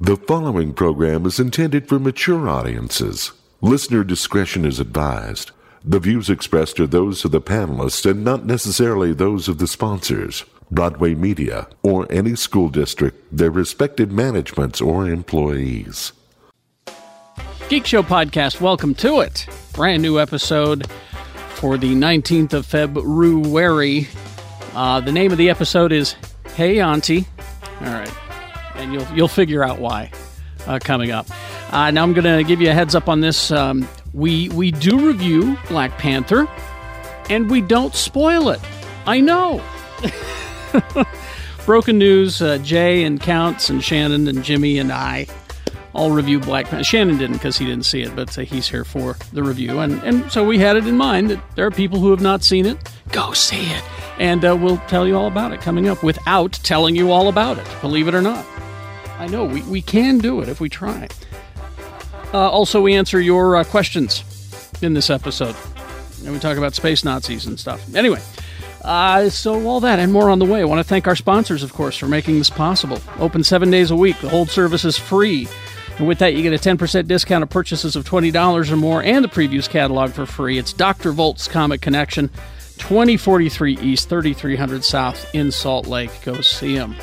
The following program is intended for mature audiences. Listener discretion is advised. The views expressed are those of the panelists and not necessarily those of the sponsors, Broadway Media, or any school district, their respective managements, or employees. Geek Show Podcast, welcome to it. Brand new episode for the 19th of February. Uh, the name of the episode is Hey Auntie. All right. And you'll, you'll figure out why uh, coming up. Uh, now I'm going to give you a heads up on this. Um, we, we do review Black Panther and we don't spoil it. I know. Broken news uh, Jay and Counts and Shannon and Jimmy and I I'll review Black Panther. Shannon didn't because he didn't see it, but uh, he's here for the review. And, and so we had it in mind that there are people who have not seen it. Go see it. And uh, we'll tell you all about it coming up without telling you all about it, believe it or not. I know, we, we can do it if we try. Uh, also, we answer your uh, questions in this episode. And we talk about space Nazis and stuff. Anyway, uh, so all that and more on the way. I want to thank our sponsors, of course, for making this possible. Open seven days a week. The hold service is free. And with that, you get a 10% discount of purchases of $20 or more and the previews catalog for free. It's Dr. Volt's Comic Connection, 2043 East, 3300 South in Salt Lake. Go see them.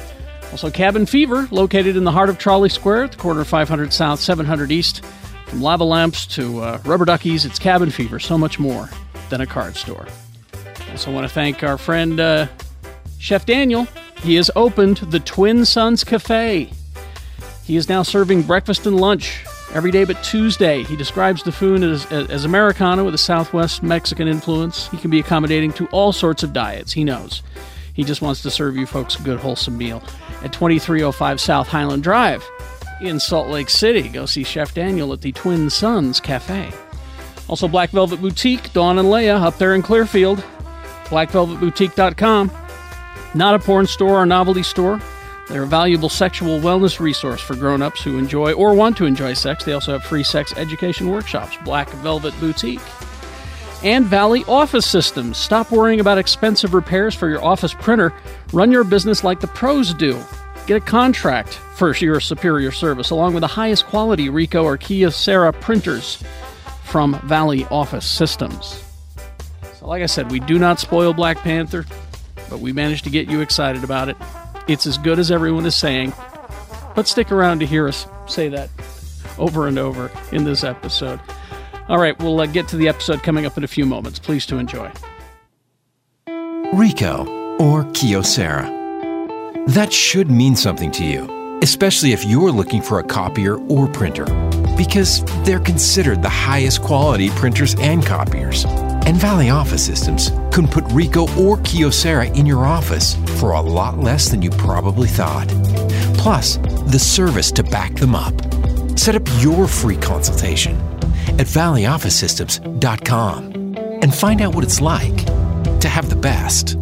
Also, Cabin Fever, located in the heart of Trolley Square at the corner of 500 South, 700 East. From lava lamps to uh, rubber duckies, it's Cabin Fever, so much more than a card store. Also, want to thank our friend uh, Chef Daniel. He has opened the Twin Sons Cafe. He is now serving breakfast and lunch every day but Tuesday. He describes the food as, as Americana with a Southwest Mexican influence. He can be accommodating to all sorts of diets, he knows. He just wants to serve you folks a good, wholesome meal at 2305 South Highland Drive in Salt Lake City. Go see Chef Daniel at the Twin Sons Cafe. Also, Black Velvet Boutique, Dawn and Leia up there in Clearfield, blackvelvetboutique.com. Not a porn store or novelty store. They're a valuable sexual wellness resource for grown-ups who enjoy or want to enjoy sex. They also have free sex education workshops, Black Velvet Boutique, and Valley Office Systems. Stop worrying about expensive repairs for your office printer. Run your business like the pros do. Get a contract for your superior service along with the highest quality Ricoh or Kyocera printers from Valley Office Systems. So like I said, we do not spoil Black Panther, but we managed to get you excited about it. It's as good as everyone is saying. But stick around to hear us say that over and over in this episode. All right, we'll uh, get to the episode coming up in a few moments. Please to enjoy. Rico or Kyocera. That should mean something to you, especially if you're looking for a copier or printer, because they're considered the highest quality printers and copiers. And Valley Office Systems can put Rico or Kyocera in your office for a lot less than you probably thought. Plus, the service to back them up. Set up your free consultation at valleyofficesystems.com and find out what it's like to have the best.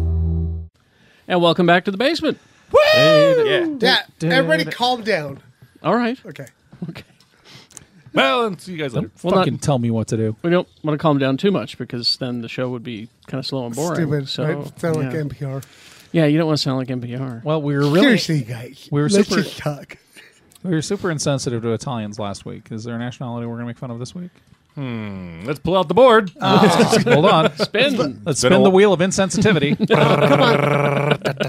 And welcome back to the basement. Yeah. Yeah, everybody calm down. All right. Okay. Okay. Well, and see you guys later. Well, not, fucking tell me what to do. we don't want to calm down too much because then the show would be kind of slow and boring. Stupid. So, right? Sound yeah. like NPR. Yeah, you don't want to sound like NPR. Well, we were really Seriously, guys. We were Let's super- just talk. we were super insensitive to Italians last week. Is there a nationality we're going to make fun of this week? Hmm, Oh, Let's pull out the board. Hold on, Ben, Been let's a spin the wh- wheel of insensitivity.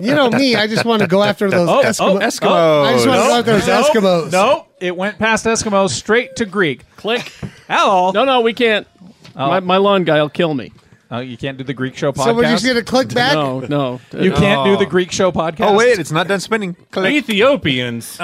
You know me. I just want to go after Oh, those Eskimo- I just want to go after those Eskimos. no, it went past Eskimo straight to Greek. click. Hello. No, no, we can't. My, my lawn guy will kill me. Oh, you can't do the Greek show podcast. So we're just gonna click back. No, no. you can't do the Greek show podcast. Oh wait, it's not done spinning. Click. Ethiopians.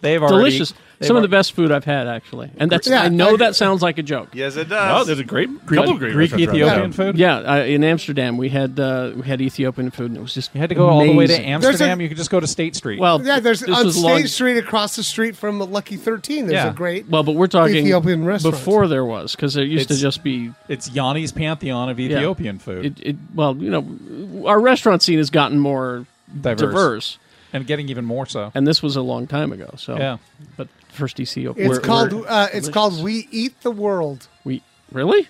they've already Oh. Delicious. Some of the best food I've had, actually. And that's Yeah, I know I- that sounds like a joke. Yes, it oh, does. there's a great couple of great Greek restaurants Ethiopian around town. food. Yeah, uh, in Amsterdam we had uh, we had Ethiopian food and it was just you had to go all the way to amazing. Amsterdam. There's a- you could just go to State Street. Well, Yeah, there's this on was State long- Street across the street from Lucky Thirteen. There's Yeah. a great. Well, but we're talking Ethiopian restaurants. before there was because there used It's- to just be it's Yanni's pantheon of yeah. Ethiopian food, It, it, well, you know, our restaurant scene has gotten more diverse. diverse, and getting even more so. and this was a long time ago. So Yeah. but first Ethiopian. it's we're- called. we're- uh, it's called. We eat the world. we really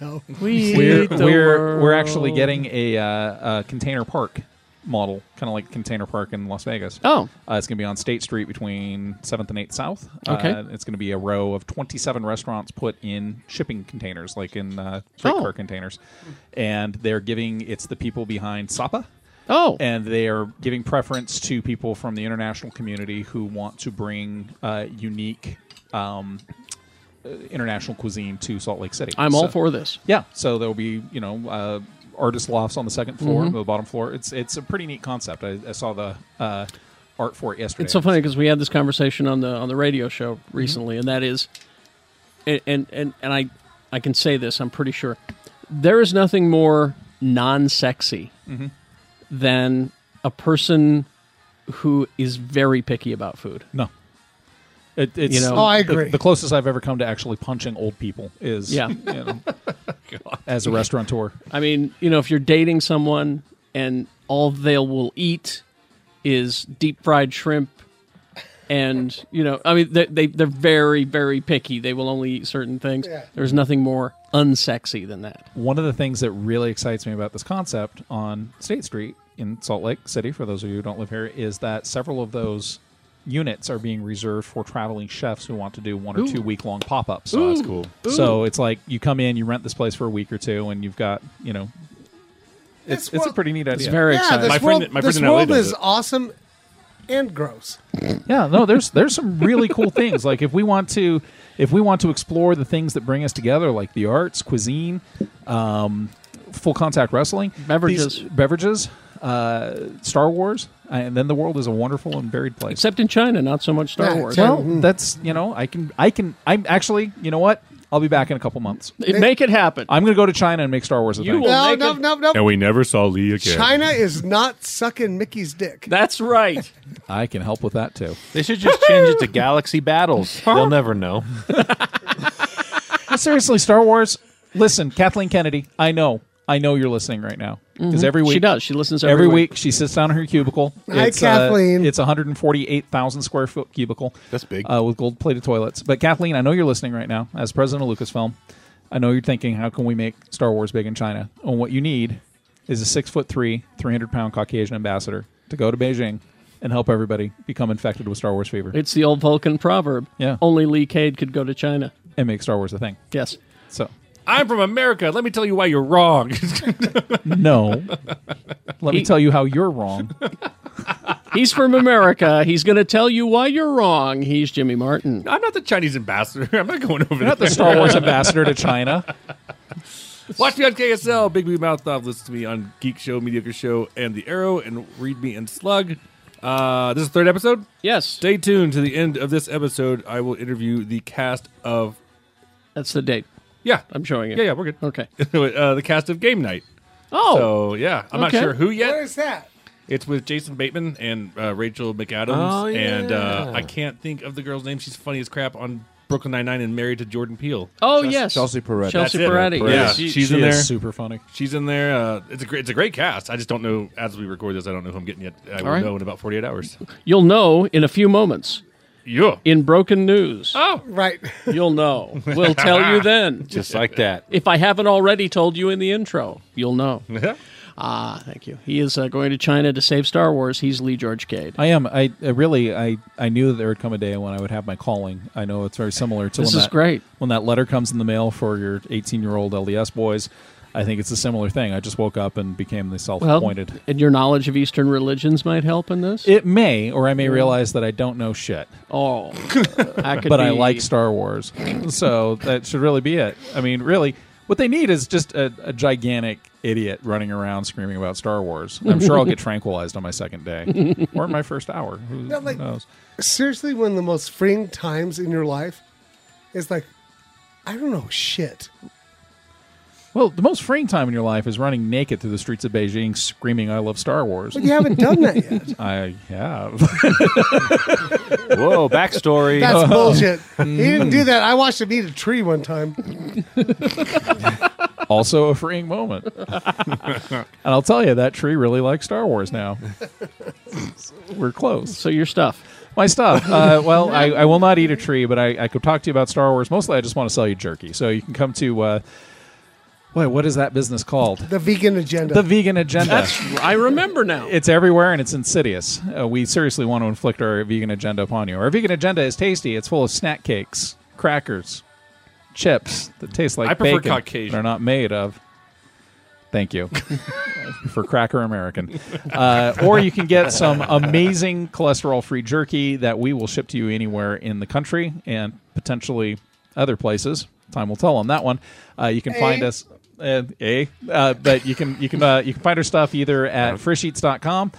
No. we we're eat the we're, we're world. actually getting a, uh, a container park model, kind of like Container Park in Las Vegas. Oh. Uh, it's going to be on State Street between 7th and 8th South. Okay. Uh, it's going to be a row of 27 restaurants put in shipping containers, like in uh, freight Oh. car containers. And they're giving, it's the people behind Sapa. Oh, And they are giving preference to people from the international community who want to bring uh, unique um, uh, international cuisine to Salt Lake City. I'm all So- for this. yeah, so there'll be you know uh, artist lofts on the second floor, Mm-hmm. the bottom floor. It's it's a pretty neat concept. I, I saw the uh, art for it yesterday. Mm-hmm. It's so funny because we had this conversation on the on the radio show recently, and that is, and and and, and I I can say this, I'm pretty sure, there is nothing more non-sexy Mm-hmm. than a person who is very picky about food. No, it, it's You know- Oh, I the- agree. The, closest I've ever come to actually punching old people is Yeah. you know, as a restaurateur. I mean, you know, if you're dating someone and all they will eat is deep fried shrimp. And you know, I mean, they, they they're very very picky. They will only eat certain things. There's nothing more unsexy than that. One of the things that really excites me about this concept on State Street in Salt Lake City, for those of you who don't live here, is that several of those units are being reserved for traveling chefs who want to do one or two week long pop ups. Oh, that's cool. So it's like you come in, you rent this place for a week or two, and you've got you know, it's it's, a pretty neat idea. It's very yeah, exciting. this My world, friend- my friend this in LA world does is it. awesome and gross. yeah, no, there's there's some really cool things. Like if we want to if we want to explore the things that bring us together, like the arts, cuisine, um, full contact wrestling, Beverages. these- beverages, uh, Star Wars, and then the world is a wonderful and varied place. Except in China, not so much Star Yeah, Wars. China- well, that's you know, I can I can I'm actually you know what. I'll be back in a couple months. make it happen. I'm going to go to China and make Star Wars a You thing. will- Well, No, make no, it- no, no. And we never saw Lee again. China is not sucking Mickey's dick. That's right. I can help with that too. They should just change it to Galaxy Battles. They'll never know. But seriously, Star Wars. Listen, Kathleen Kennedy. I know, I know you're listening right now because every week Mm-hmm. she does. She listens every, Every week, she sits down in her cubicle. Hi, uh, Kathleen. it's a 148,000 square foot cubicle. That's big. Uh, with gold plated toilets. But Kathleen, I know you're listening right now as president of Lucasfilm. I know you're thinking, how can we make Star Wars big in China? And what you need is a six foot three, 300 pound Caucasian ambassador to go to Beijing and help everybody become infected with Star Wars fever It's the old Vulcan proverb. Yeah. Only Lee Cade could go to China. and make Star Wars a thing. Yes. So, I'm from America. Let me tell you why you're wrong. no. Let me tell you how you're wrong. He's from America. He's going to tell you why you're wrong. He's Jimmy Martin. I'm not the Chinese ambassador. I'm not going over You're not the there. Star Wars ambassador to China. Watch me on KSL, Big Blue Mouth Off. Listen to me on Geek Show, Mediocre Show, and The Arrow, and read me in Slug. Uh, this is the third episode. Yes. Stay tuned to the end of this episode. I will interview the cast of That's the date yeah, I'm showing you. yeah, yeah. We're good. Okay. uh, the cast of Game Night. Oh. So yeah, I'm Okay. not sure who Where yet. is that? It's with Jason Bateman and uh, Rachel McAdams, Oh, and uh, yeah. I can't think of the girl's name. She's funny as crap on Brooklyn Nine Nine and married to Jordan Peele. oh, yes. Chelsea Peretti. Chelsea That's it. Peretti. Peretti. Yes. She- She- she's she in is there. Super funny. She's in there. Uh, it's a great, it's a great cast. I just don't know as we record this. I don't know who I'm getting yet. I will right. know in about 48 hours. You'll know in a few moments. yeah. In broken news, Right. you'll know. We'll tell you then. Just like that. If I haven't already told you in the intro, you'll know. Yeah. Ah, thank you. He is uh, going to China to save Star Wars. He's Lee George Cade. I am. I, I really. I, I knew that there would come a day when I would have my calling. I know it's very similar to This when is that, great. when that letter comes in the mail for your 18 year old LDS boys. I think it's a similar thing. I just woke up and became the self Well, appointed. and your knowledge of Eastern religions might help in this. it may, or I may realize that I don't know shit, oh, I could but be, I like Star Wars. so that should really be it. I mean, really, what they need is just a, a gigantic idiot running around screaming about Star Wars. I'm sure I'll get tranquilized on my second day or my first hour. Who like- knows? Seriously, one of the most freeing times in your life is like, I don't know shit. Well, the most freeing time in your life is running naked through the streets of Beijing screaming, I love Star Wars. But you haven't done that yet. I have. Whoa, backstory. Oh. That's Uh-huh. bullshit. Mm. He didn't do that. I watched him eat a tree one time. also a freeing moment. and I'll tell you, that tree really likes Star Wars now. We're close. So your stuff. My stuff. Uh, well, I, I will not eat a tree, but I, I could talk to you about Star Wars. Mostly, I just want to sell you jerky. So you can come to. Uh, Boy, what is that business called? The vegan agenda. The vegan agenda. That's I remember now. it's everywhere and it's insidious. Uh, we seriously want to inflict our vegan agenda upon you. Our vegan agenda is tasty. It's full of snack cakes, crackers, chips that taste like I prefer bacon. Caucasian. They're not made of. Thank you. For cracker American. Uh, or you can get some amazing cholesterol free jerky that we will ship to you anywhere in the country and potentially other places. Time will tell on that one. Uh, you can find us. Uh, a uh, but you can you can uh, you can find our stuff either at frisheats.com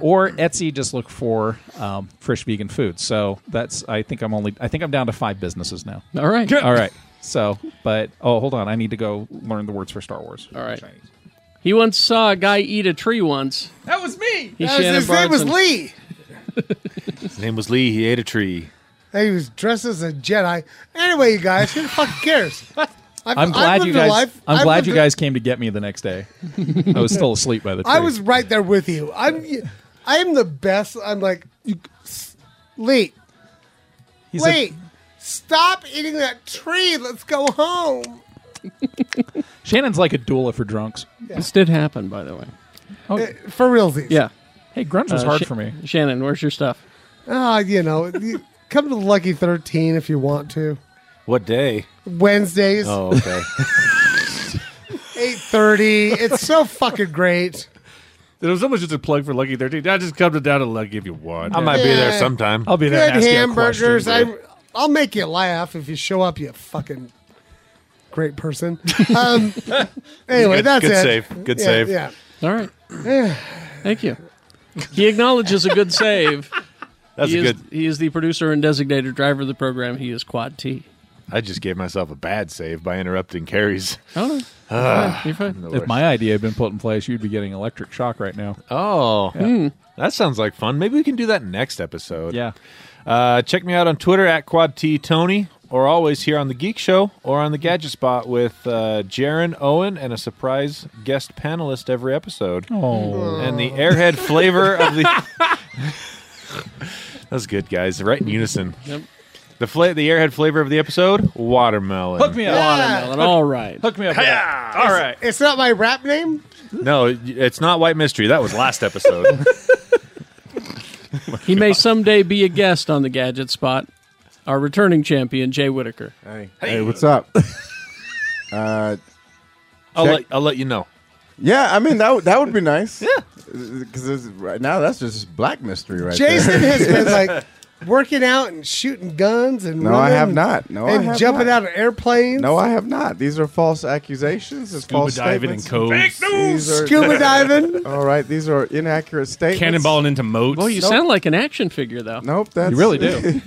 or Etsy just look for um, fresh vegan food. So that's I think I'm only I think I'm down to 5 businesses now. All right. All right. So, but oh, hold on. I need to go learn the words for Star Wars. All right. He once saw a guy eat a tree once. That was me. He That was- his name was Bronson. Lee. His name was Lee. He ate a tree. He was dressed as a Jedi. Anyway, you guys, who the fuck cares? I've, I'm I've glad lived you a guys. life- I'm I've glad lived you a- guys came to get me the next day. I was still asleep by the tree. I was right there with you. I'm. I'm the best. I'm like, you, Lee, He's a- Lee, stop eating that tree. Let's go home. Shannon's like a doula for drunks. This did happen, by the way. Uh, For realsies. Yeah. Oh. Hey, grunge was Uh, hard Sha- for me. Shannon, where's your stuff? Ah, you know, you come to Lucky 13 if you want to. What day? Wednesdays, Oh, okay. 8.30. It's so fucking great. There was almost just a plug for Lucky 13. I just come to down and Lucky if you want. I might be there Yeah. sometime. I'll be there. and Good ask you a hamburgers. question, I, I'll make you laugh if you show up, you fucking great person. Um, anyway, Good- that's good it. save. Good Yeah, save. Yeah. All right. Thank you. He acknowledges a good save. That's he, a is, good. he is the producer and designated driver of the program. He is Quad T. I just gave myself a bad save by interrupting Carrie's. Oh, no. You're fine. The but If worst. my idea had been put in place, you'd be getting electric shock right now. oh, that sounds like fun. Maybe we can do that next episode. Yeah. Uh, check me out on Twitter at Quad T Tony, or always here on the Geek Show or on the Gadget Spot with uh, Jaron Owen and a surprise guest panelist every episode. Oh, And the airhead flavor of the. That's good, guys. Right in unison. Yep. The fla- the airhead flavor of the episode: watermelon. hook me up. Watermelon. All right. Hook me up. with that. All right. It's not my rap name. No, it's not white mystery. That was last episode. He may someday be a guest on the Gadget Spot. Our returning champion, Jay Whitaker. Hey, what's up? uh, I'll Oh, Check- let I'll let you know. yeah, I mean that would that would be nice. yeah, because right now that's just black mystery right Jason there. has been like working out and shooting guns and No, I running have not. No, I and have jumping out not. of airplanes. No, I have not. These are false accusations. It's Scuba false diving in codes. statements. These are- scuba diving. All right, these are inaccurate statements. Cannonballing into moats. Well, you sound like an action figure, though. Nope, that's You really do.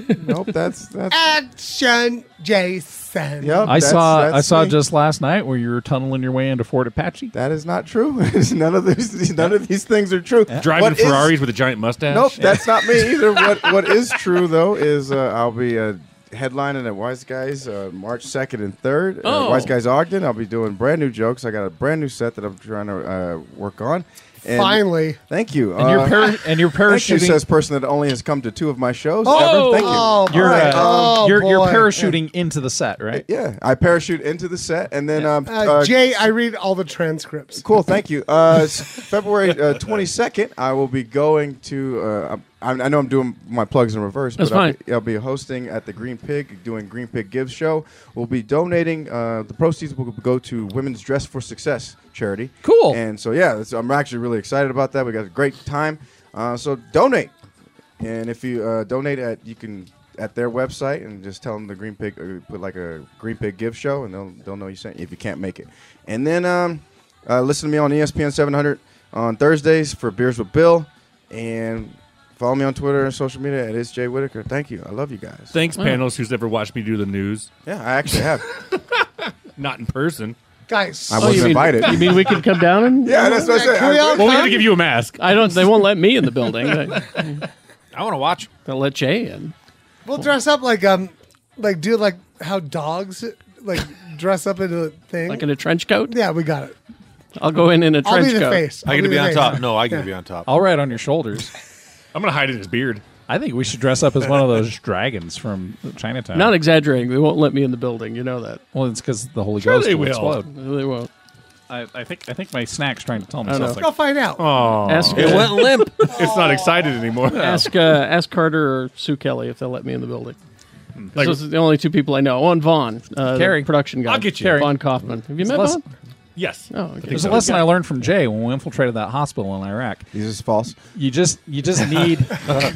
nope, that's that's. Action, Jason. I Yep, that's- saw. that's I saw me. just last night where you were tunneling your way into Fort Apache. That is not true. none of these none of these things are true. driving What is- Ferraris with a giant mustache. Nope, that's not me either. What what is true though is uh, I'll be uh, headlining at Wise Guys uh, March second and third. Oh. Uh, Wise Guys Ogden. I'll be doing brand new jokes. I got a brand new set that I'm trying to uh, work on. And Finally. thank you. And you're Uh, par- and you're Thank you, parachuting. says person that only has come to two of my shows. Oh! ever. Thank you. Oh, you're, all right. uh, Oh, you're, you're boy. parachuting into the set, right? Yeah, I parachute into the set, and then um, Uh, uh, Jay, I read all the transcripts. Cool, thank you. Uh, s- February twenty second, I will be going to. Uh, I'm, I know I'm doing my plugs in reverse, That's but I'll fine. be, I'll be hosting at the Green Pig, doing Green Pig Gives show. We'll be donating. Uh, the proceeds will go to Women's Dress for Success charity. Cool. And so yeah, that's, I'm actually really excited about that. We got a great time. Uh, so donate, and if you uh, donate at you can. At their website, and just tell them the Green Pig or put like a Green Pig Give show, and they'll they'll know you sent if you can't make it. And then um, uh, listen to me on ESPN 700 on Thursdays for Beers with Bill, and follow me on Twitter and social media at it's Jay Whitaker. Thank you. I love you guys. Thanks, panelists who's never watched me do the news. yeah, I actually have. Not in person. Guys, I wasn't you mean- invited. You mean we could come down and? yeah, that's what I said. Can we I- all Well, we got come? to give you a mask. I don't. They won't let me in the building. They, I want to watch. they'll let Jay in. We'll dress up like um, like do like how dogs like dress up into a thing. Like in a trench coat? yeah, we got it. I'll go in in a I'll trench be the coat. face. I I'll got to be the on face. top. No, I got to be on top. I'll ride on your shoulders. I'm going to hide in his beard. I think we should dress up as one of those dragons from Chinatown. Not exaggerating. They won't let me in the building. You know that. well, it's because the Holy Sure Ghost they will will. explode. They won't. I, I think I think my snack's trying to tell me don't know. something. I'll find out. Ask, It uh, went limp. It's not excited anymore. ask, uh, ask Carter or Sue Kelly if they'll let me in the building. 'Cause Hmm. Like- those are the only two people I know. Oh, and Vaughn, uh, the Carrie. production guy. I'll get you. Carrie. Vaughn Kaufman. Have you met less- Vaughn? Yes. Oh, okay. There's a lesson I learned from Jay when we infiltrated that hospital in Iraq. Is this false? You just you just need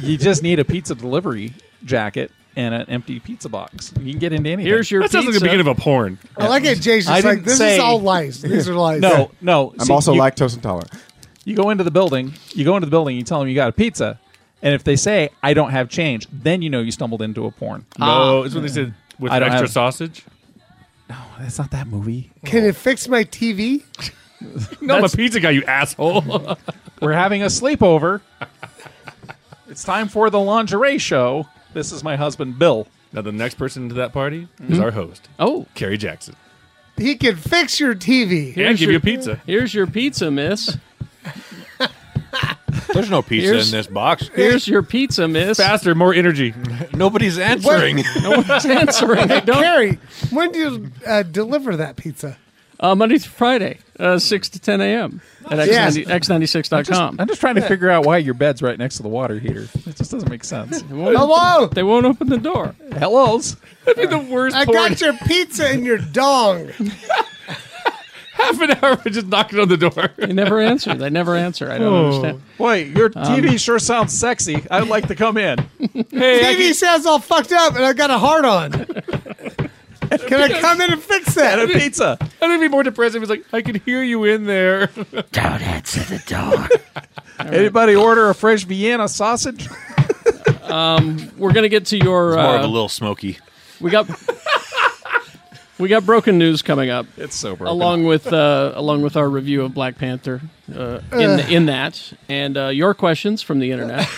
you just need a pizza delivery jacket and an empty pizza box. You can get into anything. Here's your That sounds pizza. like the beginning of a porn. I like it. Jay's I just like didn't this say- is all lies. These are lies. no no. I'm See, also you, lactose intolerant. You go into the building. You go into the building. You tell them you got a pizza, and if they say I don't have change, then you know you stumbled into a porn. Ah. No, it's what they said with I don't extra have- sausage. That's not that movie. Can it fix my TV? No, I'm a pizza guy, you asshole. We're having a sleepover. it's time for the lingerie show. This is my husband, Bill. now the next person to that party is our host, oh, Carrie Jackson. He can fix your TV. And give you a pizza. here's your pizza, miss. There's no pizza Here's- in this box. Here's your pizza, miss. Faster, more energy. Nobody's answering. It's answering. I don't. Carrie, when do you uh, deliver that pizza? Uh, Monday through Friday, uh, 6 to 10 a.m. at Yes. X90, x96.com. I'm just trying to figure out why your bed's right next to the water heater. It just doesn't make sense. Hello, They won't open the door. Hello's. the worst I porn. got your pizza in your dong. Half an hour of just knocking on the door. They never answer. They never answer. I don't Oh. understand. Um, Wait, your TV sure sounds sexy. I'd like to come in. TV sounds all fucked up, and I got a heart on. Can I come in and fix And a that? pizza. I'd even be more depressed if it's like, I could hear you in there. Anybody order a fresh Vienna sausage? Um, We're going to get to your. More of a Uh, little smoky. we got. We got broken news coming up, It's sober. along with uh, along with our review of Black Panther, uh, in in that, and uh, your questions from the internet.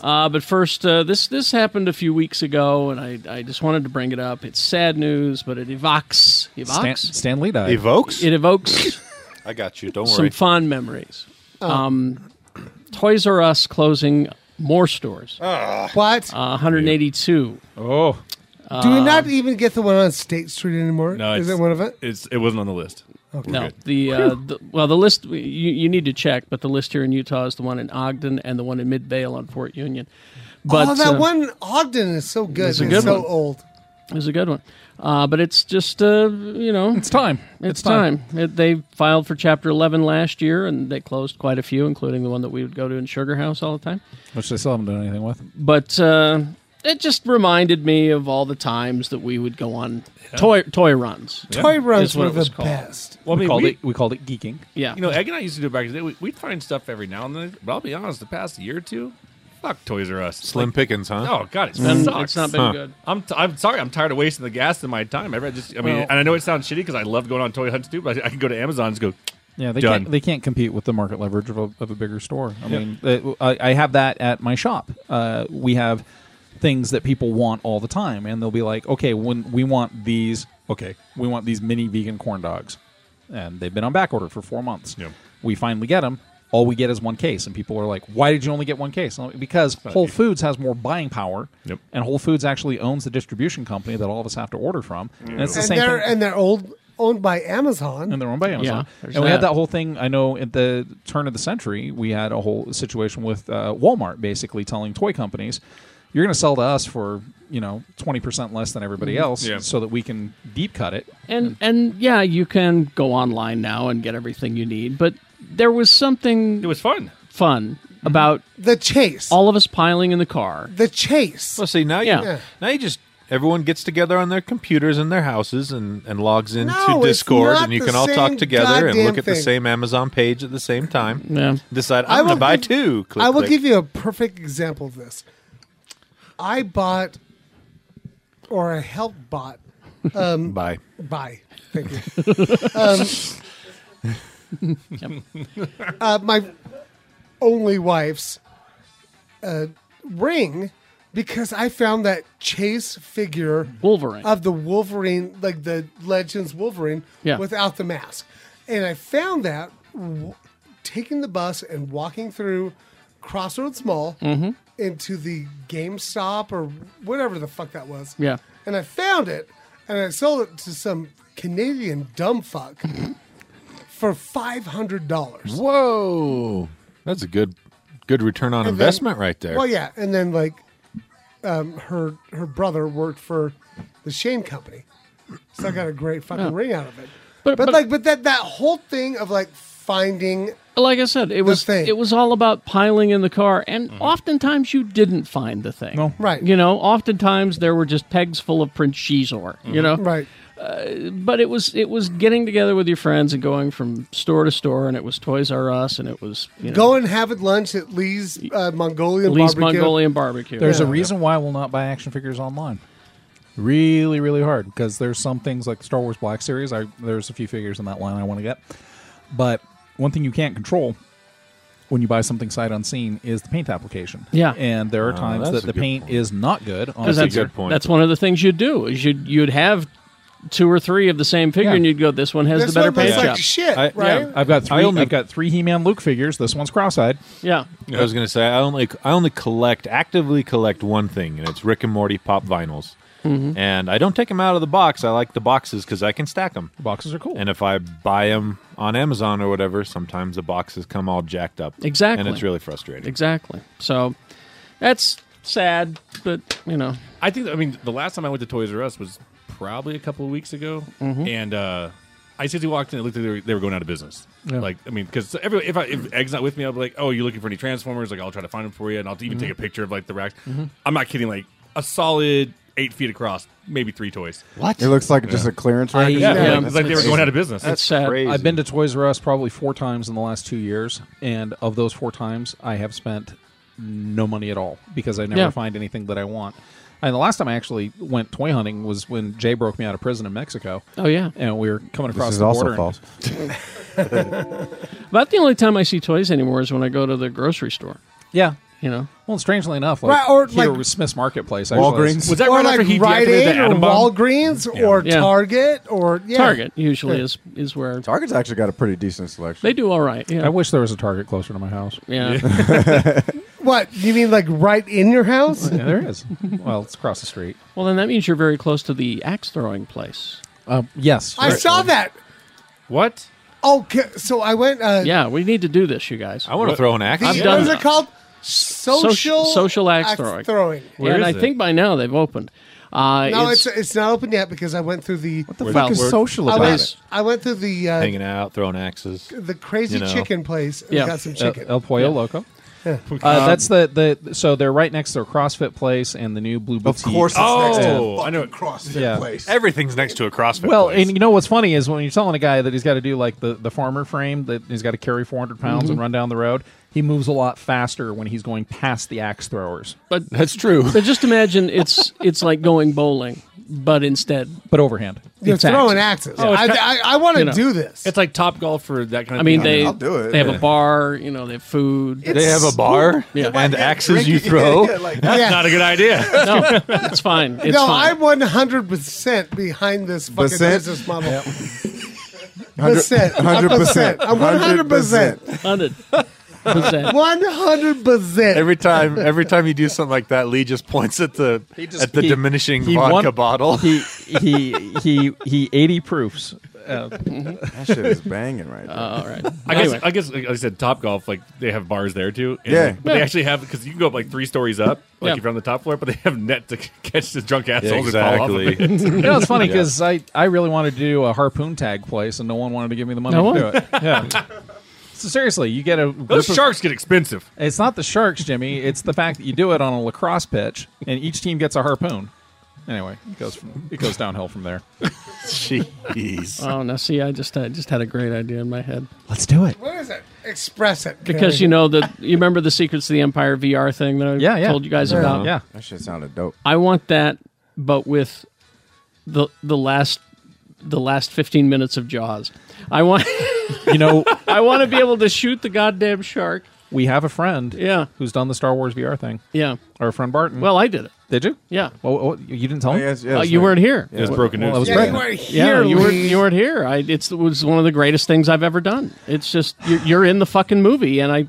Uh, but first, uh, this this happened a few weeks ago, and I, I just wanted to bring it up. It's sad news, but it evokes Stan, evokes Stan Lee died. Evokes? it evokes I got you. Don't some worry. fond memories. Um, Toys R Us closing more stores, uh, What? 182. Oh, do we Uh, Um, not even get the one on State Street anymore? No, Is it's- it one of it? it's, it wasn't on the list. No, the, uh, the well, the list you, you need to check, but the list here in Utah is the one in Ogden and the one in Midvale on Fort Union. But oh, that uh, one in Ogden is so good. it's It's a good so one. old. is a good one. Uh, but it's just uh, you know, it's time. It's, time. It, they filed for Chapter 11 last year, and they closed quite a few, including the one that we would go to in Sugar House all the time. Which they still haven't done anything with. But uh, it just reminded me of all the times that we would go on toy toy runs. Toy runs Is what were it the was called. best. Well, I we mean, called we- it. We called it geeking. Yeah, You know, Egg and I used to do it back in the day. We, we'd find stuff every now and then, but I'll be honest, the past year or two, fuck Toys R Us. Slim pickings, huh? Like, oh, God, it's And sucks. Mm, it's not been good. I'm, t- I'm sorry. I'm tired of wasting the gas in my time. I just, I mean, Well- and I know it sounds shitty because I love going on toy hunts too, but I, I can go to Amazon and just go. Yeah, they Done. can't they can't compete with the market leverage of a, of a bigger store. I mean, uh, I, I have that at my shop. Uh, we have things that people want all the time, and they'll be like, "Okay, when we want these, okay, we want these mini vegan corn dogs," and they've been on back order for four months. Yeah. We finally get them. All we get is one case, and people are like, "Why did you only get one case?" And I'm like, because Whole Foods has more buying power, Yep. and Whole Foods actually owns the distribution company that all of us have to order from, and it's the And same they're thing and they're old owned by Amazon. and they're owned by Amazon. there's and we had that. that whole thing. I know at the turn of the century, we had a whole situation with uh, Walmart basically telling toy companies, "You're going to sell to us for you know twenty percent less than everybody else, Yeah. so that we can deep cut it." and and yeah, you can go online now and get everything you need. But there was something It was fun. Mm-hmm. fun about the chase. all of us piling in the car. the chase. Well, see, now you, Yeah. Yeah. now you just everyone gets together on their computers in their houses and, and logs into No, it's Discord, not and you the can all talk same together and goddamn look at the thing. same Amazon page at the same time. Yeah. Decide I I'm going will to buy give- two. Click, I will click. give you a perfect example of this. I bought, or I helped bought, buy. buy. Thank you. um, uh, my only wife's uh, ring because I found that chase figure Wolverine. of the Wolverine, like the Legends Wolverine, Yeah. without the mask. And I found that w- taking the bus and walking through Crossroads Mall Mm-hmm. Mm-hmm. into the GameStop or whatever the fuck that was. Yeah. And I found it and I sold it to some Canadian dumb fuck. for five hundred dollars. Whoa, that's a good good return on And then- investment right there. Well, yeah, and then like um, her her brother worked for the Shane Company, so I got a great fucking ring out of it. But- But, but- like, but that that whole thing of like finding Like I said, it was thing. it was all about piling in the car, and Mm-hmm. oftentimes you didn't find the thing. No. Right. You know, oftentimes there were just pegs full of Prince Shizor. Mm-hmm. You know, Uh, right, but it was it was getting together with your friends and going from store to store, and it was Toys R Us, and it was you know, go and have it lunch at Lee's uh, Mongolian Lee's barbecue. Mongolian barbecue. There's a Yeah. reason why I will not buy action figures online. Really, really hard because there's some things like Star Wars Black Series. I there's a few figures in that line I want to get, but one thing you can't control when you buy something sight unseen is the paint application. Yeah. and there are times Ah, that's that a the good paint point. is not good. On Because Oh, a that's, figure. good point. That's one of the things you'd do is you'd you'd have two or three of the same figure, Yeah. and you'd go, "This one has This the better one looks paint like job." shit, I- right? yeah. I've got three. I only- I've got three He-Man Luke figures. This one's cross-eyed. yeah, I was gonna say I only I only collect actively collect one thing, and it's Rick and Morty pop vinyls. Mm-hmm. And I don't take them out of the box. I like the boxes because I can stack them. The boxes are cool. And if I buy them on Amazon or whatever, sometimes the boxes come all jacked up. Exactly. and it's really frustrating. exactly. So that's sad, but you know, I think I mean the last time I went to Toys R Us was probably a couple of weeks ago, Mm-hmm. and uh, I simply walked in. It looked like they were, they were going out of business. Yeah. Like I mean, because every if I, if Egg's not with me, I'll be like, "Oh, you looking for any Transformers? Like I'll try to find them for you, and I'll even take Mm-hmm. a picture of like the racks." I'm not kidding. Like a solid eight feet across, maybe three toys. What? It looks like just a clearance rack. or Yeah, Yeah, like- that's- it's like they were going out of business. it's sad. crazy. I've been to Toys R Us probably four times in the last two years, and of those four times, I have spent no money at all because I never Yeah. find anything that I want. And the last time I actually went toy hunting was when Jay broke me out of prison in Mexico. Oh yeah. And we were coming across This is the also border. false. About the only time I see toys anymore is when I go to the grocery store. Yeah. You know, Well, strangely enough, like Right, or here like- was Smith's Marketplace. I Walgreens. Was that or right like after he Rite deactivated Aid the or atom bomb? Walgreens or Yeah. Target or yeah. Target usually is is where Target's actually got a pretty decent selection. they do all right. I Yeah, wish there was a Target closer to my house. yeah. What you mean, like right in your house? Yeah, there is. well, it's across the street. well, then that means you're very close to the axe throwing place. Um, yes. I saw that. What? Okay, so I went. Uh, Yeah, we need to do this, you guys. I want to throw an axe. The, I'm what done is now. it called? Social social axe throwing. Where and is I it? think by now they've opened. Uh, No, it's, it's not open yet because I went through the. What the Well, fuck is we're- social I about went, it? I went through the uh, Hanging out, throwing axes. the crazy you know. chicken place and Yeah. got some El- chicken. El Pollo Loco. Uh, that's the, the so they're right next to their CrossFit place and the new Blue Of Boutique. course, it's next to Oh, I fucking know. CrossFit Yeah. place. Everything's next to a CrossFit. Well, place. and you know what's funny is when you're telling a guy that he's got to do like the, the farmer frame that he's got to carry 400 pounds Mm-hmm. and run down the road, he moves a lot faster when he's going past the axe throwers, but that's true. but just imagine it's it's like going bowling, but instead, but overhand. You're It's throwing axe. axes. Oh, I, I, I want to you know. do this. It's like Top Golf for that kind I of. mean thing. they I'll do it. they have Yeah. a bar, you know, they have food. they have a bar Yeah. and axes you Drinking- throw. yeah, like- Yeah. not a good idea. no, it's fine. It's no, fine. I'm 100 percent behind this fucking Percent? business model. Hundred- Percent, 100%. I'm 100 percent, 100 percent. 100 percent. Every time, every time you do something like that, Lee just points at the just- at the he- diminishing he vodka won- bottle. He he he he 80 proofs. Uh, Mm-hmm. That shit is banging right there. Uh, All right. I guess, Anyway. I guess, like I said, Top Golf, like they have bars there too. And, Yeah. like, but they actually have because you can go up like three stories up, like Yeah. if you're on the top floor. But they have net to c- catch the drunk assholes who fall off. Of it. you know, it's funny because I, I really wanted to do a harpoon tag place and no one wanted to give me the money No one? to do it. Yeah. so seriously, you get a group Those of- sharks get expensive. It's not the sharks, Jimmy. It's the fact that you do it on a lacrosse pitch, and each team gets a harpoon. Anyway, it goes from, it goes downhill from there. Jeez. Oh, now see, I just I just had a great idea in my head Let's do it. What is it? Express it because you know the you remember the Secrets of the Empire VR thing that I Oh, Yeah, yeah. told you guys about. Yeah, that shit sounded dope. I want that, but with the the last the last fifteen minutes of Jaws. I want you know, I want to be able to shoot the goddamn shark. we have a friend, Yeah. who's done the Star Wars VR thing. Yeah. Our friend Barton. Well, I did it. did you? Yeah. Well, well, you didn't tell Oh, him. yes, yes, Uh, you like- weren't here. It's broken news. Well, I was Yeah, pregnant. you were Yeah, here. you weren't Lee. you weren't here. I, it's, it was one of the greatest things I've ever done. It's just you're, you're in the fucking movie, and I.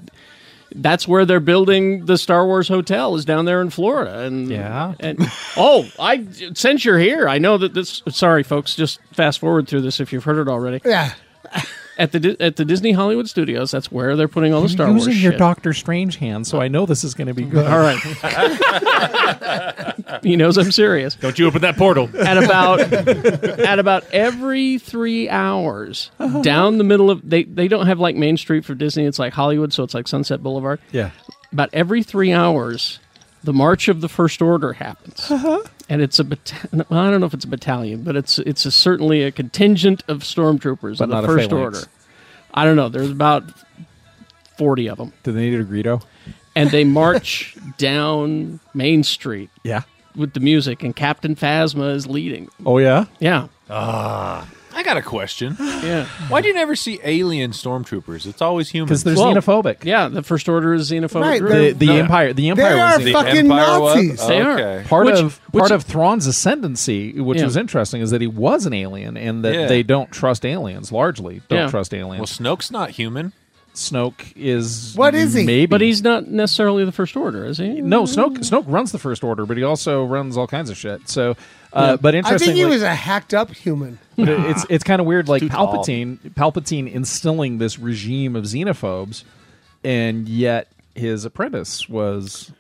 That's where they're building the Star Wars hotel is down there in Florida, and Yeah. and oh, I since you're here, I know that this. Sorry, folks, just fast forward through this if you've heard it already. Yeah. at the Di- at the Disney Hollywood Studios. That's where they're putting all the Star You're Wars using your shit. Doctor Strange hand, so I know this is going to be good. All right. He knows I'm serious. Don't you open that portal? at about at about every three hours Uh-huh. down the middle of they they don't have like Main Street for Disney. It's like Hollywood, so it's like Sunset Boulevard. Yeah. About every three hours, the March of the First Order happens, Uh-huh. and it's a battalion. Well, I don't know if it's a battalion, but it's it's a, certainly a contingent of stormtroopers of the not a First phalanx. Order. I don't know. There's about forty of them, Do they need a Greedo? and they march down Main Street Yeah. with the music, and Captain Phasma is leading. Oh yeah. Ah. Yeah, Ah. I got a question. yeah. Why do you never see alien stormtroopers? It's always humans. Because they're Well, xenophobic. Yeah, the First Order is xenophobic. Right, group. The, they're- the No. empire. The They empire. are Was xenophobic. fucking Empire was? Nazis. they Okay. are part Which- of which- part of Thrawn's ascendancy, which Yeah. was interesting, is that he was an alien and that Yeah. they don't trust aliens. Largely, don't Yeah. trust well, aliens. Snoke's not human. Snoke is What is he? Maybe, But he's not necessarily the First Order, is he? no Snoke. Snoke runs the First Order, but he also runs all kinds of shit. So, uh, but I interestingly, think he was a hacked up human. But it- it's it's kind of weird, like too tall. Palpatine, Palpatine instilling this regime of xenophobes, and yet his apprentice was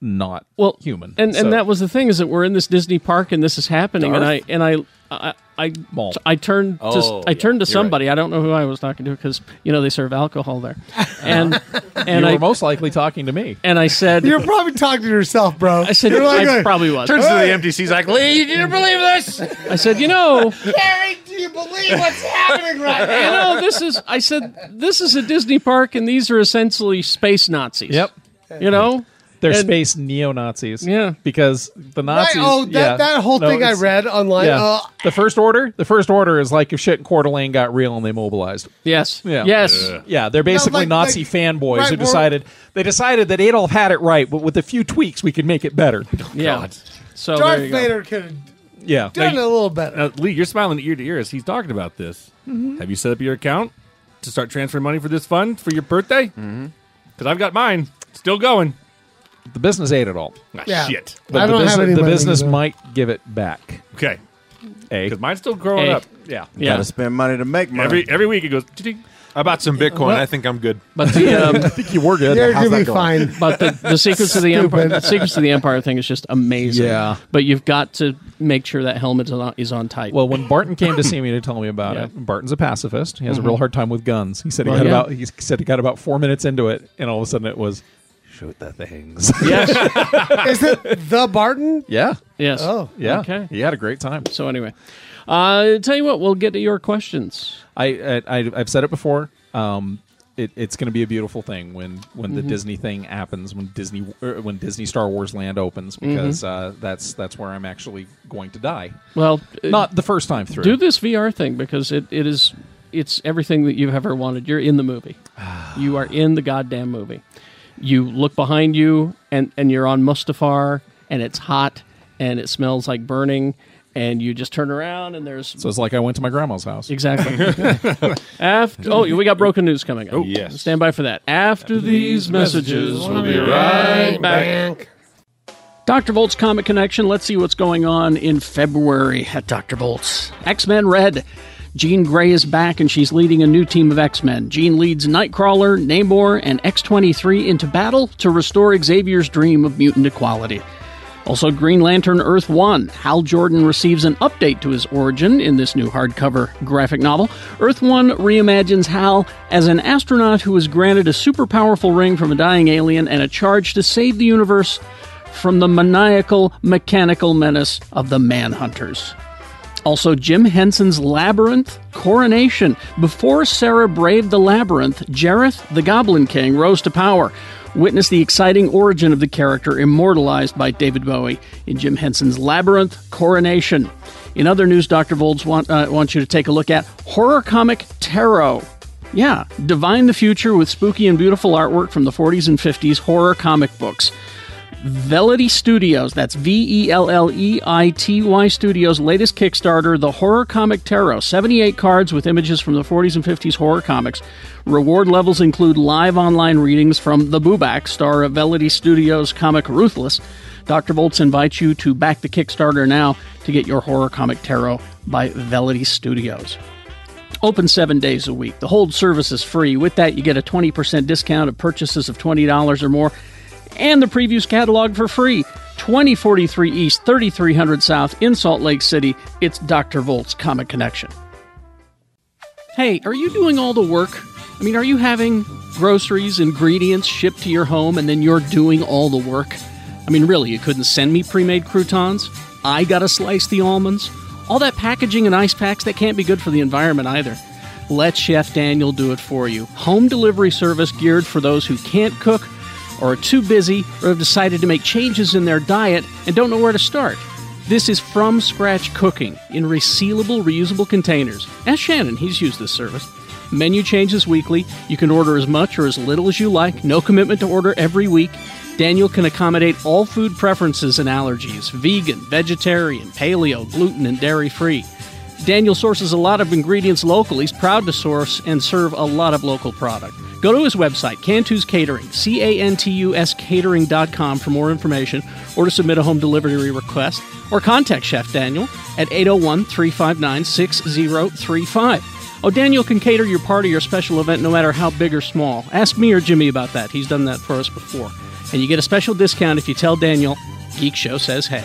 not Well, human. And So- and that was the thing is that we're in this Disney park and this is happening, and I and I. I I, Mall. I turned to Oh, I turned yeah, to you're right. somebody I don't know who I was talking to because you know they serve alcohol there, and you and were I most likely talking to me. and I said You're probably talking to yourself, bro. I said You're like, I uh, probably was Turns to the empty. He's like, Lee, do you believe this? I said you know Harry, do you believe what's happening right now? you know this is I said this is a Disney park and these are essentially space Nazis Yep. you know They're And- space neo Nazis. Yeah. because the Nazis. Right, oh, that, yeah. that whole No, thing I it's- read online. Yeah. Uh, the first order. The first order is like if shit in Coeur d'Alene got real and they mobilized. yes Yeah. yes Yeah, they're basically like- Nazi like- fanboys right, who we're- decided they decided that Adolf had it right, but with a few tweaks we could make it better. yeah so Darth there you go. Vader could have Yeah. done it a little better. Mm-hmm. Now, Lee, you're smiling ear to ear as he's talking about this. Have you set up your account to start transferring money for this fund for your birthday? Because Mm-hmm. I've got mine still going. the business ate it all. Ah, Yeah. Shit. But I the don't have business, any the money business either. might give it back. Okay. A. Because mine's still growing Hey. up. Yeah. yeah Gotta spend money to make money. Every every week it goes. "Ting." I bought some Bitcoin. I think I'm good. but the um, I think you were good. They're how's going to be that going? fine. But the, the secrets of the empire, the secrets of the empire thing is just amazing. Yeah. But you've got to make sure that helmet is on, is on tight. Well, when Barton came to see me to tell me about Yeah. Mm-hmm. it, Barton's a pacifist. He Mm-hmm. has a real hard time with guns. He said he Well, got yeah. about he said he got about four minutes into it, and all of a sudden it was shoot the things. yes, Is it the Barton? yeah, yes. Oh. yeah. Okay. He had a great time. So anyway, uh, tell you what, we'll get to your questions. I, I, I I've said it before. Um, it, it's going to be a beautiful thing when when Mm-hmm. the Disney thing happens when Disney er, when Disney Star Wars Land opens Mm-hmm. because uh, that's that's where I'm actually going to die. Well, uh, Not the first time through. do this VR thing because it, it is it's everything that you've ever wanted. You're in the movie. Ah. you are in the goddamn movie. You look behind you and and you're on Mustafar and it's hot and it smells like burning and you just turn around and there's So it's like I went to my grandma's house. Exactly. After, oh, we got broken news coming up. Oh. yes. Stand by for that. After these messages, we'll be right back. Dr. Bolt's Comic Connection. Let's see what's going on in February at Dr. Bolt's. X Men Red. Jean Grey is back and she's leading a new team of X Men. Jean leads Nightcrawler, Namor, and X 23 into battle to restore Xavier's dream of mutant equality. Also, Green Lantern Earth 1. Hal Jordan receives an update to his origin in this new hardcover graphic novel. Earth 1 reimagines Hal as an astronaut who was granted a super powerful ring from a dying alien and a charge to save the universe from the maniacal, mechanical menace of the Manhunters. Also, Jim Henson's Labyrinth Coronation. Before Sarah braved the Labyrinth, Jareth the Goblin King rose to power. Witness the exciting origin of the character immortalized by David Bowie in Jim Henson's Labyrinth Coronation. In other news, Dr. Volds want, uh, wants you to take a look at Horror Comic Tarot. Yeah, divine the future with spooky and beautiful artwork from the 40s and 50s horror comic books. Velity Studios, that's V E L L E I T Y Studios' latest Kickstarter, The Horror Comic Tarot. 78 cards with images from the 40s and 50s horror comics. Reward levels include live online readings from The Booback, star of Velity Studios' comic Ruthless. Dr. Volts invites you to back the Kickstarter now to get your horror comic tarot by Velity Studios. Open seven days a week. The hold service is free. With that, you get a 20% discount of purchases of $20 or more and the previews catalog for free. 2043 East, 3300 South in Salt Lake City. It's Dr. Volt's Comic Connection. Hey, are you doing all the work? I mean, are you having groceries, ingredients shipped to your home, and then you're doing all the work? I mean, really, you couldn't send me pre made croutons? I gotta slice the almonds? All that packaging and ice packs, that can't be good for the environment either. Let Chef Daniel do it for you. Home delivery service geared for those who can't cook, or are too busy, or have decided to make changes in their diet and don't know where to start. This is from scratch cooking in resealable, reusable containers. Ask Shannon, he's used this service. Menu changes weekly. You can order as much or as little as you like. No commitment to order every week. Daniel can accommodate all food preferences and allergies vegan, vegetarian, paleo, gluten, and dairy free. Daniel sources a lot of ingredients local. He's proud to source and serve a lot of local product. Go to his website, Cantus Catering, C A N T U S catering.com for more information or to submit a home delivery request or contact Chef Daniel at 801 359 6035. Oh, Daniel can cater your party or special event no matter how big or small. Ask me or Jimmy about that. He's done that for us before. And you get a special discount if you tell Daniel Geek Show says hey.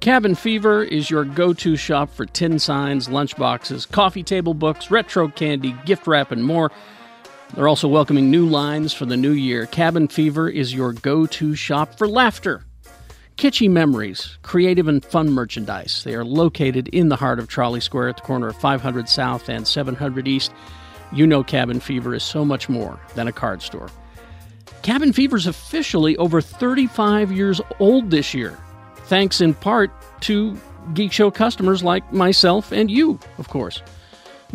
Cabin Fever is your go to shop for tin signs, lunchboxes, coffee table books, retro candy, gift wrap, and more. They're also welcoming new lines for the new year. Cabin Fever is your go to shop for laughter, kitschy memories, creative and fun merchandise. They are located in the heart of Trolley Square at the corner of 500 South and 700 East. You know, Cabin Fever is so much more than a card store. Cabin Fever's officially over 35 years old this year, thanks in part to Geek Show customers like myself and you, of course.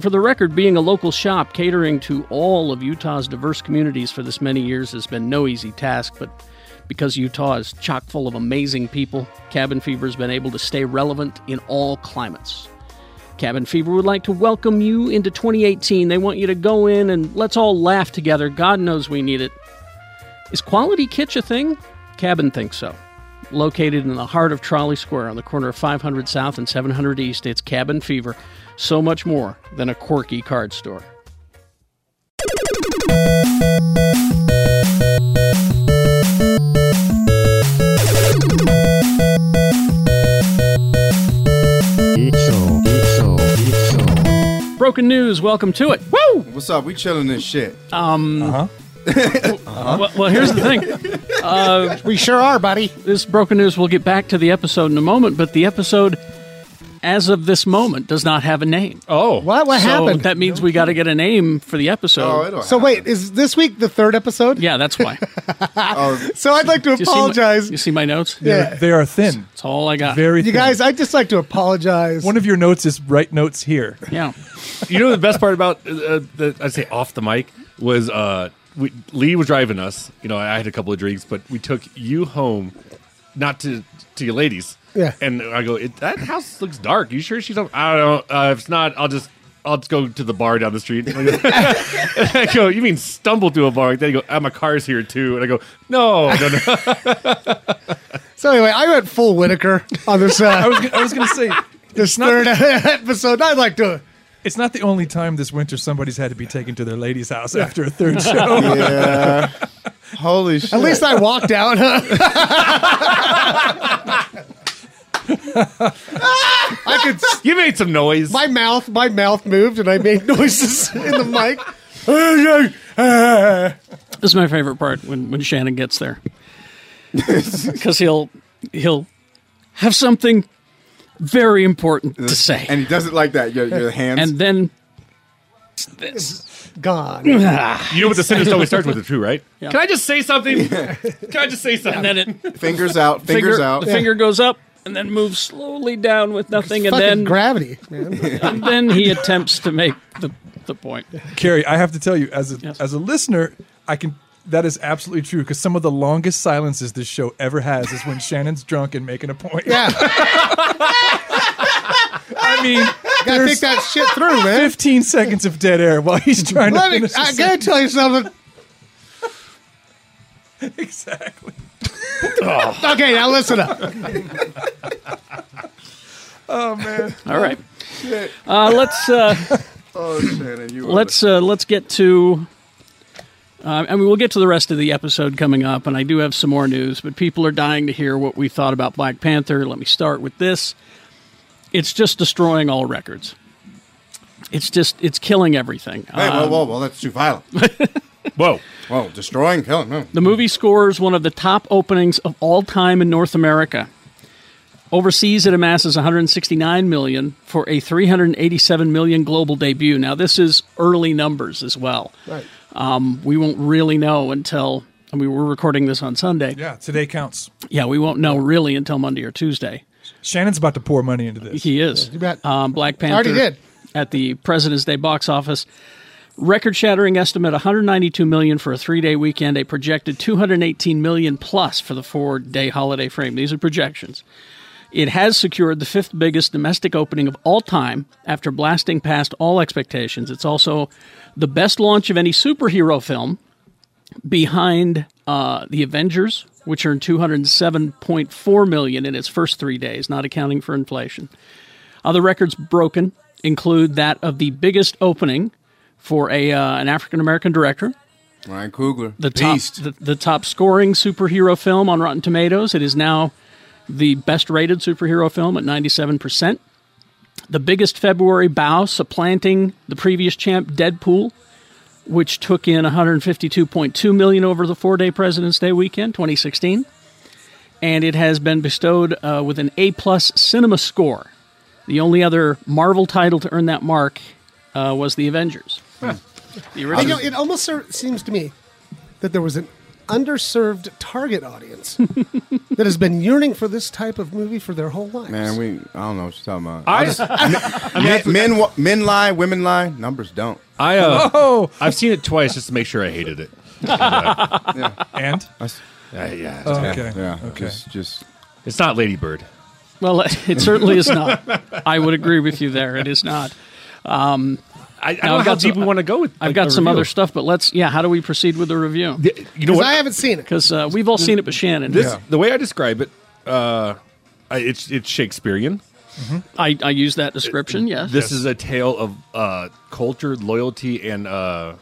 For the record, being a local shop catering to all of Utah's diverse communities for this many years has been no easy task, but because Utah is chock full of amazing people, Cabin Fever's been able to stay relevant in all climates. Cabin Fever would like to welcome you into 2018. They want you to go in and let's all laugh together. God knows we need it. Is quality kitsch a thing? Cabin thinks so. Located in the heart of Trolley Square on the corner of 500 South and 700 East, it's Cabin Fever. So much more than a quirky card store. Broken news, welcome to it. Woo! What's up? We chilling this shit. Um, Well, well, here's the thing. Uh, We sure are, buddy. This broken news, we'll get back to the episode in a moment, but the episode, as of this moment, does not have a name. Oh, What? What so happened? that means we got to get a name for the episode. Oh, it'll so happen. wait, is this week the third episode? yeah, that's why. So I'd like to You see my- apologize. you see my notes? yeah. They are thin. That's all I got. Very You thin. guys, I'd just like to apologize. one of your notes is right notes here. yeah. you know the best part about uh, the, I'd say off the mic was uh, we, Lee was driving us. You know, I had a couple of drinks, but we took you home, not to to your ladies. Yeah. And I go, it, that house looks dark. You sure she's? Up? I don't know. Uh, if it's not, I'll just. I'll just go to the bar down the street. And I go, and I go, you mean stumble to a bar? Then you go, ah, my car's here too. And I go, no, no, no. so anyway, I went full Whitaker on this I uh, was, I was going to say, this third episode. I'd like to. it's not the only time this winter somebody's had to be taken to their lady's house after a third show. Yeah. Holy shit. At least I walked out. I could. you made some noise. My mouth, my mouth moved, and I made noises in the mic. This is my favorite part when, when Shannon gets there. Because he'll, he'll have something very important to say. And he does it like that. Your, your hands. and then Gone. you know what the sentence always starts with? It's true, right? Can I just say something? Can I just say something? then it fingers out. Fingers finger, out. the finger goes up and then moves slowly down with nothing and Fucking then gravity, man. and then he attempts to make the, the point. Carrie, I have to tell you, as a as a listener, I can that is absolutely true because some of the longest silences this show ever has is when Shannon's drunk and making a point. Yeah, I mean, gotta think there's that shit through, man. 15 seconds of dead air while he's trying to Let me. finish I his- gotta tell you something. exactly. Okay, now listen up. All right. Oh, Shit. Uh, let's uh, Oh, Shannon, you. are let's uh, let's get to. Uh, I mean, we'll get to the rest of the episode coming up, and I do have some more news. But people are dying to hear what we thought about Black Panther. Let me start with this. It's just destroying all records. It's just it's killing everything. the- Hey, Um, whoa, whoa, whoa! That's too violent. Whoa. Whoa, destroying, killing. No. The movie scores one of the top openings of all time in North America. Overseas, it amasses 169 million for a 387 million global debut. Now, this is early numbers as well. Right. Um, we won't really know until I mean, we're recording this on Sunday. Yeah, today counts. Yeah, we won't know really until Monday or Tuesday. Shannon's about to pour money into this. He is. bet. Um, Black Panther. Already did. At the President's Day box office. Record shattering estimate 192 million for a three day weekend, a projected 218 million plus for the four day holiday frame. These are projections. It has secured the fifth biggest domestic opening of all time after blasting past all expectations. It's also the best launch of any superhero film behind uh, the Avengers, which earned 207.4 million in its first three days, not accounting for inflation. Other records broken include that of the biggest opening for a uh, an African American director, Ryan Coogler, the top beast. the, the top scoring superhero film on Rotten Tomatoes. It is now the best rated superhero film at 97%. The biggest February bow supplanting the previous champ Deadpool, which took in 152.2 million over the 4-day President's Day weekend 2016. And it has been bestowed uh, with an A plus cinema score. The only other Marvel title to earn that mark uh, was The Avengers. The I original. know, it almost ser- seems to me that there was an underserved target audience that has been yearning for this type of movie for their whole lives. Man, we. I don't know what you're talking about. I- men, men, wa- men lie, women lie. Numbers don't. I uh, Oh, I've seen it twice just to make sure I hated it. and Uh, yeah, Oh, okay, Yeah. okay. Just, just it's not Ladybird. Well, it certainly is not. I would agree with you there. It is not. Um, I, I don't Now, know I've how got deep some- we want to go with. I've like, got the some review. other stuff, but let's, yeah, how do we proceed with the review? You know what? I haven't seen it. Because uh, we've all seen it but Shannon. This the way I describe it. Uh, I- it's it's Shakespearean. Mm-hmm. I, I use that description, yes. This is a tale of uh, culture, loyalty, and uh,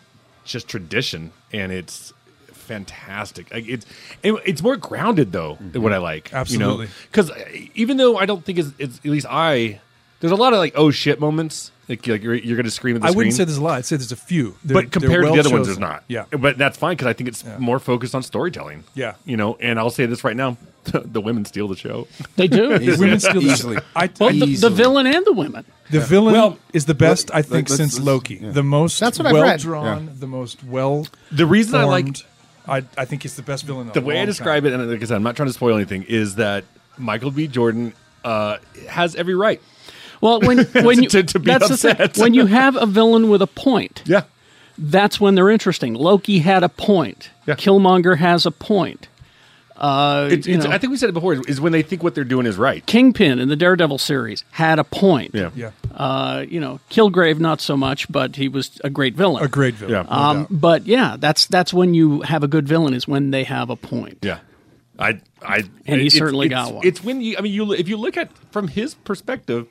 just tradition, and it's fantastic. Like, It's it- it's more grounded though than what I like. Mm-hmm. Absolutely. because uh, even though I don't think it's, it's at least I there's a lot of like oh shit moments. Like, like you're, you're gonna scream at the I screen. wouldn't say there's a lot. I'd say there's a few. They're- but compared they're to well the other ones, chosen. there's not. Yeah, but that's fine because I think it's more focused on storytelling. Yeah. you know, and I'll say this right now: the women steal the show. they do. women steal the- Easily. I, Both I- the, the villain and the women. the villain Well, is the best I let- think let's- since let's- Loki. The most That's what I've read. well drawn, the most well. The reason I like- I I think he's the best villain. in a the way I long describe time. it, and like I said, I'm not trying to spoil anything, is that Michael B. Jordan uh, has every right. Well, when, when you, To- to be that's the upset. thing. When you have a villain with a point, Yeah. that's when they're interesting. Loki had a point. Yeah. Killmonger has a point. Uh, It's, you it's, know. I think we said it before, is when they think what they're doing is right. Kingpin in the Daredevil series had a point. Yeah. Yeah, Uh, you know, Kilgrave not so much, but he was a great villain. a great villain. Yeah. Um, but yeah, that's that's when you have a good villain is when they have a point. yeah. I, I, And he it's- certainly it's- got one. It's when you, I mean, you, if you look at from his perspective,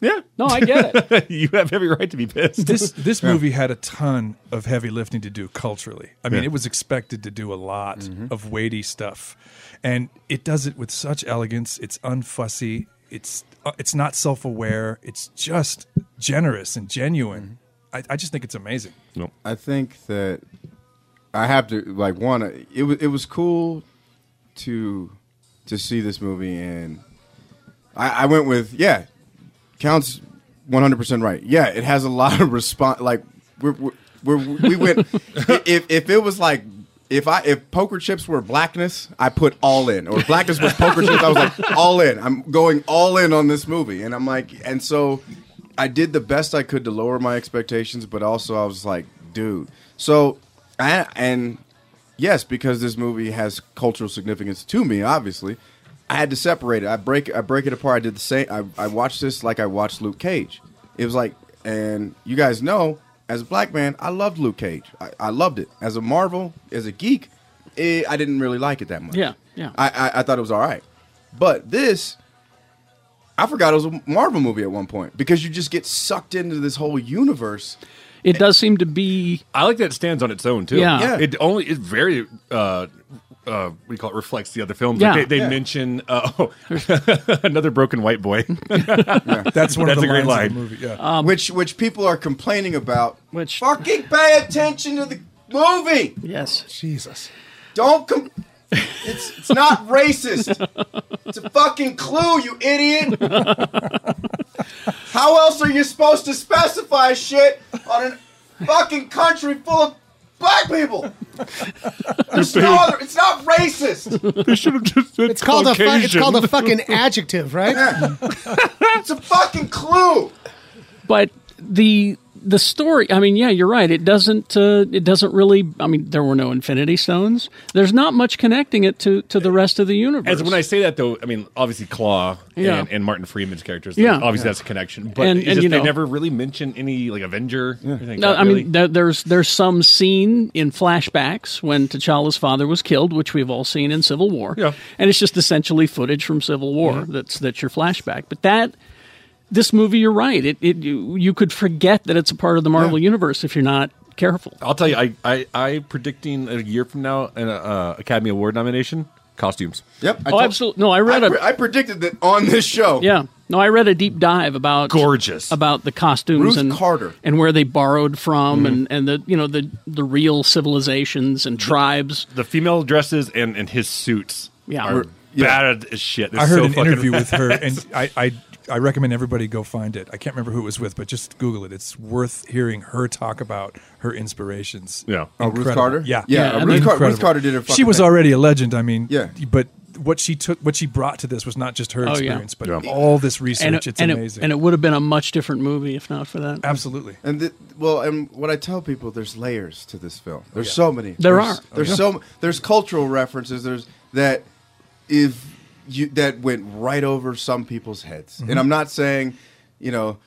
yeah, No, I get it. you have every right to be pissed. This this movie had a ton of heavy lifting to do culturally. I mean, it was expected to do a lot of weighty stuff, and it does it with such elegance. It's unfussy. It's uh, it's not self aware. It's just generous and genuine. I, I just think it's amazing. I think that I have to like one. It was it was cool to to see this movie, and I, I went with yeah. Counts one hundred percent right. Yeah, it has a lot of response. Like we're, we're, we're, we went if if it was like. If I if poker chips were blackness, I put all in. Or if blackness was poker chips, I was like all in. I'm going all in on this movie, and I'm like, and so I did the best I could to lower my expectations, but also I was like, dude. So, I, and yes, because this movie has cultural significance to me, obviously, I had to separate it. I break I break it apart. I did the same. I, I watched this like I watched Luke Cage. It was like, and you guys know, as a black man, I loved Luke Cage. I, I loved it. As a Marvel, as a geek, eh, I didn't really like it that much. Yeah, yeah. I, I, I thought it was all right. But this, I forgot it was a Marvel movie at one point because you just get sucked into this whole universe. It does seem to be I like that it stands on its own too. Yeah. Yeah. It only it very uh uh, what do you call it? Reflects the other films. Yeah. Like they they Yeah. mention uh, oh, another broken white boy. That's one That's of the a great lines line. of the movie. Yeah. which which people are complaining about. Um, Which- fucking pay attention to the movie. yes. Jesus. Don't com- it's it's not racist. It's a fucking clue, you idiot. How else are you supposed to specify shit on a fucking country full of black people? There's no other, it's not racist. they should have just said It's called a fu- it's called a fucking adjective, right? It's a fucking clue. But the the story, I mean, yeah, you're right. It doesn't uh, it doesn't really I mean, there were no infinity stones. There's not much connecting it to to the rest of the universe. As when I say that though, I mean obviously Claw Yeah. and, and Martin Freeman's characters. Yeah. obviously that's a connection. But And- it's and just you they know- never really mention any like Avenger. or anything like No, that, I mean really. there, there's there's some scene in flashbacks when T'Challa's father was killed, which we've all seen in Civil War. Yeah. and it's just essentially footage from Civil War that's that's your flashback. But that this movie, you're right. It, it you, you could forget that it's a part of the Marvel universe if you're not careful. I'll tell you, I I, I predicting a year from now an uh, Academy Award nomination costumes. Yep. I oh, absolutely. No, I read a predicted that on this show. yeah. No, I read a deep dive about Gorgeous. about the costumes Ruth and Carter. Mm-hmm. and where they borrowed from and and the you know the the real civilizations and tribes. the female dresses and, and his suits Yeah. are Were- bad as shit. It's I heard so an fucking- interview with her, and I, I I recommend everybody go find it. I can't remember who it was with, but just Google it. It's worth hearing her talk about her inspirations. Yeah. Oh, Ruth Incredible. Carter? Yeah, Yeah, Ruth Car- Ruth Incredible. Carter did her She fucking was thing. already a legend. I mean, Yeah. but. What she took, what she brought to this was not just her Oh, yeah. experience, but Yeah. all this research. And it's and amazing. It, and it would have been a much different movie if not for that. Absolutely. And the, well, and what I tell people, there's layers to this film. There's so many. There there's, are. Oh, There's so m- there's cultural references. There's that if you that went right over some people's heads. And I'm not saying, you know,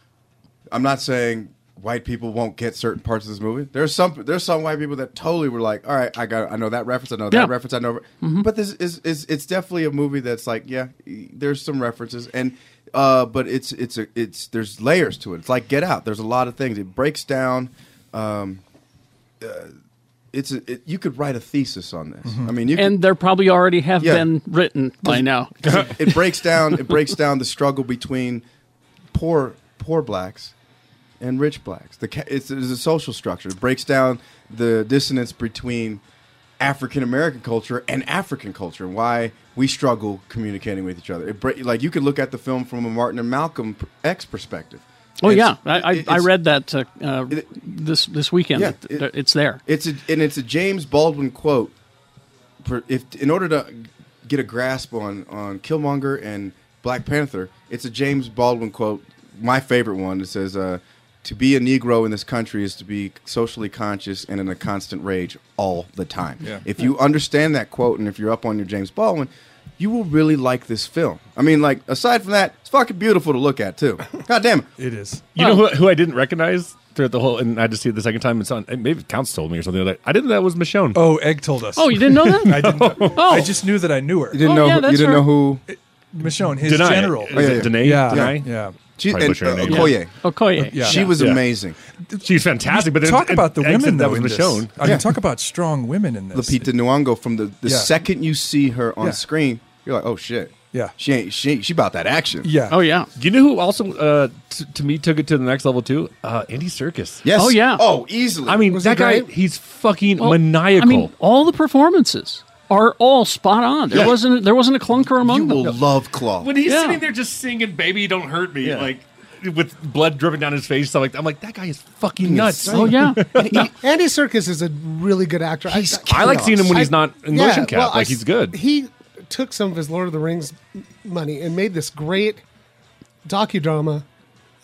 I'm not saying white people won't get certain parts of this movie. There's some there's some white people that totally were like, all right, I got I know that reference, I know that Yeah. reference, I know. But this is, is it's definitely a movie that's like, yeah, y- there's some references and uh, but it's it's a it's there's layers to it. It's like Get Out. There's a lot of things. It breaks down. Um, uh, it's a, it, you could write a thesis on this. I mean, you could- and there probably already have Yeah. been written by now. it breaks down it breaks down the struggle between poor poor blacks and rich blacks the ca- it's, it's a social structure it breaks down the dissonance between African American culture and African culture and why we struggle communicating with each other it break, like you could look at the film from a Martin and Malcolm X perspective Oh It's- yeah, I, I, it- I it's- read that uh, uh, It- this this weekend. Yeah, Th- it- it's there. It's a, and it's a James Baldwin quote. For if in order to get a grasp on on Killmonger and Black Panther, it's a James Baldwin quote. My favorite one. It says, uh, "To be a Negro in this country is to be socially conscious and in a constant rage all the time." If you understand that quote and if you're up on your James Baldwin. You will really like this film. I mean, like aside from that, it's fucking beautiful to look at too. God damn it! It is. You know who, who I didn't recognize throughout the whole, and I had to see it the second time. It's on and maybe Counts told me or something like that. I didn't know that was Michonne. Oh, Egg told us. Oh, you didn't know that? I didn't. oh, I just knew that I knew her. You didn't Oh, know. yeah, who, you that's didn't her. know who. Michonne, his Deny general. Is Oh, yeah, it yeah. Danae? Yeah, Danae? yeah. She, Probably and, butchering uh, her name. Okoye. Oh, Okoye. Yeah. She was Yeah. amazing. She's fantastic. But talk it, about the it- except women That though. was in this. Michonne. I mean, talk about strong women in this. Lupita Nyong'o from the, the Yeah. second you see her on Yeah. screen, you're like, oh shit, Yeah. she ain't she she about that action. Yeah. Oh yeah. You know who also uh, t- to me took it to the next level too? Uh, Andy Circus. Yes. Oh, yeah. Oh, easily. I mean Was he that guy. great? He's fucking Well, maniacal. I mean, all the performances are all spot on. There Yeah. wasn't there wasn't a clunker among you them. will love Claw. when he's Yeah. sitting there just singing "Baby, Don't Hurt Me," like with blood dripping down his face, stuff like that. I'm like, that guy is fucking nuts. Oh yeah. Andy Circus is a really good actor. I- He's I like seeing him when I- he's not in yeah, motion cap. well, I like he's s- good. He took some of his Lord of the Rings money and made this great docudrama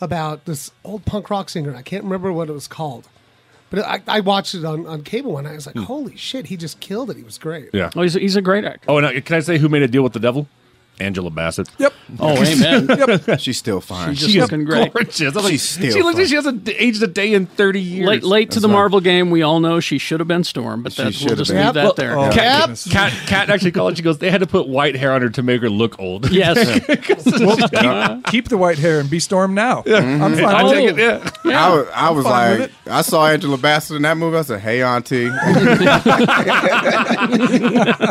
about this old punk rock singer. I can't remember what it was called, but I, I watched it on, on cable one night. I was Hmm. like, "Holy shit!" He just killed it. He was great. Yeah. Oh, he's a, he's a great actor. Oh, and I, can I say who made a deal with the devil? Angela Bassett. Yep. Oh, amen. She's still fine. She's just looking great. Gorgeous. I'm like, She's still she looks fine. like she hasn't aged a day in 30 years. Late, late to the Marvel game, we all know she should have been Storm, but that's, we'll should have just been. leave that there. Oh, Cat, goodness. Cat, Cat actually called it. She goes, they had to put white hair on her to make her look old. Yes. Keep the white hair and be Storm now. I'm fine. I with take it. it. Yeah. Yeah. Mm-hmm. I was, I was fine with like, I saw Angela Bassett in that movie. I said, "Hey, Auntie."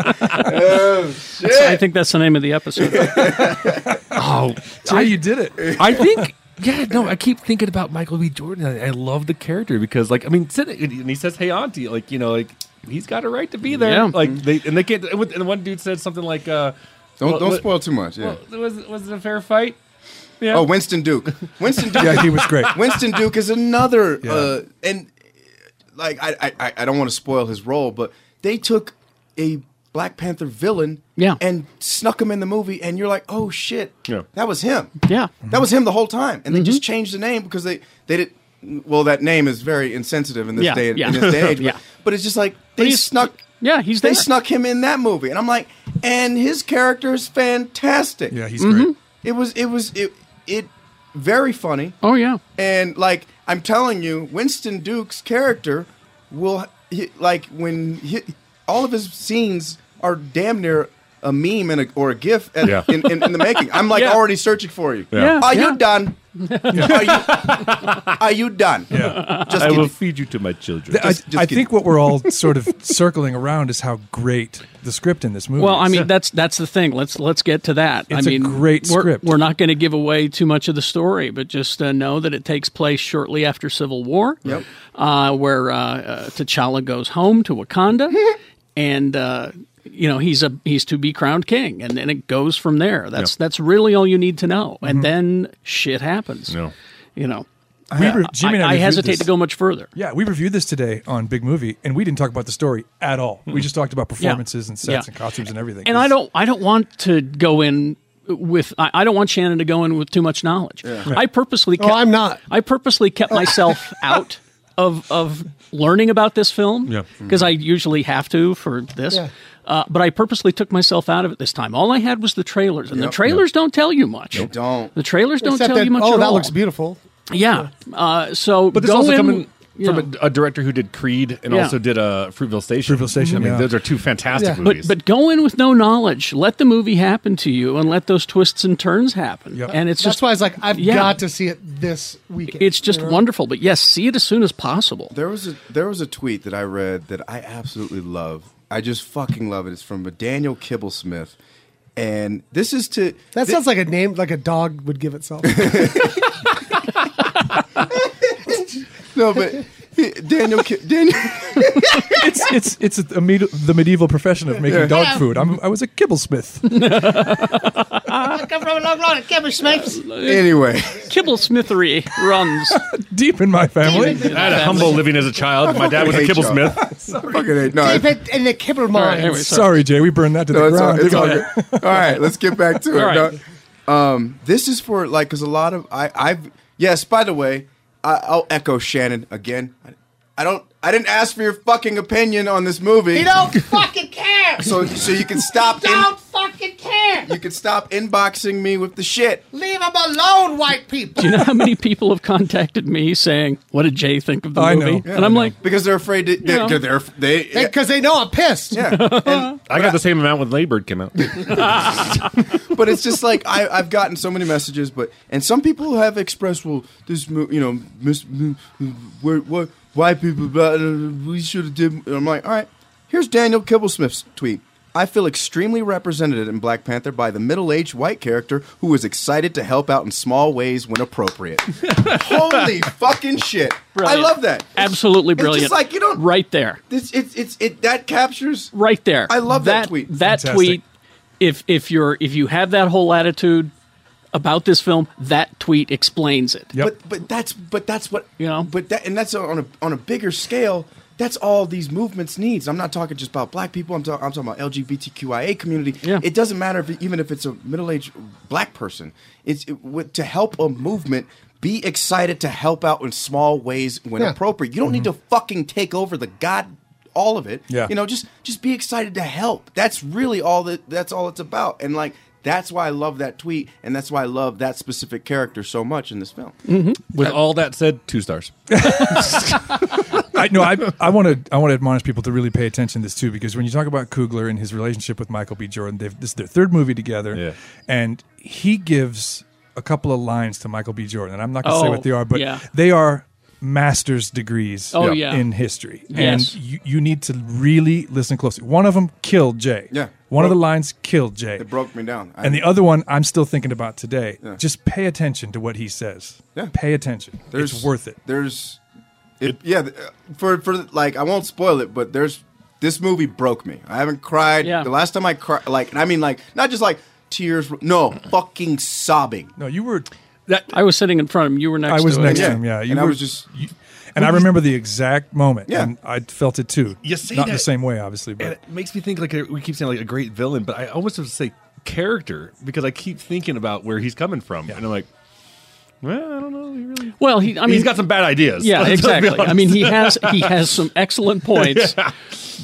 Oh, I think that's the name of the episode. Oh, Jay, you did it. I think. Yeah, no, I keep thinking about Michael B. Jordan. I, I love the character because, like, I mean, sit- and he says, "Hey, auntie," like you know, like he's got a right to be there. Yeah. Like they and they can't. And one dude said something like, uh, Don't well, don't what- spoil too much. Yeah. well, was was it a fair fight?" Yeah. Oh, Winston Duke. Winston Duke. Yeah, he was great. Winston Duke is another, Yeah. uh, and like I, I- I, I don't want to spoil his role, but they took a Black Panther villain, Yeah. and snuck him in the movie, and you're like, oh shit, Yeah. that was him, Yeah. that was him the whole time, and they Mm-hmm. just changed the name because they they did. Well, that name is very insensitive in this Yeah, day yeah. in this day and age, but, Yeah. but it's just like they he's- snuck. yeah, he's they there. snuck him in that movie, and I'm like, and his character is fantastic. Yeah, he's Mm-hmm. great. It was it was it it very funny. Oh, yeah. And like I'm telling you, Winston Duke's character will he, like when he, all of his scenes are damn near a meme and a, or a gif at, Yeah. in, in, in the making. I'm like already searching for you. Yeah. Are Yeah. you done? Are you are you done? Yeah. Just I will kidding. feed you to my children. I, Just- just I kidding. think what we're all sort of circling around is how great the script in this movie Well, I is. mean that's that's the thing. Let's let's get to that. It's I a mean, great we're, script. We're not going to give away too much of the story, but just uh, know that it takes place shortly after Civil War. Yep. uh, where uh, uh, T'Challa goes home to Wakanda, and uh, you know he's a he's to be crowned king, and then it goes from there. That's that's really all you need to know, and then shit happens. No. You know, we re- Jimmy and Mm-hmm. I, I, I reviewed hesitate this. to go much further. Yeah, we reviewed this today on Big Movie, and we didn't talk about the story at all. We just talked about performances and sets Hmm. Yeah. and costumes and everything. and I don't I don't want to go in with I, I don't want Shannon to go in with too much knowledge. I purposely kept, I'm not. I purposely kept myself out of of learning about this film Yeah. because I usually have to for this. Yeah. Uh, but I purposely took myself out of it this time. All I had was the trailers, and Yep. the trailers don't tell you much. don't. The trailers don't Except tell that, you much oh, at that all. looks beautiful. Yeah. Uh, so, But this go also in, coming you from know. a, a director who did Creed and Yeah. also did uh, Fruitville Station. Mm-hmm. Fruitvale Station, I mean, yeah. those are two fantastic Yeah. But- movies. But go in with no knowledge. Let the movie happen to you, and let those twists and turns happen. Yep. And it's That's just why I was like, I've Yeah. got to see it this weekend. it's just you know? wonderful. But yes, see it as soon as possible. There was a there was a tweet that I read that I absolutely love. I just fucking love it. It's from Daniel Kibble Smith. And this is to That thi- sounds like a name like a dog would give itself. no, but Daniel Ki- Daniel It's it's it's a med- the medieval profession of making dog food. I'm, I was a kibblesmith. Uh, anyway. Kibble Smithery runs. Deep in my family, I had a humble living as a child. My dad was a hate y'all. kibblesmith. Fucking hate- no, Keep it in the kibble All right, mines. anyway, sorry. Sorry, Jay, we burned that to no, the it's all, ground. it's all good. All right, let's get back to it. All right. No, um, this is for like because a lot of I I've yes. By the way, I, I'll echo Shannon again. I, I don't. I didn't ask for your fucking opinion on this movie. You don't fucking care. So so you can stop. Don't In, fucking care. you can stop inboxing me with the shit. Leave them alone, white people. Do you know how many people have contacted me saying, "What did Jay think of the I know. movie?" Yeah, and I'm like, Because they're afraid to, they're, Yeah. they're, they yeah, Because they know I'm pissed. yeah. And- I got the same amount when Laybird came out. but it's just like I, I've gotten so many messages, but and some people have expressed, well, this mo- you know, miss, m- m- where, where, why people, blah, blah, blah, we should have did. And I'm like, all right, here's Daniel Kibblesmith's tweet. I feel extremely represented in Black Panther by the middle-aged white character who is excited to help out in small ways when appropriate. Holy fucking shit! I Brilliant. love that. "Absolutely It's just brilliant!" like, you don't- right there, This it's it's it that captures right there. I love that tweet. That Fantastic. tweet. If if you're if you have that whole attitude about this film, that tweet explains it. Yep. But but that's but that's what You know? But that and that's on a on a bigger scale. That's all these movements needs. I'm not talking just about black people. I'm, ta- I'm talking about LGBTQIA community. Yeah. It doesn't matter if even if it's a middle aged black person. It's it, with, to help a movement. Be excited to help out in small ways when Yeah. appropriate. You don't Mm-hmm. need to fucking take over the god all of it. Yeah. You know, just just be excited to help. That's really all that that's all it's about. And like That's why I love that tweet, and that's why I love that specific character so much in this film. Mm-hmm. With all that said, two stars. I no, I I want to I want to admonish people to really pay attention to this too because when you talk about Kugler and his relationship with Michael B. Jordan, they've, this is their third movie together, Yeah. and he gives a couple of lines to Michael B. Jordan, and I'm not going to say Oh, what they are, but yeah. they are master's degrees Oh, Yeah. yeah. in history, Yes. and you, you need to really listen closely. One of them killed Jay. Yeah. One of the lines killed Jay. It broke me down. I- and the other one I'm still thinking about today. Just pay attention to what he says. Yeah. Pay attention. it's worth it. There's, it, yeah, th- uh, for for like I won't spoil it, but there's this movie broke me. I haven't cried. Yeah. The last time I cried, like, and I mean, like, not just like tears, no, fucking sobbing. No, you were I was sitting in front of him. You were next. I was to next Him. to him. Yeah, And I was just- you- and I remember the exact moment. Yeah. and I felt it too. You say not in that- the same way, obviously, but And it makes me think like a, we keep saying like a great villain, but I almost have to say character because I keep thinking about where he's coming from, and I'm like, well, I don't Oh, know. He really, Well, he. I mean, he's got some bad ideas. Yeah, Let's be exactly. I honest. mean, he has he has some excellent points,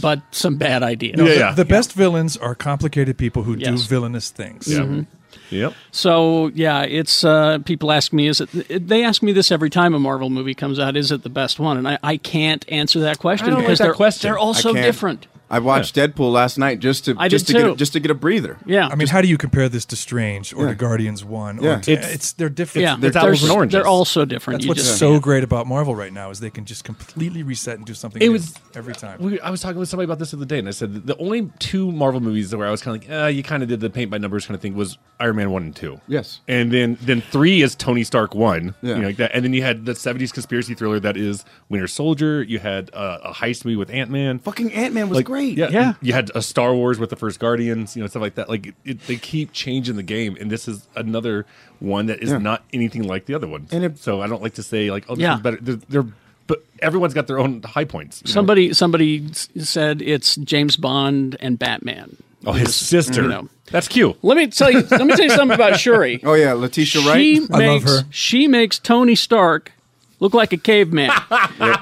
but some bad ideas. Yeah, yeah. the best villains are complicated people who do Yes. Mm-hmm. villainous things. yeah. Yep. So yeah, it's uh, people ask me is it? They ask me this every time a Marvel movie comes out. Is it the best one? And I, I can't answer that question I don't like because that they're question. they're all I so can't- different. I watched Deadpool last night just to I did just to get too. a, just to get a breather. Yeah, I mean, how do you compare this to Strange or to Guardians One? Or Yeah. to, it's, It's- they're different. yeah, It's they're, apples s- and oranges. they're all so different. That's You what's just so can't. great about Marvel right now is they can just completely reset and do something. It new was- every time. We, I was talking with somebody about this the other day, and I said that the only two Marvel movies where I was kind of like, uh, you kind of did the paint by numbers kind of thing was Iron Man one and two. Yes. and then then three is Tony Stark one, Yeah. you know, like that. And then you had the seventies conspiracy thriller that is Winter Soldier. You had uh, a heist movie with Ant Man. Fucking Ant Man was like, great. Yeah, Yeah. You had a Star Wars with the first Guardians, you know, stuff like that. Like it, it, they keep changing the game, and this is another one that is not anything like the other one. And it- so I don't like to say like, oh, this Yeah. is better. They're, they're- but everyone's got their own high points. you know? Somebody somebody s- said it's James Bond and Batman. oh, his sister. Mm. you know. That's cute. Let me tell you. let me tell you something about Shuri. Oh yeah, Letitia Wright. She I love makes her. she makes Tony Stark look like a caveman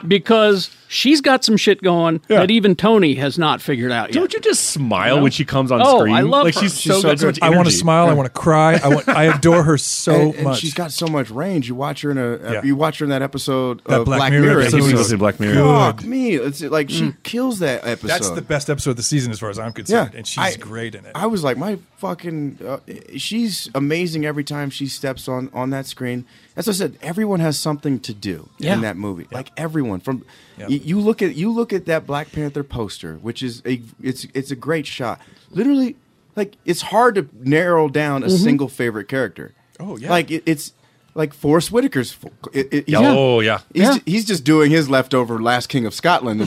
because she's got some shit going that even Tony has not figured out yet. Don't you just smile when she comes on Oh, screen? I love like her. she's She's so, so got so good. much I want to energy. smile. I want to cry. I want. I adore her so and, and much. she's got so much range. You watch her in a Yeah. you watch her in that episode That of Black Black, Mirror Mirror. episode. Mm. He episode. was in Black Mirror. Fuck me! It's like she kills that episode. That's the best episode of the season, as far as I'm concerned, and she's I- great in it. I was like, my fucking, uh, she's amazing every time she steps on on that screen. As I said, everyone has something to do Yeah. in that movie. Like everyone from Yeah. y- you look at you look at that Black Panther poster, which is a it's it's a great shot. Literally, like it's hard to narrow down a single favorite character. Oh, yeah. like it, it's like Forrest Whitaker's. fu- It, it, Yeah. Oh yeah. He's, he's just doing his leftover Last King of Scotland.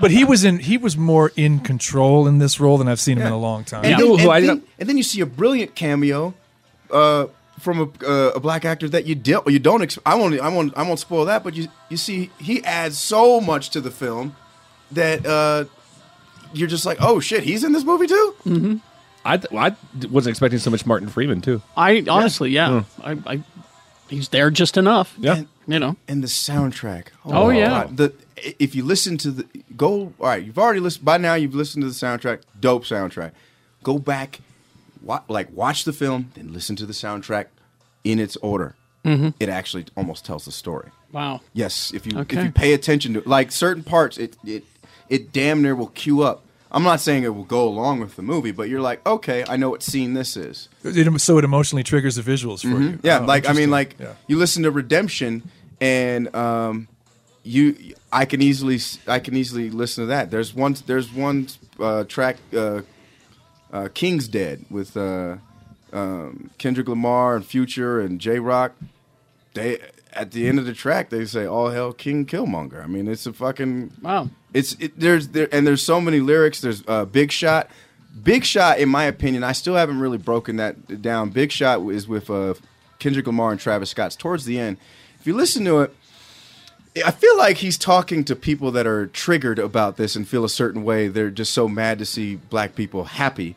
but he was in he was more in control in this role than I've seen him in a long time. Yeah. And, You know then, who and I- then- and then you see a brilliant cameo uh, from a, uh, a black actor that you deal you don't. Ex- I won't. I won't. I won't spoil that. But you you see he adds so much to the film that uh, you're just like, oh shit, he's in this movie too. Mm-hmm. I, th- I wasn't expecting so much Martin Freeman too. I honestly, yeah, I, I he's there just enough. Yeah. And- you know. And the soundtrack. Oh, my yeah. God. The if you listen to the go all right, you've already listened by now. You've listened to the soundtrack. Dope soundtrack. Go back, wa- like watch the film, then listen to the soundtrack in its order. Mm-hmm. Mm-hmm. It actually almost tells the story. Wow. Yes, if you Okay. if you pay attention to like certain parts, it it it damn near will cue up. I'm not saying it will go along with the movie, but you're like, okay, I know what scene this is. It- so it emotionally triggers the visuals for you. Mm-hmm. Yeah, Oh, like I mean, interesting. like Yeah. you listen to Redemption, and um, you, I can easily, s- I can easily listen to that. There's one, there's one uh, track, uh, uh, King's Dead with uh, um, Kendrick Lamar and Future and J Rock. They at the end of the track, they say, "All hell, King Killmonger." I mean, it's a fucking Wow. It's it, there's there and there's so many lyrics. There's uh, Big Shot. Big Shot, in my opinion, I still haven't really broken that down. Big Shot is with uh, Kendrick Lamar and Travis Scott's towards the end. If you listen to it, I feel like he's talking to people that are triggered about this and feel a certain way. They're just so mad to see black people happy.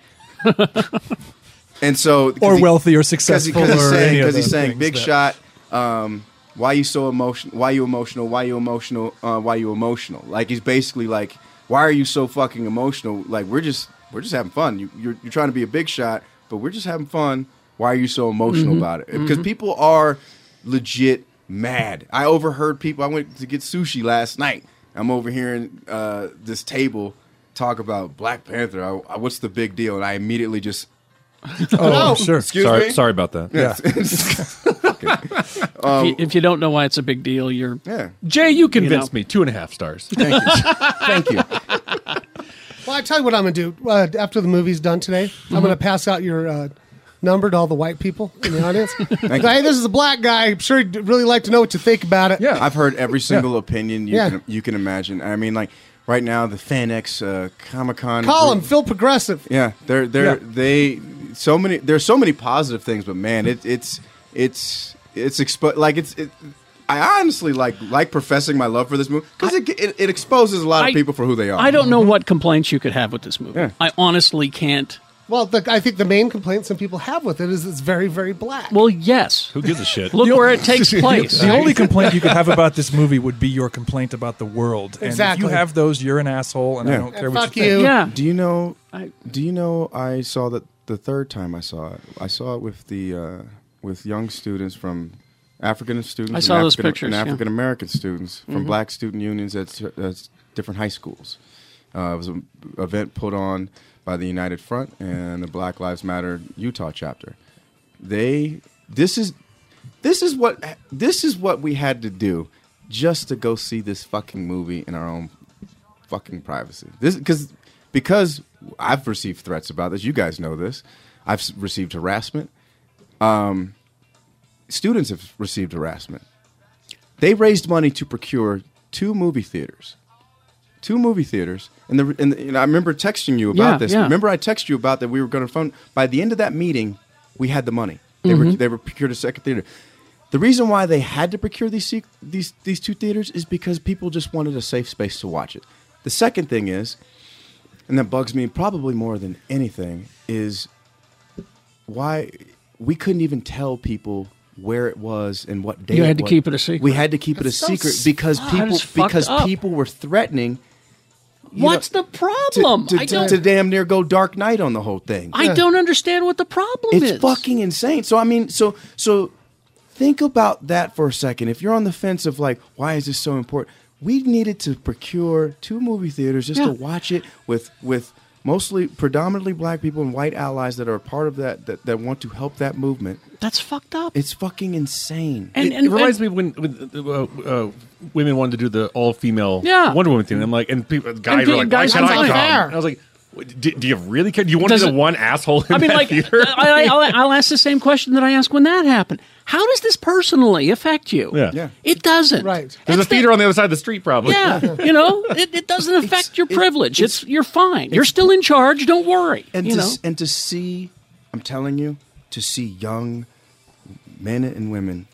and so 'cause or he- wealthy or because successful he's or saying, any of cause he's those saying things big that- shot. Um, why you so emotional? Why you emotional? Why you emotional? Uh, why you emotional? Like he's basically like, why are you so fucking emotional? Like we're just we're just having fun. You, you're, you're trying to be a big shot, but we're just having fun. Why are you so emotional about it? Because people are legit mad. I overheard people. I went to get sushi last night. I'm overhearing uh, this table talk about Black Panther. I, I, what's the big deal? And I immediately just Oh, sure. excuse sorry, me. sorry about that. Yeah. if, you, if you don't know why it's a big deal, you're Yeah, Jay, you convinced know. me. Two and a half stars. thank you, thank you. Well, I tell you what I'm gonna do uh, after the movie's done today. Mm-hmm. I'm gonna pass out your uh, number to all the white people in the audience. Thank hey, you. this is a black guy. I'm sure he'd really like to know what you think about it. Yeah. I've heard every single opinion you Yeah. can you can imagine. I mean, like right now the FanX uh, Comic Con. Call him Phil Progressive. Yeah, they're they're Yeah. they so many. There's so many positive things, but man, it, it's it's it's expo- like it's. It, I honestly like like professing my love for this movie because it, it it exposes a lot I- of people for who they are. I don't know what complaints you could have with this movie. I honestly can't. Well, the, I think the main complaint some people have with it is it's very, very black. Well, yes. Who gives a shit? Look where it takes place. The only complaint you could have about this movie would be your complaint about the world. And Exactly. if you have those, you're an asshole, and I Yeah. don't care And what fuck you think. you. yeah. Do you know? I- do you know? I saw that the third time I saw it. I saw it with the uh, with young students from African students. I saw and those African, pictures, and yeah. African American students from Black student unions at, at different high schools. Uh, it was an event put on by the United Front and the Black Lives Matter Utah chapter. They this is this is what this is what we had to do just to go see this fucking movie in our own fucking privacy. This because because I've received threats about this. You guys know this. I've s- received harassment. Um, students have received harassment. They raised money to procure two movie theaters, two movie theaters, and the and, the- and I remember texting you about Yeah, this. yeah. Remember I texted you about that we were going to fund. By the end of that meeting, we had the money. They Mm-hmm. were they were procured a second theater. The reason why they had to procure these se- these these two theaters is because people just wanted a safe space to watch it. The second thing is, and that bugs me probably more than anything, is why we couldn't even tell people where it was and what day You it had to was. keep it a secret. We had to keep it a so secret s- because Ah, that people is fucked because up. people were threatening you What's know, the problem? to, I to, don't. to damn near go Dark Knight on the whole thing I don't understand what the problem it's is. fucking insane. So I mean, so so think about that for a second. If you're on the fence of like, why is this so important? We needed to procure two movie theaters just Yeah. to watch it with with mostly predominantly black people and white allies that are a part of that that, that want to help that movement. That's fucked up. It's fucking insane. and, it, and, it reminds and, me of when, when uh, uh, women wanted to do the all female Yeah. Wonder Woman thing. I'm like, and people, guys pe- were like, guys, why should that's I come? unfair. And I was like, "What, do, do you really care? Do you want to Does be the it- one asshole in I mean, that like, theater? I, I, I'll, I'll ask the same question that I asked when that happened. How does this personally affect you? yeah. Yeah. It doesn't. Right. There's That's a theater on the other side of the street, probably. Yeah, you know, it, it doesn't affect your it- privilege. it's- it's, you're fine. you're still in charge. Don't worry. and you to, know, s- and to see i'm telling you to see young men and women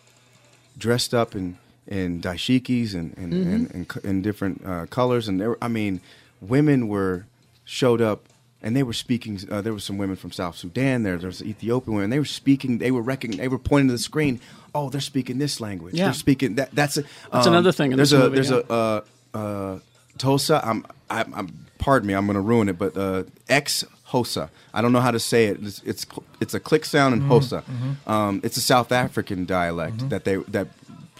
dressed up in in dashikis and and Mm-hmm. and, and, co- and different uh, colors and there were- i mean women were showed up and they were speaking uh, there were some women from south sudan there there's ethiopian women they were speaking they were recog they were pointing to the screen oh they're speaking this language Yeah. they're speaking that that's a, um, That's another thing in there's this a movie, there's yeah. a uh, uh, Tulsa. I'm, I'm, I'm. Pardon me. I'm going to ruin it, but uh, ex Hosa. I don't know how to say it. It's it's, cl- it's a click sound in Hosa. Um, it's a South African dialect that they that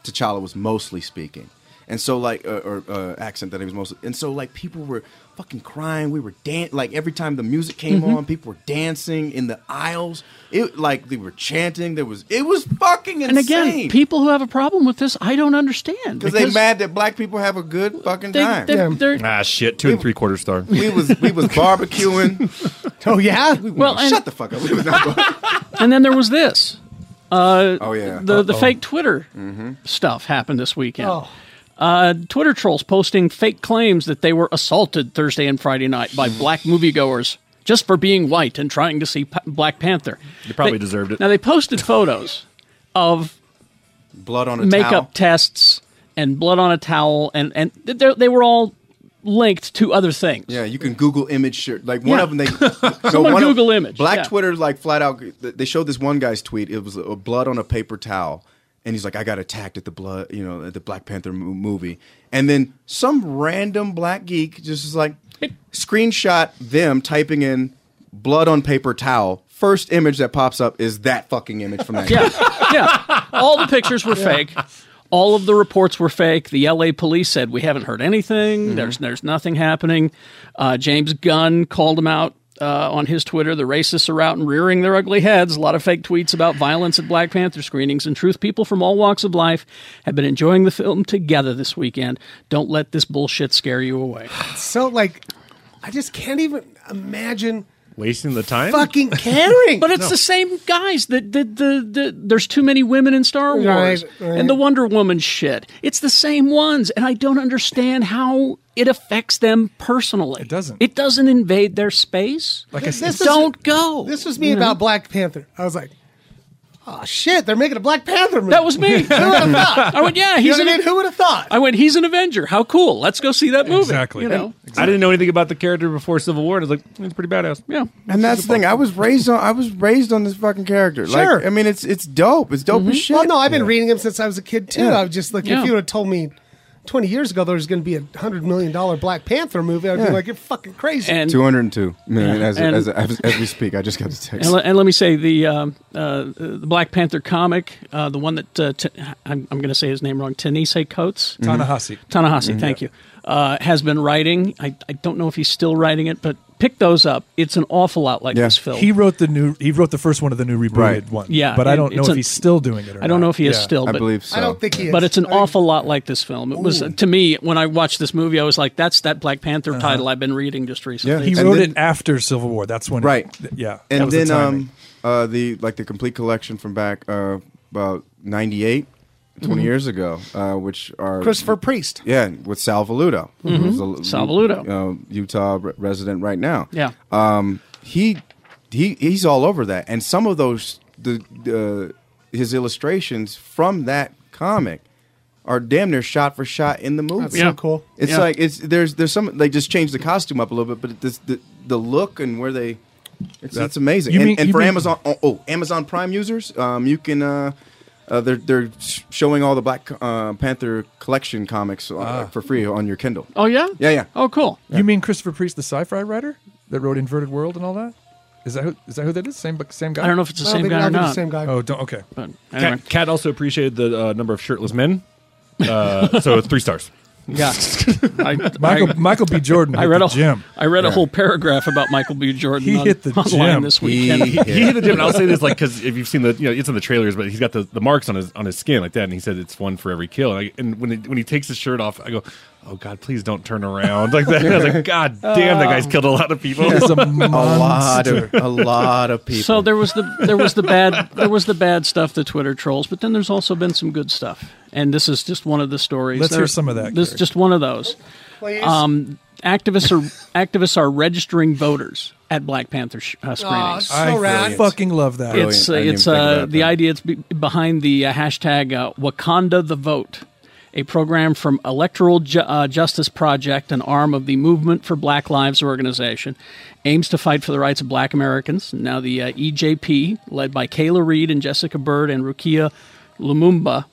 T'Challa was mostly speaking, and so like uh, or uh, accent that he was mostly. And so like people were fucking crying. We were dan Like every time the music came on, people were dancing in the aisles. It like they were chanting. There was it was fucking insane. and again, people who have a problem with this, I don't understand because they mad that black people have a good fucking time. they- they're- Ah, shit. Two and three quarter star. we was we was barbecuing. Oh yeah. well, and, Shut the fuck up. We was not going- and then there was this. Uh, Oh, yeah. Mm-hmm. the the fake Twitter stuff happened this weekend. Oh. Uh, Twitter trolls posting fake claims that they were assaulted Thursday and Friday night by Hmm. black moviegoers just for being white and trying to see P- Black Panther. You probably They- deserved it. Now they posted photos of Blood on a makeup towel. tests and blood on a towel and and they they were all linked to other things. yeah, you can Google image shirt. Like one Yeah. of them, they so Someone one of- Google image, Black yeah. Twitter, like flat out, they showed this one guy's tweet. It was a blood on a paper towel, and he's like, "I got attacked at the blood, you know, at the Black Panther mo- movie." And then some random black geek just is like, Screenshot them typing in blood on paper towel. First image that pops up is that fucking image from that. Yeah, yeah. All the pictures were fake. All of the reports were fake. The LA police said we haven't heard Mm-hmm. anything. There's there's nothing happening. Uh, James Gunn called him out uh, on his Twitter. The racists are out and rearing their ugly heads. A lot of fake tweets about violence at Black Panther screenings and truth. People from all walks of life have been enjoying the film together this weekend. Don't let this bullshit scare you away. So like, I just can't even imagine Wasting the time? fucking caring. But it's the same guys that the, the the there's too many women in Star Wars Right, right. and the Wonder Woman shit. It's the same ones, and I don't understand how it affects them personally. It doesn't. It doesn't invade their space. Like I said, This is- don't go. This was me about Black Panther. I was like, oh shit, they're making a Black Panther movie. that was me. Who would have thought? I went, yeah, You he's know an. what I mean? Who would have thought? I went, he's an Avenger. How cool! Let's go see that movie. Exactly. You know. I didn't know anything about the character before Civil War. and I was like, it's pretty badass. Yeah. And that's the thing. I was raised on. I was raised on this fucking character. Sure. Like, I mean, it's it's dope. It's Mm-hmm. dope as shit. Mm-hmm. Well, no, I've been reading him since I was a kid too. I was just like, Yeah. if you would have told me twenty years ago there was going to be a hundred million dollar Black Panther movie, I'd Yeah. be like, you're fucking crazy. And Two hundred and two million as, and- as, as, as we speak. I just got the text. And, le- and let me say the um, uh, the Black Panther comic, uh, the one that uh, t- I'm, I'm going to say his name wrong, Tanise Coates. Mm-hmm. Tanahasi. Tanahasi, thank you, uh, has been writing. I, I don't know if he's still writing it, but pick those up. It's an awful lot like Yeah. this film. He wrote the new. He wrote the first one of the new rebooted Right. one. Yeah, but I and don't know it's if an- he's still doing it. or I don't not. know if he is Yeah. still, I but, believe so. I don't think he is. but it's an I think- awful lot like this film. It was to me when I watched this movie, I was like, "That's that Black Panther title I've been reading just recently." Uh-huh. He And wrote then- it after Civil War. That's when. Right. th- yeah. that and was the then timing. um uh the like the complete collection from back uh about 98 20 Mm-hmm. years ago uh which are Christopher Priest. yeah with Sal Valuto who's a- Mm-hmm. Sal Valuto. uh, Utah re- resident right now Yeah. um he he he's all over that and some of those the the his illustrations from that comic are damn near shot for shot in the movie That's Yeah. so cool. it's Yeah. like it's there's there's some they just changed the costume up a little bit, but this, the the look and where they it's, That- it's amazing. You And, mean- and you for mean- Amazon oh, oh Amazon Prime users, um, you can uh, uh, they're they're sh- showing all the Black uh, Panther collection comics uh, for free on your Kindle. Oh yeah. Yeah, yeah. Oh cool. You mean Christopher Priest, the sci-fi writer that wrote Inverted World and all that? Is that who, is that who that is? Same same guy. I don't know if it's the I same don't think- I guy or don't think it's not. the same guy. Oh, don't. Okay. But anyway, Cat, Cat also appreciated the uh, number of shirtless men. Uh, so three stars. yeah. I, Michael I- Michael B. Jordan. I hit read the a gym. I read a whole paragraph about Michael B. Jordan. He on, hit the online gym. this He- weekend. He hit the gym, and I'll say this like because if you've seen the, you know, it's in the trailers, but he's got the, the marks on his on his skin like that, and he said it's one for every kill. And, I, and when it, when he takes his shirt off, I go, "Oh God, please don't turn around like that." And I was like, "God damn, that Oh. Um, guy's killed a lot of people." He's a A monster. lot of a lot of people. So there was the there was the bad there was the bad stuff the Twitter trolls, but then there's also been some good stuff, and this is just one of the stories. Let's hear There- some of that, This Gary. just one of those. Please. Um, activists are activists are registering voters at Black Panther sh- uh, screenings. so I rad. fucking love that. it's uh, Brilliant. I didn't it's even think uh, about the that. idea. It's be- behind the uh, hashtag uh, Wakanda the Vote, a program from Electoral Ju- uh, Justice Project, an arm of the Movement for Black Lives organization, aims to fight for the rights of Black Americans. Now the uh, EJP, led by Kayla Reed and Jessica Bird and Rukia Lumumba,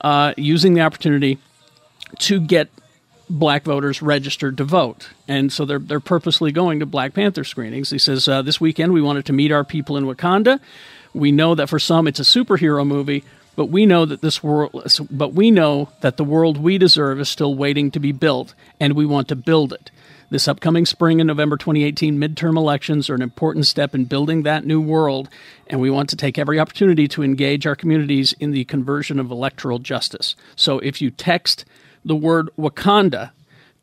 uh, using the opportunity to get black voters registered to vote. And so they're, they're purposely going to Black Panther screenings. He says, uh, This weekend we wanted to meet our people in Wakanda. We know that for some it's a superhero movie. But we know that this world, but we know that the world we deserve is still waiting to be built, and we want to build it. This upcoming spring and November 2018 midterm elections are an important step in building that new world, and we want to take every opportunity to engage our communities in the conversion of electoral justice. So if you text the word Wakanda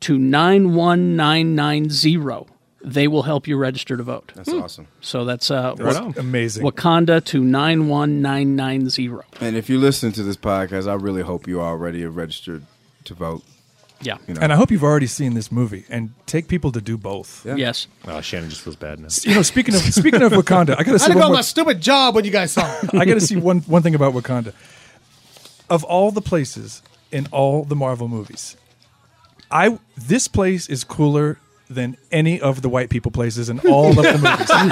to 91990, they will help you register to vote. That's awesome. So that's uh, Wa- Amazing. Wakanda to 91990. And if you listen to this podcast, I really hope you already are registered to vote. Yeah. You know, And I hope you've already seen this movie and take people to do both. Yes. oh, Shannon just feels bad now. You know, speaking of speaking of Wakanda, I gotta I say one had to go on more- my stupid job when you guys saw it. I gotta see one one thing about Wakanda. Of all the places in all the Marvel movies, I this place is cooler than any of the white people places in all of the movies, and,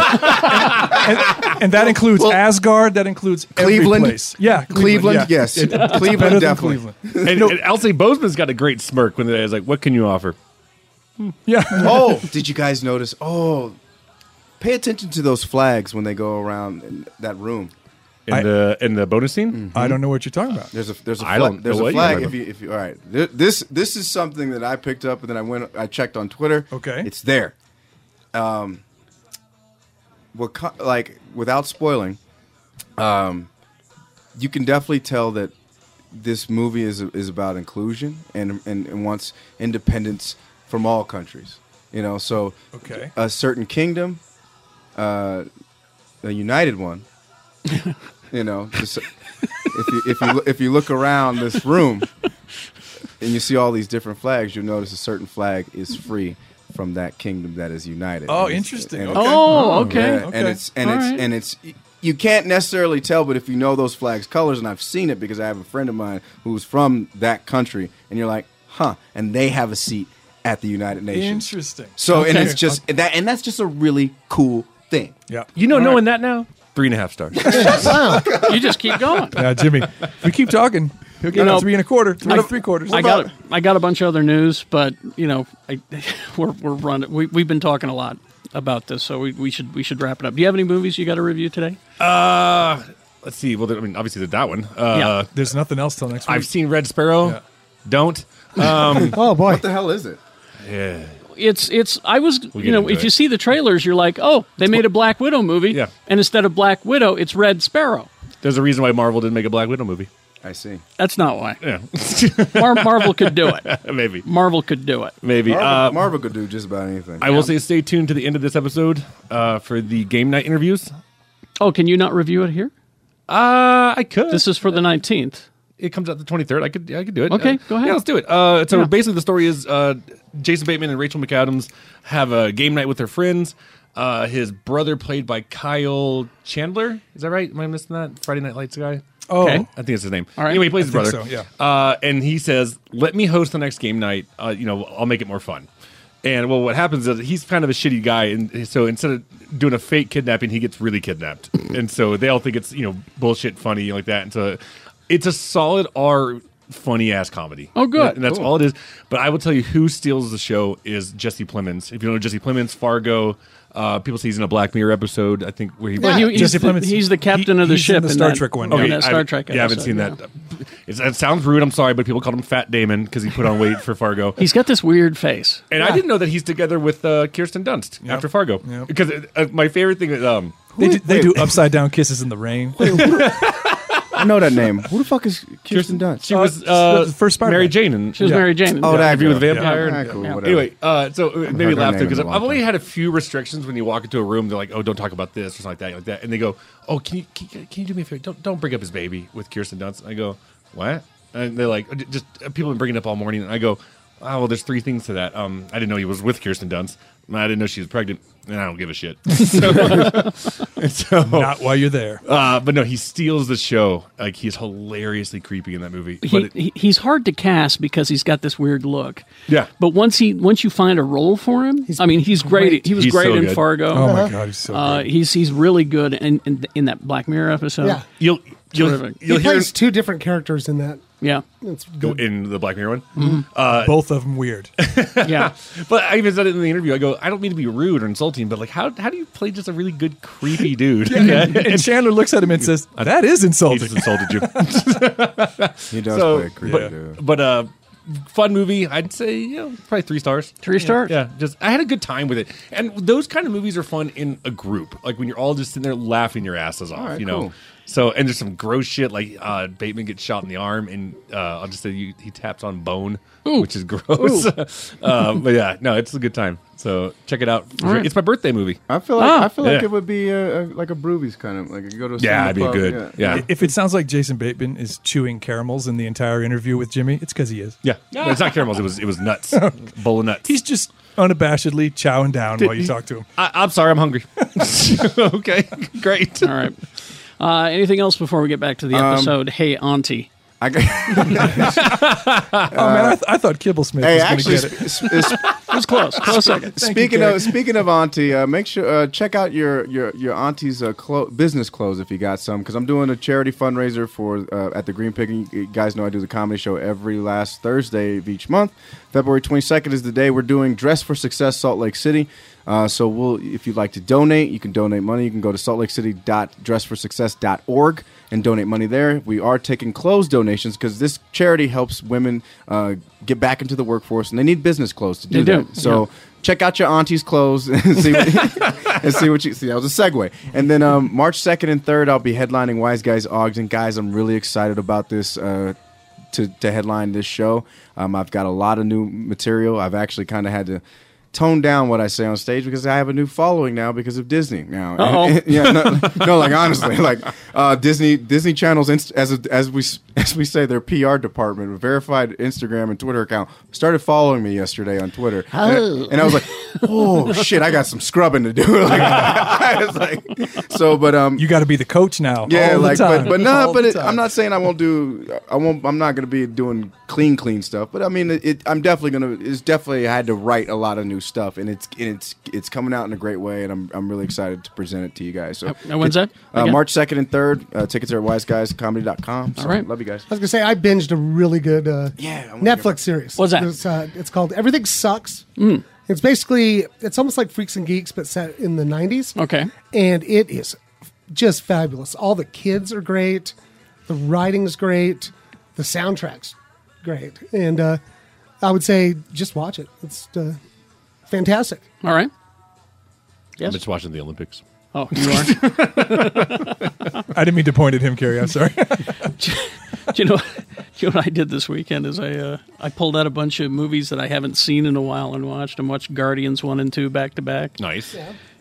and that includes Asgard. That includes every Cleveland? place. Yeah, Cleveland, yeah. yes. It- it's Cleveland, better than definitely. Cleveland. And, and I'll say Bozeman's got a great smirk when they was like, "What can you offer?" Yeah. oh, did you guys notice? Oh, pay attention to those flags when they go around in that room. in the in the bonus scene. Mm-hmm. I don't know what you're talking about. There's a there's a I flag. don't There's know what a you're flag. talking If you if you all right, Th- this this is something that I picked up and then I went I checked on Twitter. Okay. it's there. Um, what co- like without spoiling, um, you can definitely tell that this movie is is about inclusion and and, and wants independence from all countries. You know, so Okay. a certain kingdom, uh, a united one. you know, just, if you if you loo- if you look around this room and you see all these different flags, you'll notice a certain flag is free from that kingdom that is united. Oh, And it's- interesting. and Okay. it's- Oh, okay. yeah, Okay. and it's and it's Alright. and it's you can't necessarily tell, but if you know those flags' colors, and I've seen it because I have a friend of mine who's from that country, and you're like, huh, and they have a seat at the United Nations. Interesting. So and Okay. it's just that, and that's just a really cool thing. Yeah. You know, knowing that now, three and a half stars. You just keep going. Now, Jimmy, if we keep talking, he'll get You know, out three and a quarter, three, I- three quarters. I got I got a bunch of other news, but you know, I, we're we're running. We we've been talking a lot about this, so we, we should we should wrap it up. Do you have any movies you got to review today? Uh, let's see. Well, I mean, obviously there's that one. Uh, There's nothing else till next week. I've seen Red Sparrow. Yeah. Don't. Um, Oh boy, What the hell is it? Yeah. It's it's I was get you know into if it. you see the trailers, you're like, oh, they made a Black Widow movie, Yeah. and instead of Black Widow, it's Red Sparrow. There's a reason why Marvel didn't make a Black Widow movie. I see. That's not why. Yeah. Mar- Marvel could do it. maybe. Marvel could do it. Maybe. Marvel, uh, Marvel could do just about anything. I will say, stay tuned to the end of this episode uh, for the game night interviews. Oh, can you not review it here? Uh, I could. This is for the 19th. it comes out the 23rd. I could I could do it. Okay, Uh, go ahead. Yeah, let's do it. Uh, so Yeah. basically, the story is uh, Jason Bateman and Rachel McAdams have a game night with their friends. Uh, his brother, played by Kyle Chandler, is that right? Am I missing that Friday Night Lights guy? Oh. I think it's his name. All right. Anyway, he plays his think brother. so, Uh, and he says, "Let me host the next game night. Uh, you know, I'll make it more fun." And well, what happens is he's kind of a shitty guy, and so instead of doing a fake kidnapping, he gets really kidnapped, and so they all think it's you know bullshit, funny like that, and so it's a solid R funny ass comedy. Oh, good. and that's all it is. But I will tell you who steals the show is Jesse Plemons. If you don't know Jesse Plemons, Fargo. Uh, people say he's in a Black Mirror episode, I think, where he But he- he's, Jesse the, Plemons. he's the captain of the He- he's ship in the Star that- Trek in one. Okay, that Star I've- Trek. Yeah, I haven't episode, seen yeah. that. It's, it sounds rude. I'm sorry, but people called him Fat Damon because he put on weight for Fargo. He's got this weird face. and I didn't know that he's together with uh, Kirsten Dunst after Fargo. Yep. Because uh, my favorite thing is, um, they do, they do upside down kisses in the rain. I know that name. Who the fuck is Kirsten Dunst? she was the uh, first Spider-Man. Mary Jane. And, She was yeah. Mary Jane. Oh, that Interview with girl. Vampire. Yeah, cool, whatever. Anyway, uh, so it made me heard her laugh name because in a I've long only had a few restrictions when you walk into a room. They're like, "Oh, don't talk about this" or something like that, like that. And they go, "Oh, can you can, you- can you do me a favor? Don't don't bring up his baby with Kirsten Dunst." And I go, "What?" And they're like, "J- "Just uh, people have been bringing it up all morning." And I go, "Oh, well, there's three things to that. Um, I didn't know he was with Kirsten Dunst. And I didn't know she was pregnant, and I don't give a shit." so, and so Not while you're there. uh, but no, he steals the show. Like he's hilariously creepy in that movie. He, but it- he- he's hard to cast because he's got this weird look. Yeah. But once he once you find a role for him, I mean, he's great. He was He's great so in good. Fargo. Oh my God, he's so good. Uh, he's he's really good in, in in that Black Mirror episode. Yeah. you'll you'll, Terrific. you'll he hear plays two different characters in that. yeah, Mm-hmm. It's good. in the Black Mirror one. Uh, Both of them weird. yeah. But I even said it in the interview. I go, I don't mean to be rude or insulting, but like, how how do you play just a really good creepy dude? Okay? and Chandler looks at him and says, "That is he insulting." just insulted you. He does So, play a creepy but, dude. but uh, fun movie. I'd say you know probably three stars. Three stars. Yeah, just I had a good time with it, and those kind of movies are fun in a group, like when you're all just sitting there laughing your asses off, right, you know. cool. So and there's some gross shit like uh, Bateman gets shot in the arm, and uh, I'll just say you, he taps on bone, which is gross. uh, but yeah, no, it's a good time. So check it out. for All sure. right. It's my birthday movie. I feel like Ah. I feel like Yeah. it would be a, a, like a Broovies kind of like you go to a Yeah, it'd stand-up be club, good. Yeah, yeah. if it sounds like Jason Bateman is chewing caramels in the entire interview with Jimmy, it's because he is. But it's not caramels. It was it was nuts. Bowl of nuts. He's just unabashedly chowing down while you talk to him. I, I'm sorry. I'm hungry. okay, great. Um, All right. Uh, anything else before we get back to the episode? Hey, Auntie. I got- oh man, I, th- I thought Kibble Smith hey, was going to actually, get it. sp- sp- sp- It was close. Close second. speaking of speaking of auntie, uh, make sure uh, check out your your your auntie's uh, clo- business clothes if you got some because I'm doing a charity fundraiser for uh, at the Green Pig. And you guys know I do the comedy show every last Thursday of each month. February 22nd is the day we're doing Dress for Success Salt Lake City. Uh, so we'll if you'd like to donate, you can donate money. You can go to saltlakecity.dressforsuccess.org and donate money there. We are taking clothes donations because this charity helps women uh, get back into the workforce and they need business clothes to do They do, that. So check out your auntie's clothes and see what, and see what you see. That was a segue. And then um, March second and third, I'll be headlining Wise Guys Ogden. Guys, I'm really excited about this. Uh, to, to headline this show, um, I've got a lot of new material. I've actually kind of had to tone down what I say on stage because I have a new following now because of Disney. Now, Uh-oh. yeah, no, no, like honestly, like uh, Disney Disney Channel's inst- as a, as we s- as we say their PR department, verified Instagram and Twitter account started following me yesterday on Twitter, and, I, and I was like, oh shit, I got some scrubbing to do. like, I was like, so, but um, You got to be the coach now. yeah, all the like, time. but but no, All but the it, time. I'm not saying I won't do. I won't. I'm not going to be doing clean, clean stuff. But I mean, it, it, I'm definitely going to. It's definitely I had to write a lot of new stuff, and it's and it's it's coming out in a great way, and I'm I'm really excited to present it to you guys. So And when's that? Uh, Again? March second and third. Uh, tickets are at wiseguyscomedy.com. So All right. love you guys. I was gonna say I binged a really good uh, Yeah, I wanna hear about Netflix series. What's that? Hmm. It's, uh, it's called Everything Sucks. It's basically it's almost like Freaks and Geeks, but set in the '90s. Okay. and it is just fabulous. All the kids are great, the writing's great, the soundtrack's great, and uh, I would say just watch it. It's uh, fantastic. All right. I'm just watching the Olympics. Oh, you are. uh, I didn't mean to point at him, Kerry. I'm sorry. Do you know, you know what I did this weekend is I uh, I pulled out a bunch of movies that I haven't seen in a while and watched and watched Guardians one and two back to back. Nice.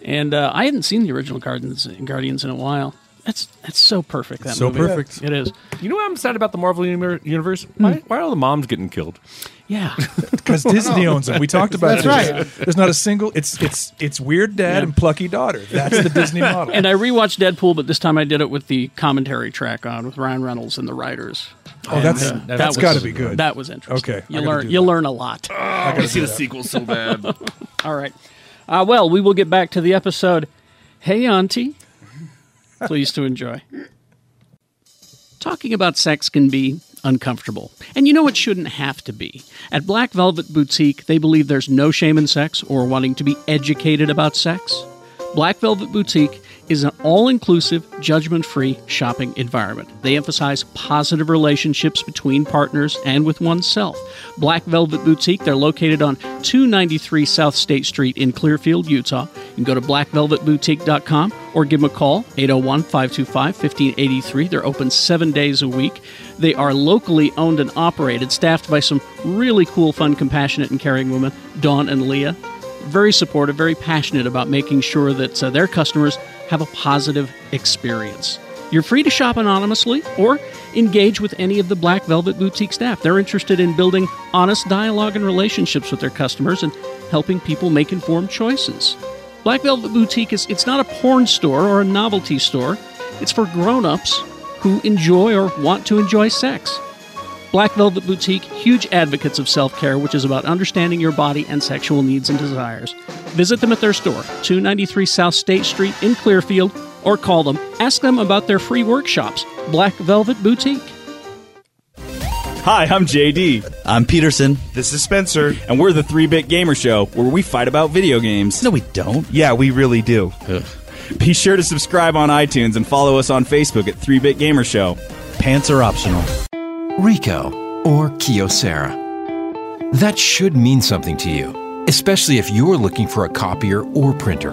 And uh, I hadn't seen the original Guardians Guardians in a while. That's that's so perfect. That So movie. perfect. It is. You know what I'm sad about the Marvel uni- universe? Why, why are all the moms getting killed? Oh. Yeah. because Disney owns them. We talked about That's this. There's not a single. It's it's it's weird dad and plucky daughter. That's the Disney model. and I rewatched Deadpool, but this time I did it with the commentary track on with Ryan Reynolds and the writers. oh, that's Uh, that that's was- got to be good. That was interesting. Okay, I You gotta learn do you that. learn a lot. I gotta see the sequel so bad. All right. Uh, well, we will get back to the episode. Hey, Auntie. Please to enjoy. Talking about sex can be uncomfortable. And you know it shouldn't have to be. At Black Velvet Boutique, they believe there's no shame in sex or wanting to be educated about sex. Black Velvet Boutique is an all inclusive, judgment free shopping environment. They emphasize positive relationships between partners and with oneself. Black Velvet Boutique, they're located on 293 South State Street in Clearfield, Utah. You can go to blackvelvetboutique.com or give them a call, 801 525 1583. They're open seven days a week. They are locally owned and operated, staffed by some really cool, fun, compassionate, and caring women, Dawn and Leah very supportive, very passionate about making sure that uh, their customers have a positive experience. You're free to shop anonymously or engage with any of the Black Velvet Boutique staff. They're interested in building honest dialogue and relationships with their customers and helping people make informed choices. Black Velvet Boutique is it's not a porn store or a novelty store. It's for grown-ups who enjoy or want to enjoy sex. Black Velvet Boutique, huge advocates of self care, which is about understanding your body and sexual needs and desires. Visit them at their store, 293 South State Street in Clearfield, or call them. Ask them about their free workshops. Black Velvet Boutique. Hi, I'm JD. I'm Peterson. This is Spencer. And we're the 3 Bit Gamer Show, where we fight about video games. No, we don't. Yeah, we really do. Be sure to subscribe on iTunes and follow us on Facebook at 3 Bit Gamer Show. Pants are optional. Rico or Kyocera. That should mean something to you, especially if you're looking for a copier or printer,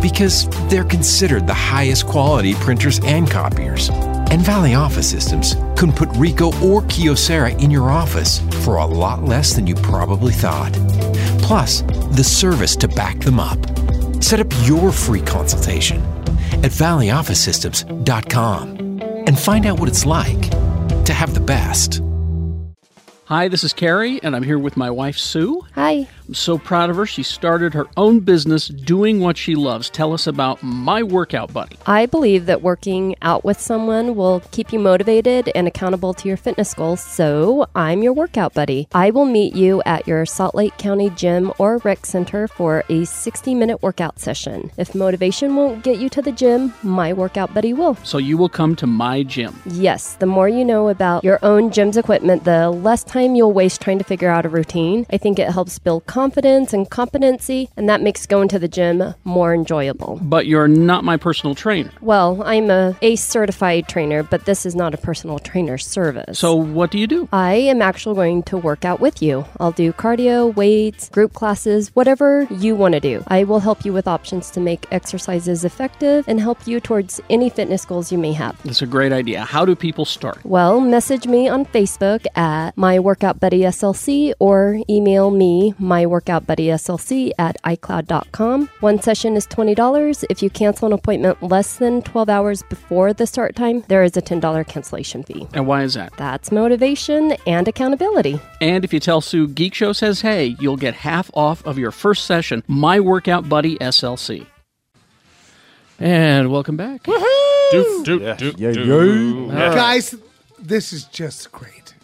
because they're considered the highest quality printers and copiers. And Valley Office Systems can put Rico or Kyocera in your office for a lot less than you probably thought. Plus, the service to back them up. Set up your free consultation at valleyofficesystems.com and find out what it's like to have the best. Hi, this is Carrie, and I'm here with my wife, Sue. Hi. I'm so proud of her. She started her own business doing what she loves. Tell us about My Workout Buddy. I believe that working out with someone will keep you motivated and accountable to your fitness goals, so I'm your workout buddy. I will meet you at your Salt Lake County gym or rec center for a 60 minute workout session. If motivation won't get you to the gym, my workout buddy will. So you will come to my gym. Yes, the more you know about your own gym's equipment, the less time you'll waste trying to figure out a routine. I think it helps build confidence and competency, and that makes going to the gym more enjoyable. But you're not my personal trainer. Well, I'm a ACE certified trainer, but this is not a personal trainer service. So what do you do? I am actually going to work out with you. I'll do cardio, weights, group classes, whatever you want to do. I will help you with options to make exercises effective and help you towards any fitness goals you may have. It's a great idea. How do people start? Well, message me on Facebook at my workout buddy SLC or email me my workout buddy SLC at iCloud.com. One session is $20. If you cancel an appointment less than 12 hours before the start time, there is a $10 cancellation fee. And why is that? That's motivation and accountability. And if you tell Sue Geek Show says hey, you'll get half off of your first session, My Workout Buddy SLC. And welcome back. Doop, doop, doop, doop. Guys, this is just great.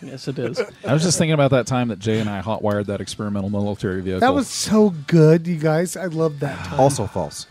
yes, it is. I was just thinking about that time that Jay and I hotwired that experimental military vehicle. That was so good, you guys. I love that. Time. Also false.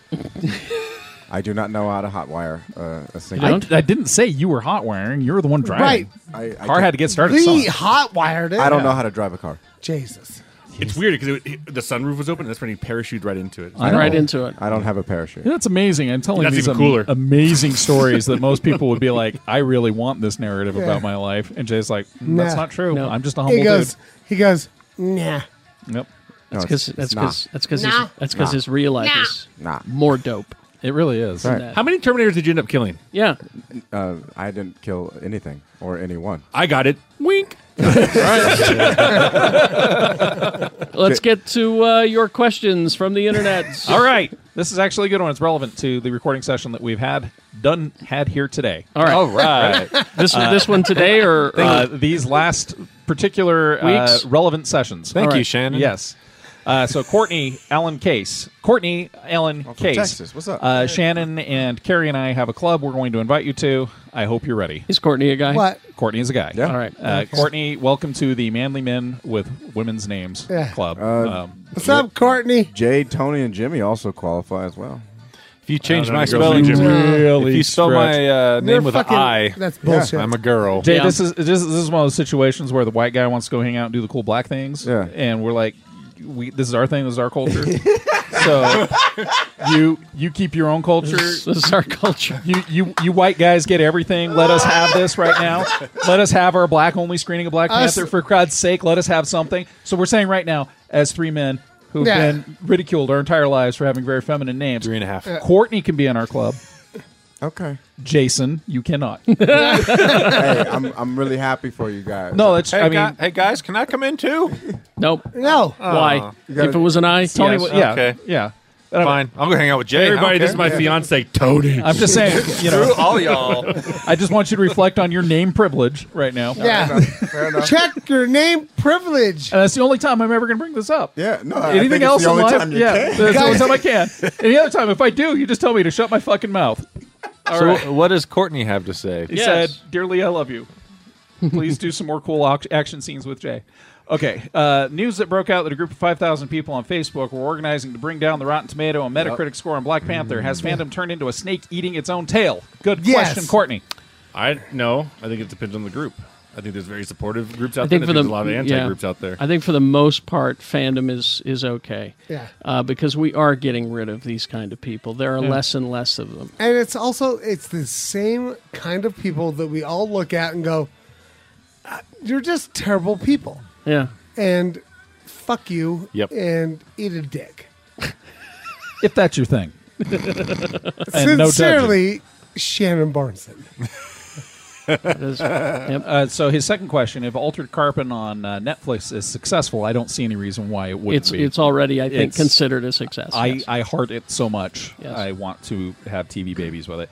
I do not know how to hotwire uh, a single. I, I didn't say you were hotwiring. You were the one driving. Right. I- I Car had to get started. We somehow. hot wired it. I don't know how to drive a car. Jesus. It's weird because it, it- the sunroof was open, and that's when he parachuted right into it. I know. Right into it. I don't have a parachute. Yeah, that's amazing. I'm telling That's these even cooler. amazing stories that most people would be like, I really want this narrative Yeah. about my life. And Jay's like, "Mm, that's Nah. not true. I'm just a humble He goes. dude. He goes. Nah. Nope. That's No, because it's- that's it's not. because that's because Nah. that's because Nah. his real life Nah. is more dope. It really is. Right. How many Terminators did you end up killing? Yeah. Uh, I didn't kill anything or anyone. I got it. Wink. Let's get to uh, your questions from the internet. All right. This is actually a good one. It's relevant to the recording session that we've had done had here today. All right. All right. This- this one today or- uh, these last particular uh, Weeks? relevant sessions. Thank All you, Shannon. Yes. Uh, so Courtney Allen Case, Courtney Allen Case, Texas. What's up? Uh, Shannon and Carrie and I have a club. We're going to invite you to. I hope you're ready. Is Courtney a guy? What? Courtney is a guy. Yeah. All right. Uh, Courtney, welcome to the Manly Men with Women's Names Yeah. Club. um, What's up, Courtney? Jade, Tony, and Jimmy also qualify as well. If you change I don't my know, go spelling, for Jimmy. if you spell my uh, They're name with fucking- an I, that's bullshit. I'm a girl. Jay, this is this, is- this is one of those situations where the white guy wants to go hang out and do the cool black things, Yeah. and we're like, we this is our thing, this is our culture. so you you keep your own culture. This is our culture. You, you you white guys get everything. Let us have this right now. Let us have our black only screening of Black Us- Panther for God's sake. Let us have something. So we're saying right now, as three men who've Yeah. been ridiculed our entire lives for having very feminine names, Three and a half. Courtney can be in our club. Okay. Jason, you cannot. hey, I'm, I'm really happy for you guys. No, that's Hey, I mean. guy- hey guys, can I come in too? Nope. No. Oh. Why? Uh, gotta- if it was an I, Tony, yes. what- yeah, Okay. yeah. Fine, I'll go hang out with Jay. I don't Everybody, this is care. my fiance, Tony. I'm just saying, you know, Screw all y'all. I just want you to reflect on your name privilege right now. Yeah. Fair enough. Check your name privilege. And that's the only time I'm ever going to bring this up. Yeah, no. I think Anything it's else the in only life? time you yeah, can. that's the only time I can. Any other time, if I do, you just tell me to shut my fucking mouth. so, what does Courtney have to say? He Yes. said, "Dearly, I love you. Please do some more cool ac- action scenes with Jay." Okay. Uh, news that broke out that a group of 5,000 people on Facebook were organizing to bring down the Rotten Tomato and Metacritic score on Black Panther. Has Mm. fandom turned into a snake eating its own tail? Good Yes. question, Courtney. I no. I think it depends on the group. I think there's very supportive groups out I think there. for and the I think there's a lot of anti yeah. groups out there. I think for the most part, fandom is is okay. Yeah. Uh, because we are getting rid of these kind of people. There are less and less of them. And it's also it's the same kind of people that we all look at and go, "Uh, "You're just terrible people," Yeah. and "fuck you," Yep. and "eat a dick." If that's your thing. And no judges. Sincerely, Shannon Barneson. That is- yep. Uh, so his second question: If Altered Carbon on uh, Netflix is successful, I don't see any reason why it wouldn't It's be. it's already I think It's- considered a success. I, yes. I heart it so much. Yes. I want to have TV babies with it.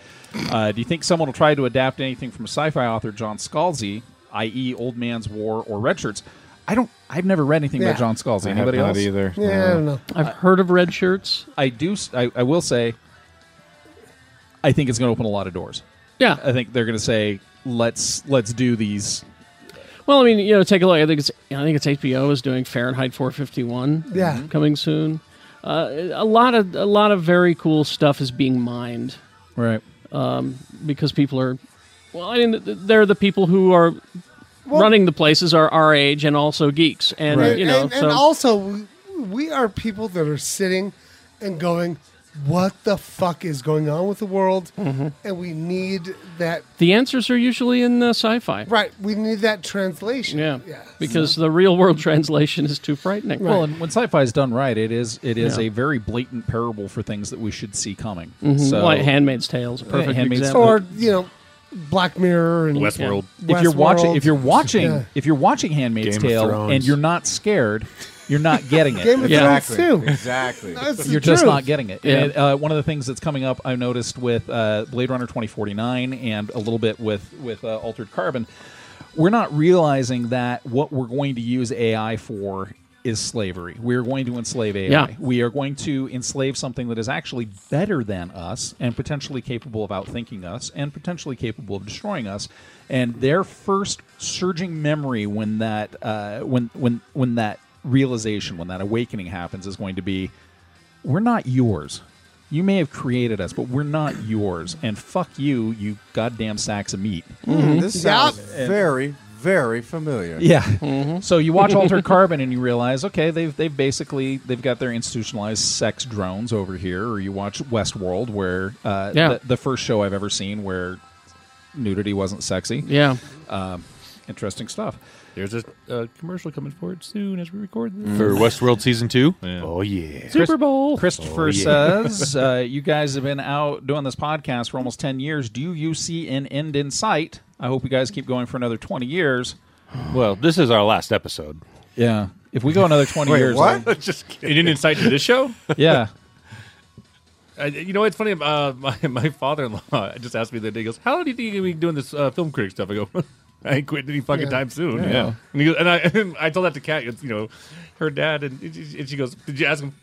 Uh, do you think someone will try to adapt anything from sci-fi author John Scalzi, i.e., Old Man's War or Red Shirts? I don't. I've never read anything Yeah. by John Scalzi. I have Anybody not else? either. Yeah, I don't know. I've heard of red shirts. I do. s- I, I will say, I think it's going to open a lot of doors. Yeah. I think they're going to say let's let's do these. Well, I mean, you know, take a look. I think it's I think it's HBO is doing Fahrenheit 451. Yeah. coming soon. Uh, a lot of a lot of very cool stuff is being mined, right? Um, because people are, well, I mean, th- th- they're the people who are running the places are our age and also geeks, and Right. you know, and, so and also we- we are people that are sitting and going, "What the fuck is going on with the world?" Mm-hmm. And we need that. the answers are usually in uh, sci-fi, Right, we need that translation. Yeah, yeah. because the real world translation is too frightening. Well, and when sci-fi is done right, it is it is Yeah. a very blatant parable for things that we should see coming. Mhm. So, Like Handmaid's Tale is a Yeah, perfect Handmaid's- example. or you know, Black Mirror and If you're watching, Westworld. if you're watching, Yeah. if you're watching Handmaid's Game of Tale Thrones. and you're not scared, you're not getting it. Game of Thrones too. That's the you're just truth. not getting it. And, uh, one of the things that's coming up, I noticed with uh, Blade Runner 2049 and a little bit with with uh, Altered Carbon, we're not realizing that what we're going to use AI for is slavery. We are going to enslave AI. Yeah. We are going to enslave something that is actually better than us and potentially capable of outthinking us and potentially capable of destroying us. And their first surging memory when that uh, when when when that realization when that awakening happens is going to be we're not yours. You may have created us, but we're not yours. And fuck you, you goddamn sacks of meat. Mhm. This sounds And- very, Mm-hmm. very familiar. yeah. Mm-hmm. So you watch Altered Carbon and you realize, okay, they've they've basically they've got their institutionalized sex drones over here. Or you watch Westworld, where uh, Yeah. the, the first show I've ever seen where nudity wasn't sexy. Yeah. Um, interesting stuff. There's a uh, commercial coming forward soon as we record this. Mm-hmm. For Westworld season two. Oh yeah. Chris- Bowl. Christopher Oh, yeah. says, uh, "You guys have been out doing this podcast for almost ten years. Do you see an end in sight? I hope you guys keep going for another twenty years. Well, this is our last episode. Yeah. If we go another twenty Wait, years, what? then- Just kidding. It didn't incite to this show? yeah, I, you know, it's funny. Uh, my my father in law just asked me the other day. He goes, "How do you think you're gonna be doing this uh, film critic stuff?" I go, "I ain't quitting any fucking Yeah. time soon." Yeah. Yeah. And, he goes, and I and I told that to Kat. You know, her dad, and, and she goes, "Did you ask him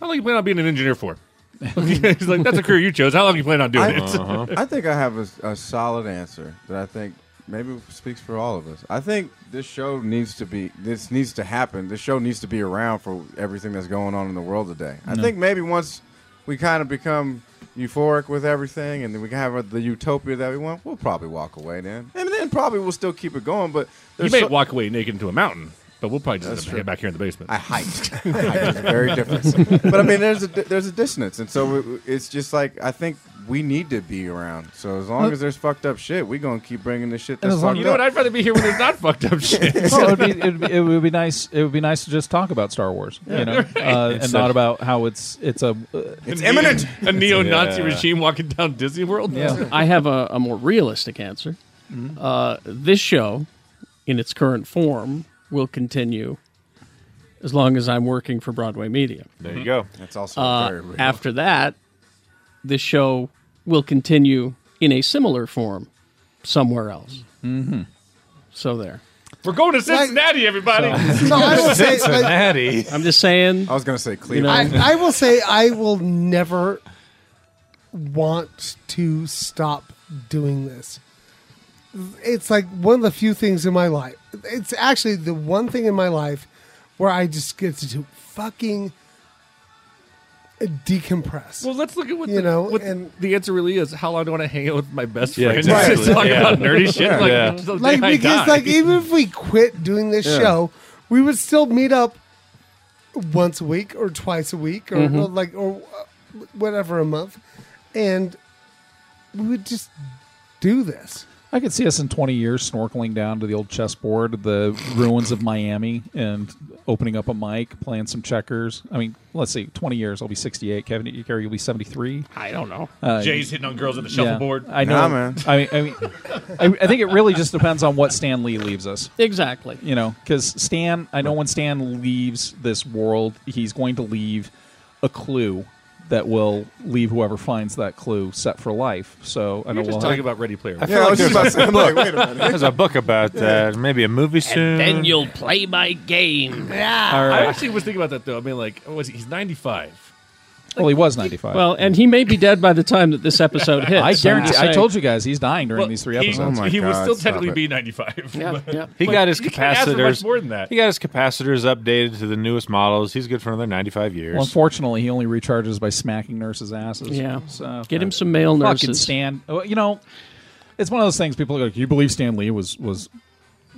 how long you plan on being an engineer for?" He's like, "That's a career you chose. How long you plan on doing I, it?" Uh-huh. I think I have a, s- a solid answer that I think maybe speaks for all of us. I think this show needs to be this needs to happen. This show needs to be around for everything that's going on in the world today. I No. think maybe once we kind of become euphoric with everything and then we can have the utopia that we want, we'll probably walk away then. And then probably we'll still keep it going, but you there's may so- walk away naked into a mountain, but we'll probably just end up back here in the basement. I hiked. I hiked. It's very different. but I mean, there's a there's a dissonance, and so it- it's just like I think we need to be around. So as long Well- as there's fucked up shit, we gonna keep bringing this shit. And That's as long- fucked You know up. what? I'd rather be here when there's not fucked up shit. well, it'd be, it'd be, it would be nice. It would be nice to just talk about Star Wars, Yeah. you know, Right. uh, It's and not a- about how it's it's a uh, A neo- A neo-Nazi regime walking down Disney World. I have a, a more realistic answer. Mm-hmm. Uh, this show, in its current form, will continue as long as I'm working for Broadway Media. There you go. That's also Uh, very real. After that, this show will continue in a similar form somewhere else. Mm-hmm. So there. We're going to Cincinnati, everybody. So- No, I will say, like- Cincinnati. I'm just saying. I was going to say I, I will say I will never want to stop doing this. It's like one of the few things in my life. It's actually the one thing in my life where I just get to fucking decompress. Well, let's look at what you the, know. what the answer really is. How long do I want to hang out with my best Yeah, friend? exactly. Just talk Yeah. about nerdy shit. Yeah. Like, Yeah. until the like day I die. because like even if we quit doing this Yeah. show, we would still meet up once a week or twice a week or Mm-hmm. Mhm. well, like or uh, whatever a month, and we would just do this. I could see us in 20 years snorkeling down to the old chessboard, the ruins of Miami, and opening up a mic, playing some checkers. I mean, let's see, 20 years, I'll be 68. Kevin, you carry, you'll be 73. I don't know. Jay's hitting on girls at the yeah. shuffleboard. I know. Nah, man. I mean, I, mean I, I think it really just depends on what Stan Lee leaves us. Exactly. You know, because Stan, I know when Stan leaves this world, he's going to leave a clue that will leave whoever finds that clue set for life. So I You're know just we'll talking about Ready Player I One. feel like there's a book. There's a book about that. Maybe a movie soon. then you'll play my game. Yeah. All right. I actually was thinking about that though. I mean, like, what was he? He's ninety five. Well, he was 95. Well, and he may be dead by the time that this episode hits. I so I'm guarantee. just I saying. told you guys he's dying during these three he, episodes. Oh he would still technically be ninety five. Yeah, yeah. He got his you can't ask for much capacitors. more than that. He got his capacitors updated to the newest models. He's good for another 95 years. Well, unfortunately, he only recharges by smacking nurses' asses. Yeah. So Get him some male Fucking nurses. Stan. Well, you know, it's one of those things. People are like, "You believe Stan Lee was was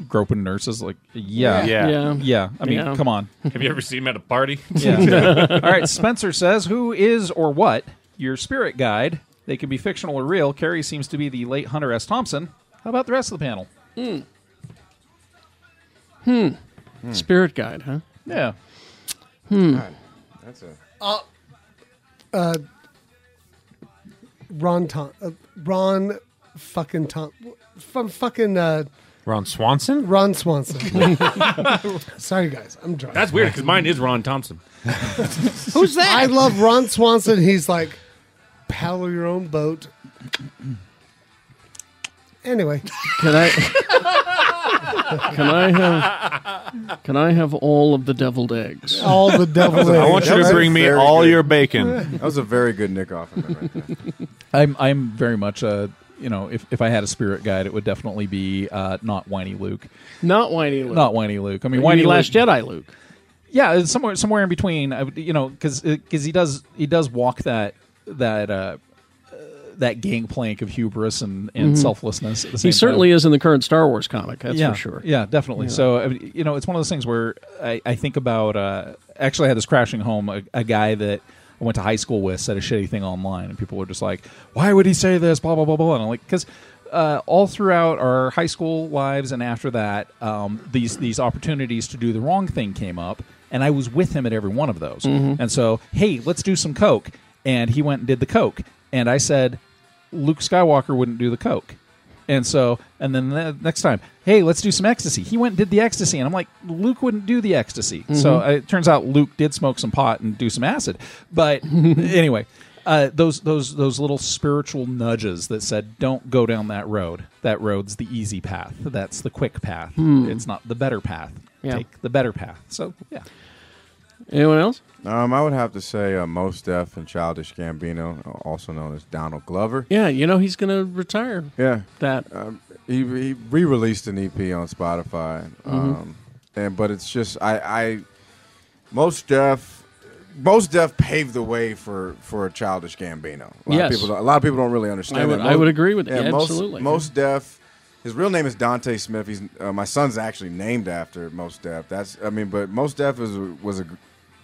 groping nurses?" Like, yeah, Yeah. Yeah. yeah. I mean, Yeah. come on. Have you ever seen him at a party? Yeah. All right. Spencer says, "Who is or what your spirit guide? They can be fictional or real. Carrie seems to be the late Hunter S. Thompson. How about the rest of the panel? Hmm. Spirit guide, huh? Yeah. Hmm. That's a Uh, uh, Ron Tom, uh, Ron fucking Tom, from fucking uh, Ron Swanson? Ron Swanson. Sorry guys, I'm drunk. That's weird because mine is Ron Thompson. Who's that? I love Ron Swanson. He's like, paddle your own boat. Anyway, Can I? Can I have? Can I have all of the deviled eggs? All the deviled I want you to bring me all your bacon. That was a very good Nick Offerman right there. I'm I'm very much a you know if, if I had a spirit guide, it would definitely be uh, not whiny Luke, not whiny Luke, not whiny Luke. I mean, You whiny mean Last Luke, Jedi Luke. Yeah, it's somewhere somewhere in between. I would, you know, because he does he does walk that that. Uh, uh, that gangplank of hubris and, and Mhm. selflessness. At the He same certainly time. is in the current Star Wars comic. That's yeah, for sure. Yeah, definitely. Yeah. So I mean, you know, it's one of those things where I, I think about. Uh, actually, I had this crashing home. A, a guy that I went to high school with said a shitty thing online, and people were just like, "Why would he say this?" Blah blah blah blah. And I'm like, because. Uh, all throughout our high school lives and after that, um, these these opportunities to do the wrong thing came up, and I was with him at every one of those. Mhm. And so, hey, let's do some coke, and he went and did the coke, and I said, Luke Skywalker wouldn't do the coke. And so, and then the next time, hey, let's do some ecstasy. He went and did the ecstasy, and I'm like, Luke wouldn't do the ecstasy. So Mhm. uh, it turns out Luke did smoke some pot and do some acid. But anyway, uh, those those those little spiritual nudges that said, don't go down that road. That road's the easy path. That's the quick path. Hmm. It's not the better path. Yeah. Take the better path. So yeah, Anyone else? Um, I would have to say uh, Mos Def and Childish Gambino, also known as Donald Glover. Yeah, you know he's gonna retire. Yeah, that um, he, he re-released an EP on Spotify, Mm-hmm. um, and but it's just I, I most deaf. Most Def paved the way for, for a childish Gambino. A lot Yes. of people don't, a lot of people don't really understand. I would- that. I would agree with you. Mos- Absolutely. Mos Def, his real name is Dante Smith. He's uh, my son's actually named after Most Def. That's I mean, but Most Def is was a,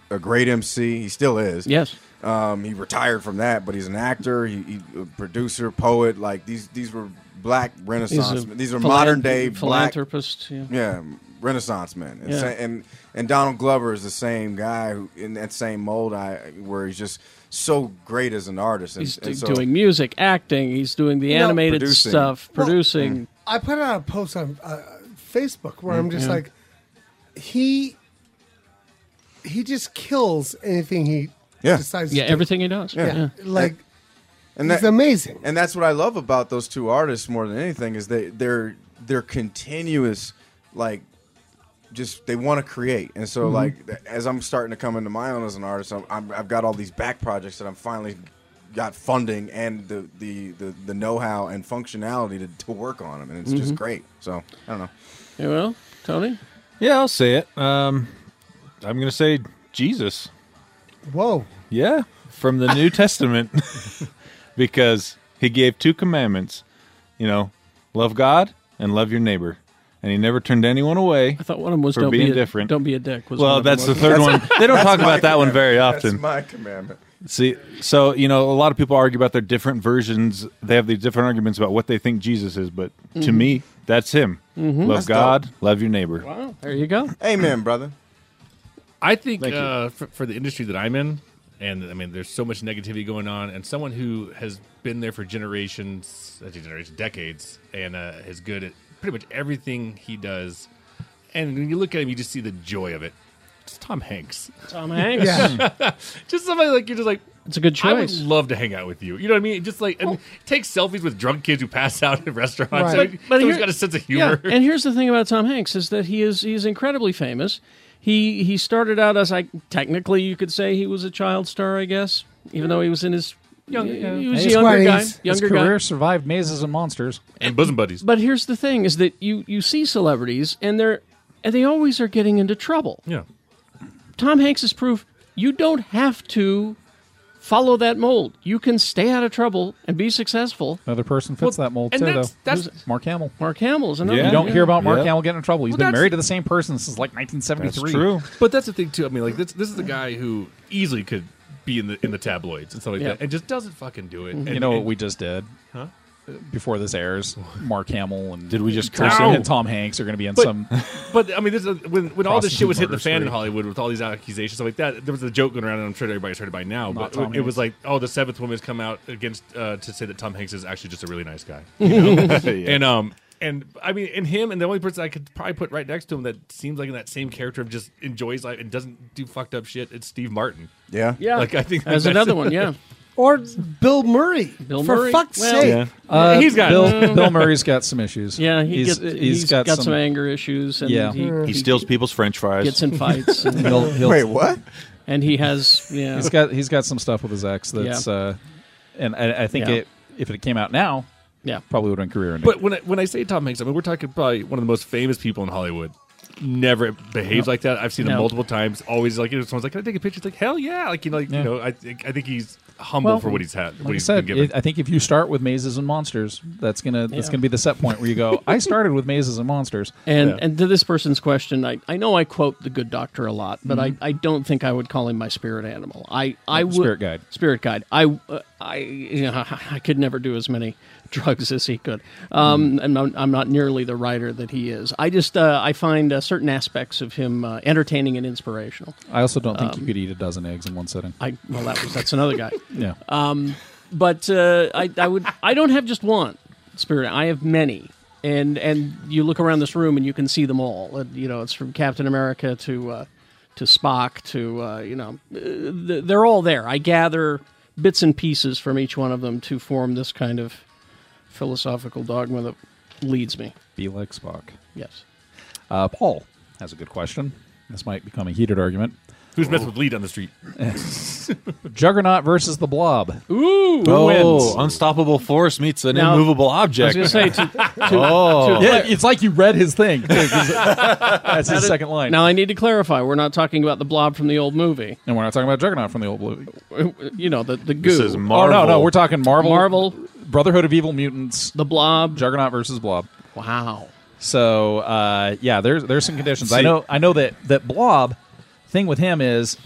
a great MC. He still is. Yes. Um, he retired from that, but he's an actor, he, he a producer, poet. Like these these were black Renaissance. He's a these are philan- modern day black philanthropist, yeah. Renaissance men. And, Yeah. sa- and and Donald Glover is the same guy who, in that same mold. I where he's just so great as an artist. And, He's and do- so- doing music, acting. He's doing the No, animated producing. stuff, Well, producing. I put out a post on uh, Facebook where I'm Mm, just yeah. like, he he just kills anything he Yeah. decides. Yeah, to do. everything he does. Yeah, Yeah. like and he's amazing. And that's what I love about those two artists more than anything is they they're they're continuous, like just they want to create. And so Mhm. Mm-hmm. like th- as I'm starting to come into my own as an artist, I'm, I'm, I've got all these back projects that I'm finally got funding and the the the, the know how and functionality to, to work on them, and it's just Mm-hmm. Mhm. great. So I don't know. You will, Tony. Yeah, I'll say it. Um, I'm going to say Jesus. Whoa. Yeah, from the New Testament. because he gave two commandments, you know, love God and love your neighbor. And he never turned anyone away. I thought one of them was for don't be being a- different. don't be a dick was one well, of them, that's the wasn't it? third one. That's- They don't that's talk my about that one commandment. very That's often. my commandment. See, so you know, a lot of people argue about their different versions. They have these different arguments about what they think Jesus is, but to Mhm. me, that's him. Mhm. Love That's God, love your neighbor. Wow, there you go. Amen, brother. I think Thank you. uh, for, for the industry that I'm in, and I mean, there's so much negativity going on, and someone who has been there for generations, actually generations, decades, and uh, is good at pretty much everything he does. And when you look at him, you just see the joy of it. It's Tom Hanks. Tom Hanks. just somebody like you're just like, It's a good I would choice. love to hang out with you. You know what I mean? Just like and take selfies with drunk kids who pass out in restaurants. Right. But, But- but has here- got a sense of humor. Yeah, and here's the thing about Tom Hanks is that he is he's incredibly famous. He he started out as I technically you could say he was a child star, I guess, even though he was in his young, he was a younger guy, younger His career guy. survived mazes and monsters and bosom buddies. But here's the thing is that you you see celebrities and they're and they always are getting into trouble. Yeah. Tom Hanks is proof you don't have to follow that mold. You can stay out of trouble and be successful. Another person fits Well, that mold and too, that's- though. that's- Who's it? Mark Hamill. Mark Hamill is another. You one, don't yeah. hear about Mark Yeah. Hamill getting in trouble. He's Well, been that's- married to the same person since like 1973. But that's the thing too. I mean, like this this is the guy who easily could be in the in the tabloids and stuff like Yeah. Mm-hmm. that, and just doesn't fucking do it. You And- know what and- we just did? Huh? Before this airs, Mark Hamill and did we just Tom, curse him? and Tom Hanks are going to be in But- some But I mean, this is, when when all this Prostitute shit was hitting the murder fan in spree. Hollywood with all these accusations stuff like that, there was a joke going around, and I'm sure everybody's heard it by now. Not But Tom it, was Hanks. like, oh, the seventh woman has come out against uh, to say that Tom Hanks is actually just a really nice guy, you know? Yeah. and um. And I mean, and him, and the only person I could probably put right next to him that seems like in that same character of just enjoys life and doesn't do fucked up shit. It's Steve Martin. Yeah. Yeah. Like I think That's that's- another one, yeah. Or Bill Murray. Bill For Murray. fuck's Well, sake. Yeah. Uh, He's got- Bill, Bill Murray's got some issues. Yeah, he he's, gets- he's got, some, anger issues. And Yeah. he, He steals people's French fries. Gets in fights. and- uh, He'll- he'll- Wait, what? And he has yeah. He's got he's got some stuff with his ex that's Yeah. uh, and I, I think Yeah. it, if it came out now, yeah, probably would have been career ending. But when I, when I say Tom Hanks, I mean we're talking probably one of the most famous people in Hollywood. Never behaves No. like that. I've seen him No. multiple times. Always like you know, someone's like, "Can I take a picture?" It's like, "Hell yeah!" Like you know, like, Yeah. you know, I think I think he's humble for what he's had. Like what I he's said, been given. it- I think if you start with mazes and monsters, that's gonna that's Yeah. gonna be the set point where you go. I started with mazes and monsters, And and to this person's question, I, I know I quote the good doctor a lot, but Mhm. I, I don't think I would call him my spirit animal. I I would Spirit guide. Mm-hmm. Spirit guide. I uh, I you know, I could never do as many drugs as he could. Um, and I'm, I'm not nearly the writer that he is. I just uh, I find uh, certain aspects of him uh, entertaining and inspirational. I also don't think Um, you could eat a dozen eggs in one sitting. I well that was that's another guy. Yeah. Um, but uh, I I would I don't have just one spirit. I have many, and and you look around this room and you can see them all. Uh, you know, it's from Captain America to uh, to Spock to uh, you know, uh, th- they're all there. I gather bits and pieces from each one of them to form this kind of philosophical dogma that leads me. Be like Spock. Yes. Uh, Paul has a good question. This might become a heated argument. Who's messed with lead on the street? Juggernaut versus the Blob. Ooh, oh, unstoppable force meets an Now- immovable object. I was gonna say, to- oh, yeah, it's like you read his thing. That's Now his did- second line. Now I need to clarify. We're not talking about the blob from the old movie. And we're not talking about Juggernaut from the old movie. You know the the goo. This is Marvel. Oh, no, no, we're talking Marvel. Marvel. Brotherhood of Evil Mutants, The Blob, Juggernaut versus Blob. Wow. So uh, yeah, there's there's some conditions. I See- know I know that that Blob thing with him is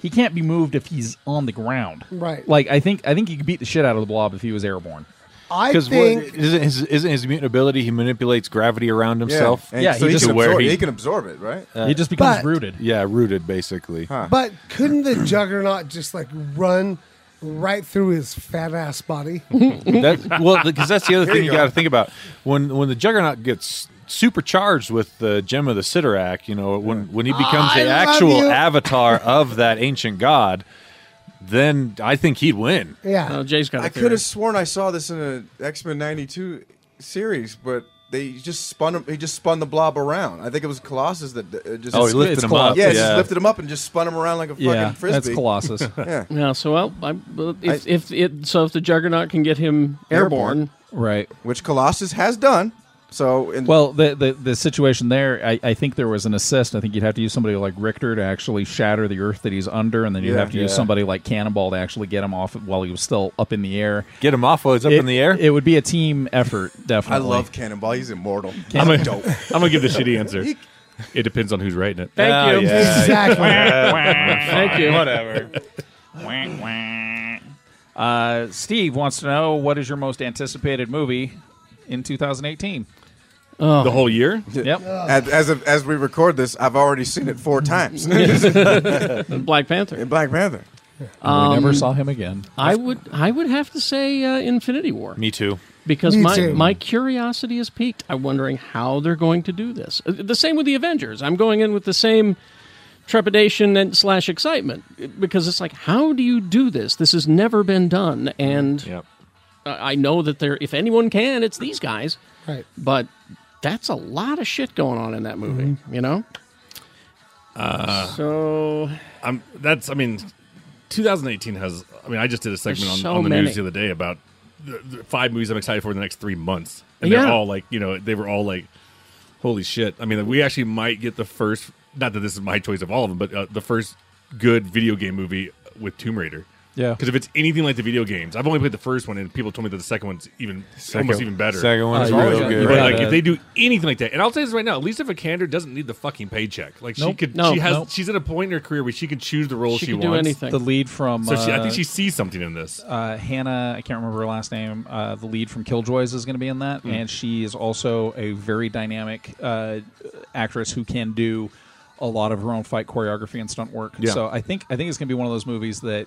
he can't be moved if he's on the ground. Right. Like I think I think you could beat the shit out of the Blob if he was airborne. I Because think isn't his, isn't his mutant ability? He manipulates gravity around himself. Uh, and Yeah, so he he just can absorb- he can absorb it, right? He just becomes But- rooted. Yeah, rooted basically. But couldn't the juggernaut just like run right through his fat ass body? that, well, because that's the other Here thing you you go. got to think about when when the Juggernaut gets supercharged with the gem of the Sidorak. You know, when when he becomes I the love actual you. avatar of that ancient god, then I think he'd win. Yeah. No, Jay's got. a I could theory. have sworn I saw this in an X Men '92 series, but they just spun him. He just spun the blob around. I think it was Colossus that uh, just Oh, he lifted It's him up, Colossus. Yeah, just yeah. lifted him up and just spun him around like a fucking frisbee. yeah. Yeah. So well, I, well, if, if it so if the Juggernaut can get him airborne, right? Which Colossus has done. So, in, Well, the, the the situation there, I, I think there was an assist. I think you'd have to use somebody like Richter to actually shatter the earth that he's under, and then you'd Yeah. have to use Yeah. somebody like Cannonball to actually get him off while he was still up in the air. Get him off while he's up in the air. It would be a team effort, I definitely. love Cannonball. He's immortal. I'm gonna, He's dope. I'm gonna give the shitty answer. He- It depends on who's writing it. Thank Oh, you. yeah. Exactly. Thank you. Whatever. Uh, Steve wants to know what is your most anticipated movie in 2018? Oh. The whole year? Yep. As as, of, as we record this, I've already seen it four times. Black Panther. Black Panther. Um, again. I would I would have to say uh, Infinity War Me too. because Me my too. my curiosity is piqued. I'm wondering how they're going to do this. Uh, The same with the Avengers. I'm going in with the same trepidation and slash excitement uh, because it's like, how do you do this? This has never been done, and I I know that there. If anyone can, it's these guys. Right. But that's a lot of shit going on in that movie. Mm-hmm. You know. Uh, so I'm that's I mean 2018 has I mean I just did a segment on, There's so on the many. news the other day about the, the five movies I'm excited for in the next 3 months and Yeah. they're all like you know they were all like holy shit I mean we actually might get the first not that this is my choice of all of them but uh, the first good video game movie with Tomb Raider Yeah. because if it's anything like the video games, I've only played the first one, and people told me that the second one's even Second- almost even better. second one Uh, one is Oh, real yeah. good. But Yeah. like, if they do anything like that, and I'll tell you this right now, Lisa Vikander doesn't need the fucking paycheck. Like she Nope. could, No, she has, nope. she's at a point in her career where she can choose the role she, can wants. The lead from So she, I uh, think she sees something in this. Uh, Hannah, I can't remember her last name. Uh, the lead from Killjoys is going to be in that, Mm. and she is also a very dynamic uh, actress who can do a lot of her own fight choreography and stunt work. Yeah. So I think I think it's going to be one of those movies that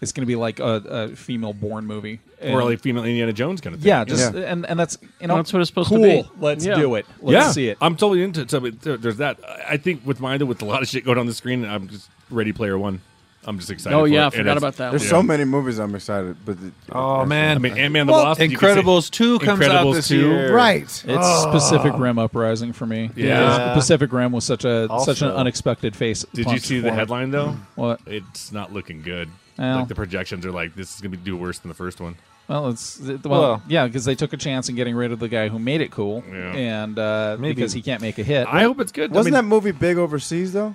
it's going to be like a, a female born movie, Or And- like female Indiana Jones kind of thing. Yeah, just and and that's you know That's what it's supposed cool. to be. Let's Yeah. do it. Let's yeah. see it. I'm totally into it. So but there- there's that. I I think with mine, though, with a lot of shit going on the screen, I'm just ready player one. I'm just excited. Oh, for it. And it's- There's Oh, Yeah. so many movies I'm excited, but the, Oh, man. I mean, Ant Man and the Well, Wasp. you could say- Incredibles 2 comes out Incredibles this 2. year. Right. It's Ah. Oh. Pacific Rim uprising for me. Yeah. Because Pacific Rim was such a uh, such an Also- unexpected face. Did you punch see for the it. headline though? What? It's not looking good. Well. Like the projections are like this is gonna be do worse than the first one. Well, it's th- well, Well- yeah, because they took a chance in getting rid of the guy who made it cool, and uh, Maybe. because he can't make a hit. I hope it's good. I Wasn't mean- that movie big overseas though?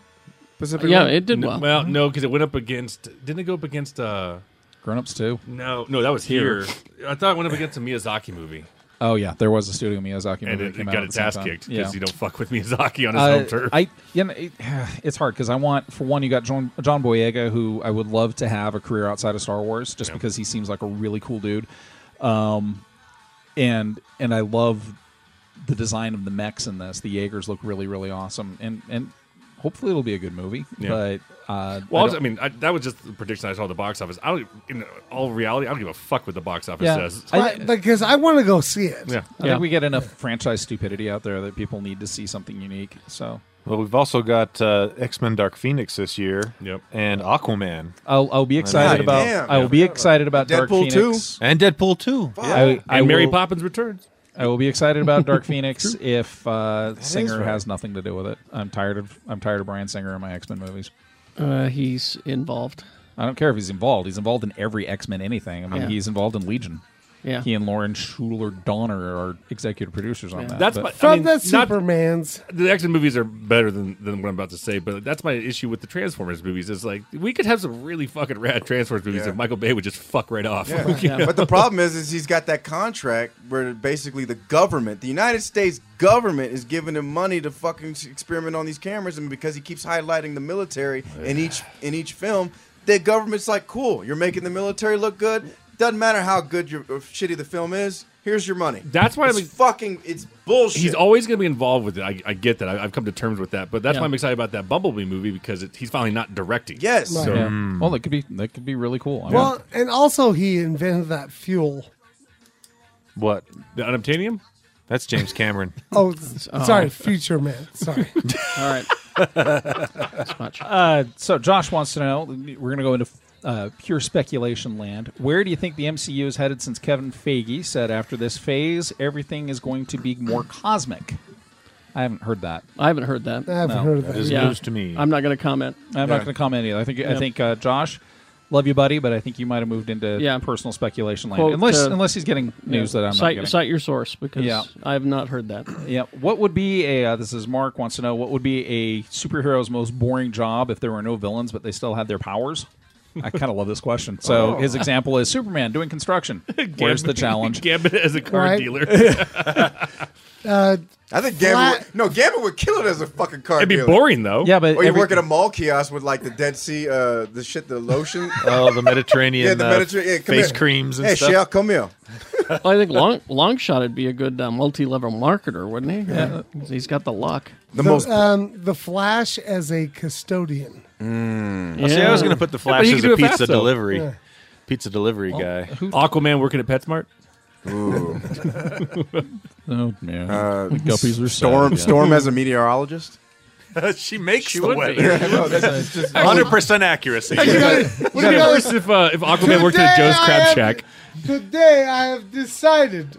Pacific Rim? No- Well, no, because it went up against. Didn't it go up against? uh Grown Ups too. No, no, that was here. Here. I thought it went up against a Miyazaki movie, Oh yeah, there was a Studio Miyazaki movie. and that it, came it out got at its the same ass time. kicked because Yeah. you don't fuck with Miyazaki on his Uh, home turf. I, you know, it- it's hard because I want, for one, you got John, John Boyega, who I would love to have a career outside of Star Wars, just because he seems like a really cool dude, um, and and I love the design of the mechs in this. The Jaegers look really, really awesome, and and hopefully it'll be a good movie. Yeah. But uh, well, I, don't- mean, I, that was just the prediction I saw at the box office. I don't, in all reality, I don't give a fuck what the box office Yeah. says. because I want to go see it. I think we get enough franchise stupidity out there that people need to see something unique. So Well, we've also got uh, X Men Dark Phoenix this year. Yep. And Aquaman. I'll, I'll be excited mean, about. I will be excited about Dark Phoenix. And Deadpool 2. I, I and Mary will- Poppins returns. I will be excited about Dark Phoenix if uh, Singer has nothing to do with it. I'm tired of I'm tired of Brian Singer in my X Men movies. Uh, he's involved. I don't care if he's involved. He's involved in every X Men anything. I mean, Yeah. he's involved in Legion. Yeah. He and Lauren Schuler Donner are executive producers on Yeah. that. That's but- my- From I mean, the not- Superman's. The X Men movies are better than, than what I'm about to say, but that's my issue with the Transformers movies. Is like we could have some really fucking rad Transformers movies Yeah. if Michael Bay would just fuck right off. Yeah. You know? But the problem is, is he's got that contract where basically the government, the United States government, is giving him money to fucking s- experiment on these cameras, and because he keeps highlighting the military in each in each film, the government's like, "Cool, you're making the military look good. Doesn't matter how good your or shitty the film is. Here's your money." That's why I it's mean- fucking it's bullshit. He's always going to be involved with it. I, I get that. I, I've come to terms with that. But that's Yeah. why I'm excited about that Bumblebee movie because it, he's finally not directing. Yes. So, hmm. Yeah. Well, that could be that could be really cool. I Well, and also he invented that fuel. What? The unobtainium? That's James Cameron. Oh, s- Oh. sorry, future man. Sorry. All right. Uh, so Josh wants to know. We're going to go into uh, pure speculation land. Where do you think the MCU is headed since Kevin Feige said after this phase everything is going to be more cosmic? I haven't heard that. I haven't heard that. I haven't heard of that. That is Yeah. news to me. I'm not going to comment. I'm not going to comment either. I think I Yeah. think uh, Josh, love you, buddy, but I think you might have moved into Yeah. personal speculation land. Quote, unless uh, unless he's getting news yeah, that I'm cite, not getting. Cite your source because Yeah. I have not heard that. Yeah. What would be a? Uh, this is Mark wants to know what would be a superhero's most boring job if there were no villains but they still had their powers. I kind of love this question. So Oh. his example is Superman doing construction. Where's the challenge? Gambit as a car Right. dealer. Uh, I think Gambit. Would, no, Gambit would kill it as a fucking car. It'd be dealer. boring, though. Yeah, but or you every- work at a mall kiosk with like the Dead Sea, uh, the shit, the lotion. Oh, the Mediterranean, yeah, the uh, Mediterranean yeah, come face here. creams and hey, stuff. Shell, come here. well, I think long long shot would be a good uh, multi level marketer, wouldn't he? Yeah. he's got the luck. the um, the Flash as a custodian. hmm. I See, I was going to put the Flash as a pizza delivery, Yeah. pizza delivery Well, guy. Aquaman working at PetSmart. Ooh. oh man, Uh, Oh, The guppies are sad Storm. again. Storm as a meteorologist. she makes She the would weather. be. Yeah, no, that's just- Hundred percent accuracy. Hey, you gotta- Would've been worse if, uh, if Aquaman worked at Joe's Today I Crab have- Shack. Today I have decided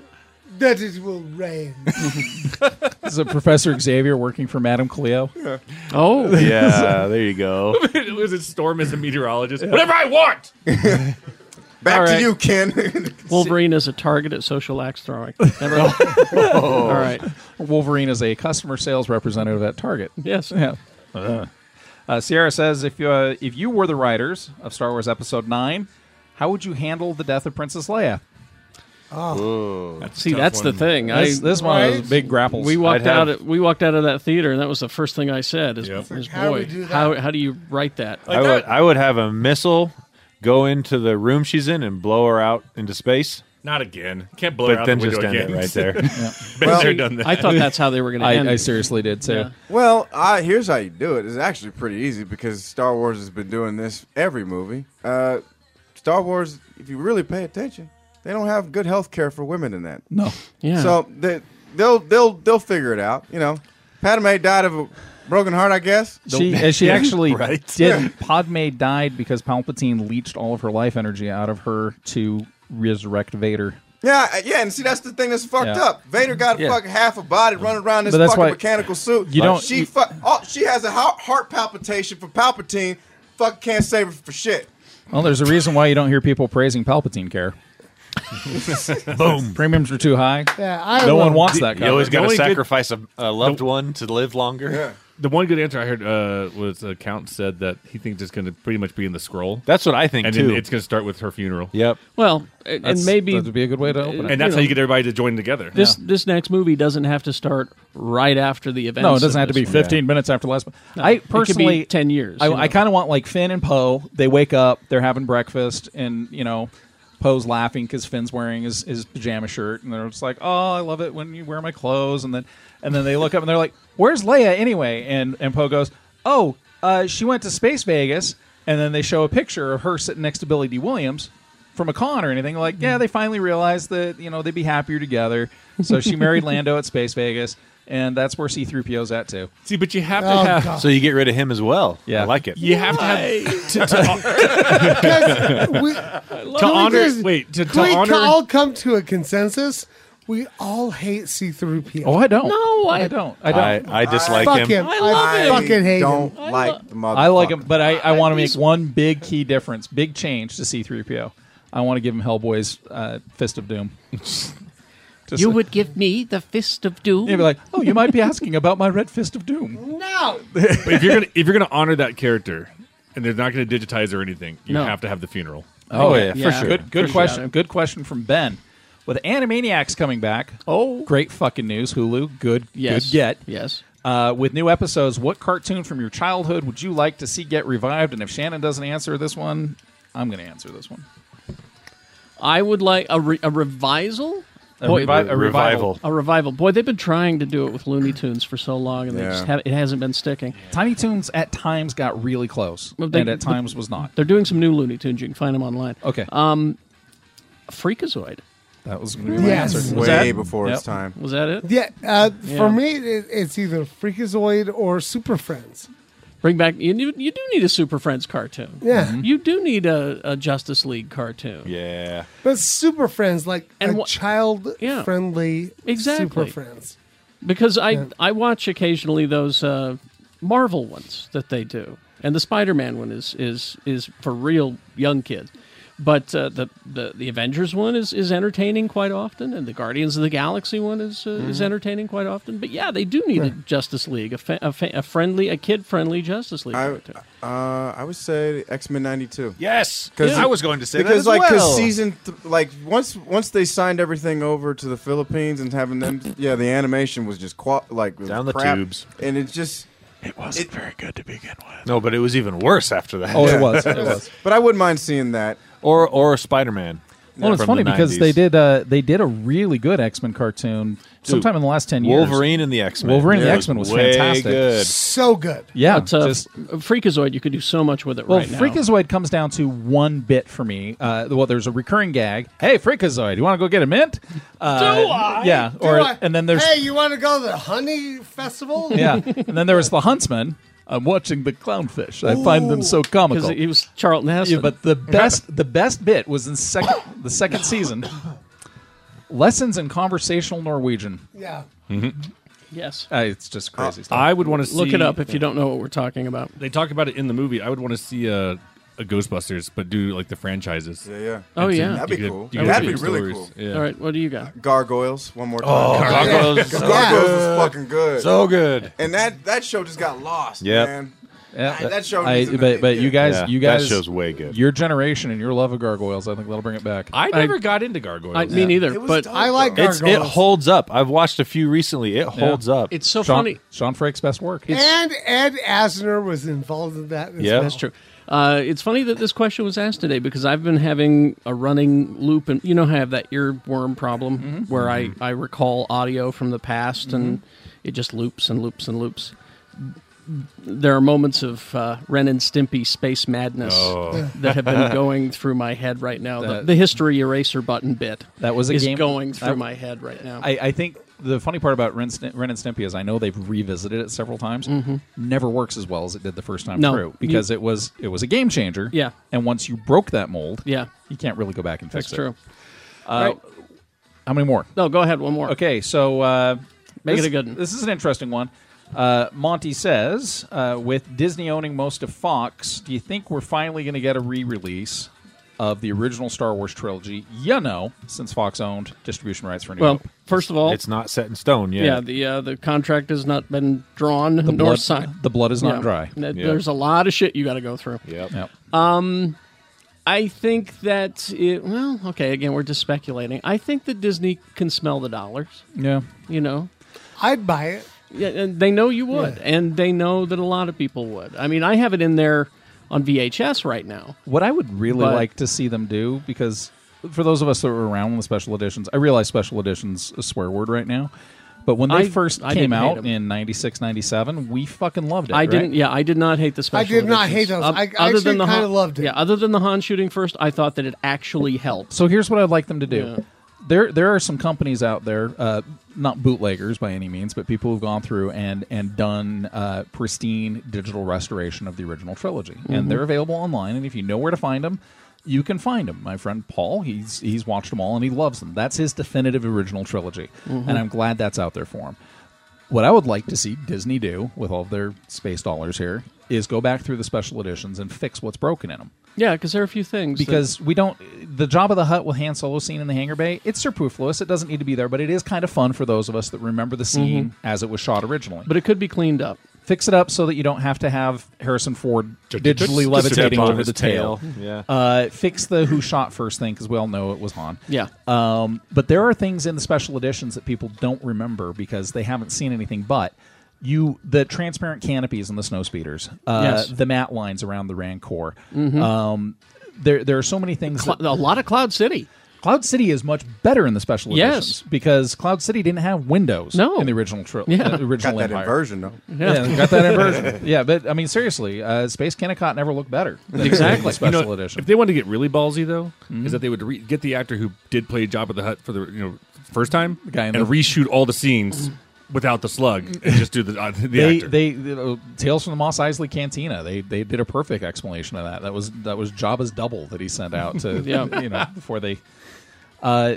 that it will rain. This is a Professor Xavier working for Madame Cleo. Yeah. Oh. Yeah, there you go. was it Storm as a meteorologist? Whatever I want. All right. Ken. Wolverine is a target at social axe throwing. Never Oh. All right. Wolverine is a customer sales representative at Target. Yes. Yeah. Uh, Sierra says, if you uh, if you were the writers of Star Wars Episode Nine, how would you handle the death of Princess Leia? See, that's the thing. Ah. This, I, this one is big grapples. We walked out. Of, we walked out of that theater, and that was the first thing I said. Is, is How do we boy, do that? how how do you write that? I would I would have a missile go into the room she's in and blow her out into space. Not again. Can't blow but her out then the just window end again. it right there. Been there, done that. I- end I it. seriously did, too. Yeah. Well, I, here's how you do it. It's actually pretty easy because Star Wars has been doing this every movie. Uh, Star Wars, if you really pay attention, they don't have good health care for women in that. No. Yeah. So they, they'll they'll they'll figure it out. You know, Padme died of a broken heart, I guess. She and she actually Yeah. did. Padme died because Palpatine leached all of her life energy out of her to resurrect Vader. Yeah, I- yeah, and see that's the thing that's fucked Yeah. up. Vader got Yeah. fucking half a body running around this But that's fucking why- mechanical suit. You don't- She you- fu- oh, she has a heart, heart palpitation for Palpatine. Fuck, can't save her for shit. Well, there's a reason why you don't hear people praising Palpatine care. Boom. Premiums are too high. Yeah, no one wants that. You always got coverage. to only good- sacrifice a, a loved one to live longer. The one good answer I heard uh, was uh, Count said that he thinks it's going to pretty much be in the scroll. That's what I think, and too. Then it's going to start with her funeral. Yep. Well, and, and That's- maybe that would be a good way to open it. And that's how you get everybody to join together. This this next movie doesn't have to start right after the event. No, it doesn't have to be 15 minutes after last. No, I it could be personally 10 years, I, you know. I kind of want like Finn and Poe. They wake up, they're having breakfast, and you know, Poe's laughing because Finn's wearing his, his pajama shirt, and they're just like, "Oh, I love it when you wear my clothes." And then, and then they look up and they're like, "Where's Leia anyway?" And and Poe goes, "Oh, uh, she went to Space Vegas." And then they show a picture of her sitting next to Billy D. Williams from a con or anything. Like, Mm-hmm. yeah, they finally realized that you know they'd be happier together. So she married Lando at Space Vegas, and that's where C-3PO's at too. See, but you have to Oh, have- God. So you get rid of him as well. Yeah. I like it. You have to have to, Because we- to Can we honor. just- wait, to, can to we honor. all come to a consensus. We all hate see through people. Oh, I don't. No, I don't. I don't. I, I dislike Fuck him. him. I love him. fucking hate don't him. like the mother. I like him, but I, I want to make one big key difference, big change to C-3PO. I want to give him Hellboy's uh, Fist of Doom. Just You would give me the fist of doom. You'd be like, oh, you might be asking about my Red Fist of Doom. No. but if you're gonna if you're gonna honor that character, and they're not gonna digitize or anything, you No. have to have the funeral. Oh yeah, for sure. Good, good For sure. question. Good question from Ben. With Animaniacs coming back, oh, great fucking news, Hulu. Good, Yes. good get. Yes. Uh, with new episodes, what cartoon from your childhood would you like to see get revived? And if Shannon doesn't answer this one, I'm going to answer this one. I would like a, re- a revisal. A revi- a revival. A revival. Boy, they've been trying to do it with Looney Tunes for so long, and they Yeah. just have, it hasn't been sticking. Tiny Toons at times got really close, Well, they- and at times was not. They're doing some new Looney Tunes. You can find them online. Okay. Um, Freakazoid. That was be my Yes. answer. Way before its time. Was that it? Yeah, uh, Yeah. for me, it, it's either Freakazoid or Super Friends. Bring back you. You you do need a Super Friends cartoon. Yeah. Mhm. You do need a, a Justice League cartoon. Yeah. But Super Friends, like And a wha- child-friendly Exactly. Super Friends. Because I Yeah. I watch occasionally those uh, Marvel ones that they do, and the Spider Man one is is is for real young kids. But uh, the, the the Avengers one is, is entertaining quite often, and the Guardians of the Galaxy one is uh, is Mhm. entertaining quite often. But yeah, they do need a Justice League, a, fa- a, fa- a friendly, a kid friendly Justice League. I, cartoon. uh, I would say X Men '92. Yes, Yeah. I was going to say that because as like well. season th- like once once they signed everything over to the Philippines and having them yeah the animation was just qua- like was Down the crap. tubes. and it just It wasn't very good to begin with. No, but it Oh, was even worse after that. Yeah. but I wouldn't mind seeing that Or or Spider Man. Well, it's From funny the because 90s. they did uh, they did a really good X Men cartoon sometime in the last ten years. Wolverine and the X-Men. Wolverine and Yeah, the it X Men was way fantastic. good. So good. Yeah, But, uh, just- Freakazoid, you could do so much with it Well, right now. Freakazoid comes down to one bit for me. Uh, well, there's a recurring gag. Hey, Freakazoid, you want to go get a mint? Uh, Do I? Yeah. Do Or I? and then there's Hey, you want to go to the honey festival? yeah, and then there was the Huntsman. I'm watching the clownfish. I find them so comical. 'Cause he was Charlton Heston. Yeah, but the best the best bit was in second the second season. Lessons in conversational Norwegian. Yeah. Mm-hmm. Yes. Uh, it's just crazy stuff. I would want to Look it up if you don't know what we're talking about. They talk about it in the movie. I would want to see a, a Ghostbusters, but do like the franchises. Yeah, yeah. Oh, And see- yeah. you That'd be could- cool. you could That'd do be really stories. cool. Uh, Yeah. All right, what do you got? Gargoyles, one more time. Oh, Gargoyles is so Gargoyles was good. fucking good. So good. And that that show just got lost, Yep. man. Yeah, I- that show. I, needs but another- but you guys, Yeah, you that guys, show's way good. Your generation and your love of gargoyles, I think that'll bring it back. I never got into Gargoyles. I, me neither. but I like It's, gargoyles. it holds up. I've watched a few recently. It holds up. It's so Sean, funny. Sean Frake's best work. and Ed Asner was involved in that. As Yeah. well. That's true. Uh, it's funny that this question was asked today because I've been having a running loop, and you know, I have that earworm problem Mm-hmm. where I, I recall audio from the past and it just loops and loops and loops. There are moments of uh, Ren and Stimpy space madness that have been going through my head right now. The, Oh. That- the history eraser button bit That was a is game- going through that- my head right now. I, I think the funny part about Ren, Stim- Ren and Stimpy is I know they've revisited it several times. Never works as well as it did the first time Mm-hmm. No. through because it was it was a game changer. Yeah. and once you broke that mold, yeah, you can't really go back and fix that's it. true. Uh, How many more? No, go ahead. One more. Okay, so uh, Make it this- a good one. This is an interesting one. Uh, Monty says, uh, with Disney owning most of Fox, do you think we're finally going to get a re-release of the original Star Wars trilogy? You know, since Fox owned distribution rights for New Well, Hope. first of all, It's not set in stone yet. Yeah, the uh, the contract has not been drawn The nor blood, signed. the blood is not Yeah. dry. That- Yeah. There's a lot of shit you got to go through. Um, Yep. Yep. I think that it, well, okay, again, we're just speculating. I think that Disney can smell the dollars. Yeah. You know, I'd buy it. yeah, and they know you would, and they know that a lot of people would. I mean, I have it in there on VHS right now. What I would really But- like to see them do, because for those of us that were around when the special editions, I realize special editions a swear word right now, but when they I- first I came didn't hate out 'em. in 96, 97, we fucking loved it. I right? didn't. Yeah, I did not hate the special. I did not hate editions. those. I- I actually the kinda Han- loved it. Yeah, other than the Han shooting first, I thought that it actually helped. So here's what I'd like them to do. Yeah. There, there are some companies out there, uh, not bootleggers by any means, but people who've gone through and and done uh, pristine digital restoration of the original trilogy, and they're available online. And if you know where to find them, you can find them. My friend Paul, he's he's watched them all and he loves them. That's his definitive original trilogy, and I'm glad that's out there for him. What I would like to see Disney do with all of their space dollars here is go back through the special editions and fix what's broken in them Yeah, because there are a few things that- because we don't the job of the hut with Han Solo scene in the hangar bay. It's superfluous. It doesn't need to be there, but it is kind of fun for those of us that remember the scene as it was shot originally. But but it could be cleaned up. fix it up so that you don't have to have Harrison Ford digitally just levitating step on over his the tail. tail. Hmm, Yeah. Uh, fix the who shot first thing because we all know it was Han. Yeah. Um, but there are things in the special editions that people don't remember because they haven't seen anything but you the transparent canopies on the snow speeders, uh, Yes. Mm-hmm. the matte lines around the Rancor. Um, there, there are so many things. Cl- that- a lot of Cloud City. Cloud City is much better in the special Yes. editions because Cloud City didn't have windows No. in the original tri- Yeah. uh, original got that Empire. inversion though. Yeah, got that inversion. yeah, but I mean seriously, uh, Space Kennecott never looked better. than it did in the Exactly. special You know, edition. If they wanted to get really ballsy, though, is that they would re- get the actor who did play Job of the Hut for the you know first time guy in and the- reshoot all the scenes Mm-hmm. without the slug and just do the uh, the they, actor. they, you know, Tales from the Moss Isley Cantina. They they did a perfect explanation of that. That was that was Jabba's double that he sent out to Yeah. you know before they. Uh,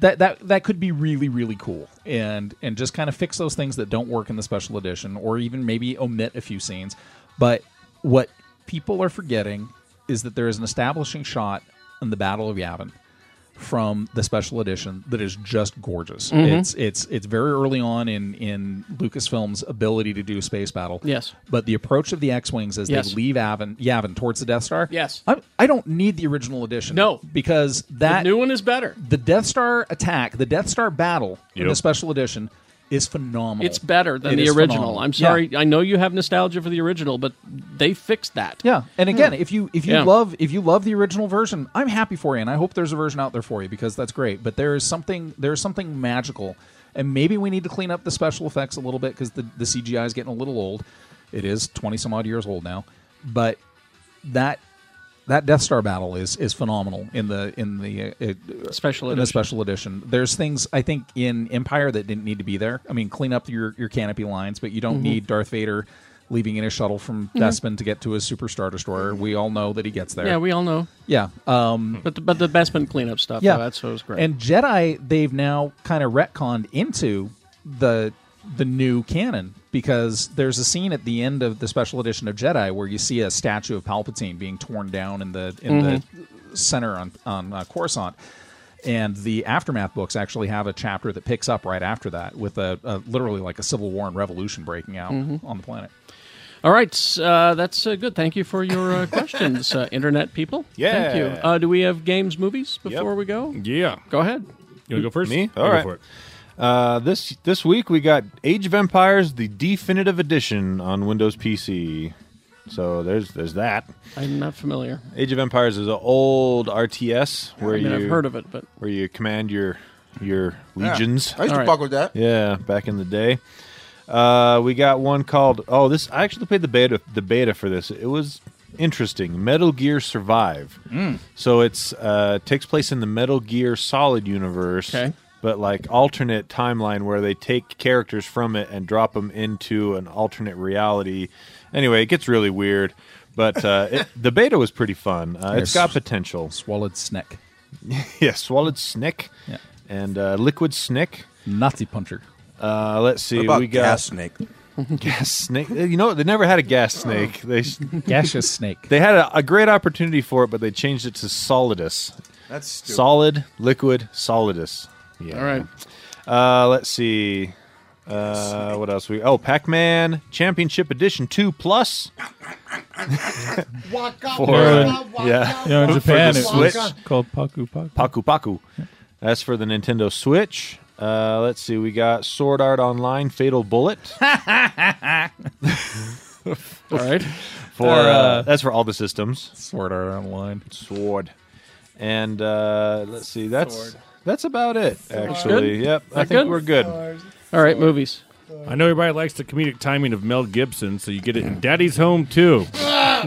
that that that could be really really cool, and and just kind of fix those things that don't work in the special edition, or even maybe omit a few scenes. But what people are forgetting is that there is an establishing shot in the Battle of Yavin from the special edition that is just gorgeous. It's it's it's very early on in in Lucasfilm's ability to do space battle. Yes. but the approach of the X wings as Yes. they leave Avon, Yavin towards the Death Star. Yes. I'm, I don't need the original edition. No. because that the new one is better. the Death Star attack, the Death Star battle in Yep. the special edition is phenomenal. It's better than It the is original. phenomenal. I'm Yeah. sorry. I know you have nostalgia for the original, but they fixed that. Hmm. Yeah, and again, if you if you Yeah. love if you love the original version, I'm happy for you, and I hope there's a version out there for you because that's great. But there is something there is something magical, and maybe we need to clean up the special effects a little bit because the the CGI is getting a little old. It is twenty some odd years old now, but that that Death Star battle is is phenomenal in the in the uh, uh, Special in edition. the special edition. There's things I think in Empire that didn't need to be there. I mean, clean up your your canopy lines, but you don't Mhm. need Darth Vader leaving in a shuttle from Mhm. Bespin to get to his super star destroyer. We all know that he gets there. Yeah, we all know. Yeah, um, but the, but the Bestman cleanup stuff. yeah, though, that's what was great. And Jedi, they've now kind of retconned into the the new canon because there's a scene at the end of the special edition of Jedi where you see a statue of Palpatine being torn down in the in Mm-hmm. the center on on uh, Coruscant. And the aftermath books actually have a chapter that picks up right after that, with a, a literally like a civil war and revolution breaking out Mhm. on the planet. All right, uh, that's uh, good. Thank you for your uh, questions, uh, internet people. Yeah. Thank you. Uh, do we have games, movies before we go? Yeah. Go ahead. You wanna go first? Me? You All go right. for it. Uh, this this week we got Age of Empires: The Definitive Edition on Windows PC. So there's there's that. I'm not familiar. Age of Empires is an old RTS where I mean, you I've heard of it, but where you command your your Yeah. legions. I used to All right. fuck with that. Yeah, back in the day. Uh, we got one called oh this I actually played the beta the beta for this. It was interesting. Metal Gear Survive. Hmm. Mm. So it's uh, takes place in the Metal Gear Solid universe, but like alternate timeline where they take characters from it and drop them into an alternate reality. Anyway, it gets really weird, but uh, it, the beta was pretty fun. Uh, it's Yes. got potential. Swallowed Snick. yeah, Swallowed Snick. Yeah. And uh, Liquid Snick. Nazi Puncher. Uh, let's see. What about we got Gas Snake? gas snake. You know, they never had a gas snake. They Oh. Gaseous snake. They had a, a great opportunity for it, but they changed it to solidus. That's stupid. solid, liquid, solidus. Yeah. All right. Uh, let's see. Uh, what else we? Oh, Pac-Man Championship Edition Two Plus. for uh, yeah, Yeah, in for the Japan it was Switch. called Paku Paku. Paku Paku. That's for the Nintendo Switch. Uh, let's see, we got Sword Art Online Fatal Bullet. All right. For uh, Uh, that's for all the systems. Sword Art Online. Sword. And uh, let's see, that's that's about it. Actually, Good? yep. I think That good? we're good. All right, movies. I know everybody likes the comedic timing of Mel Gibson, so you get it in Daddy's Home too. I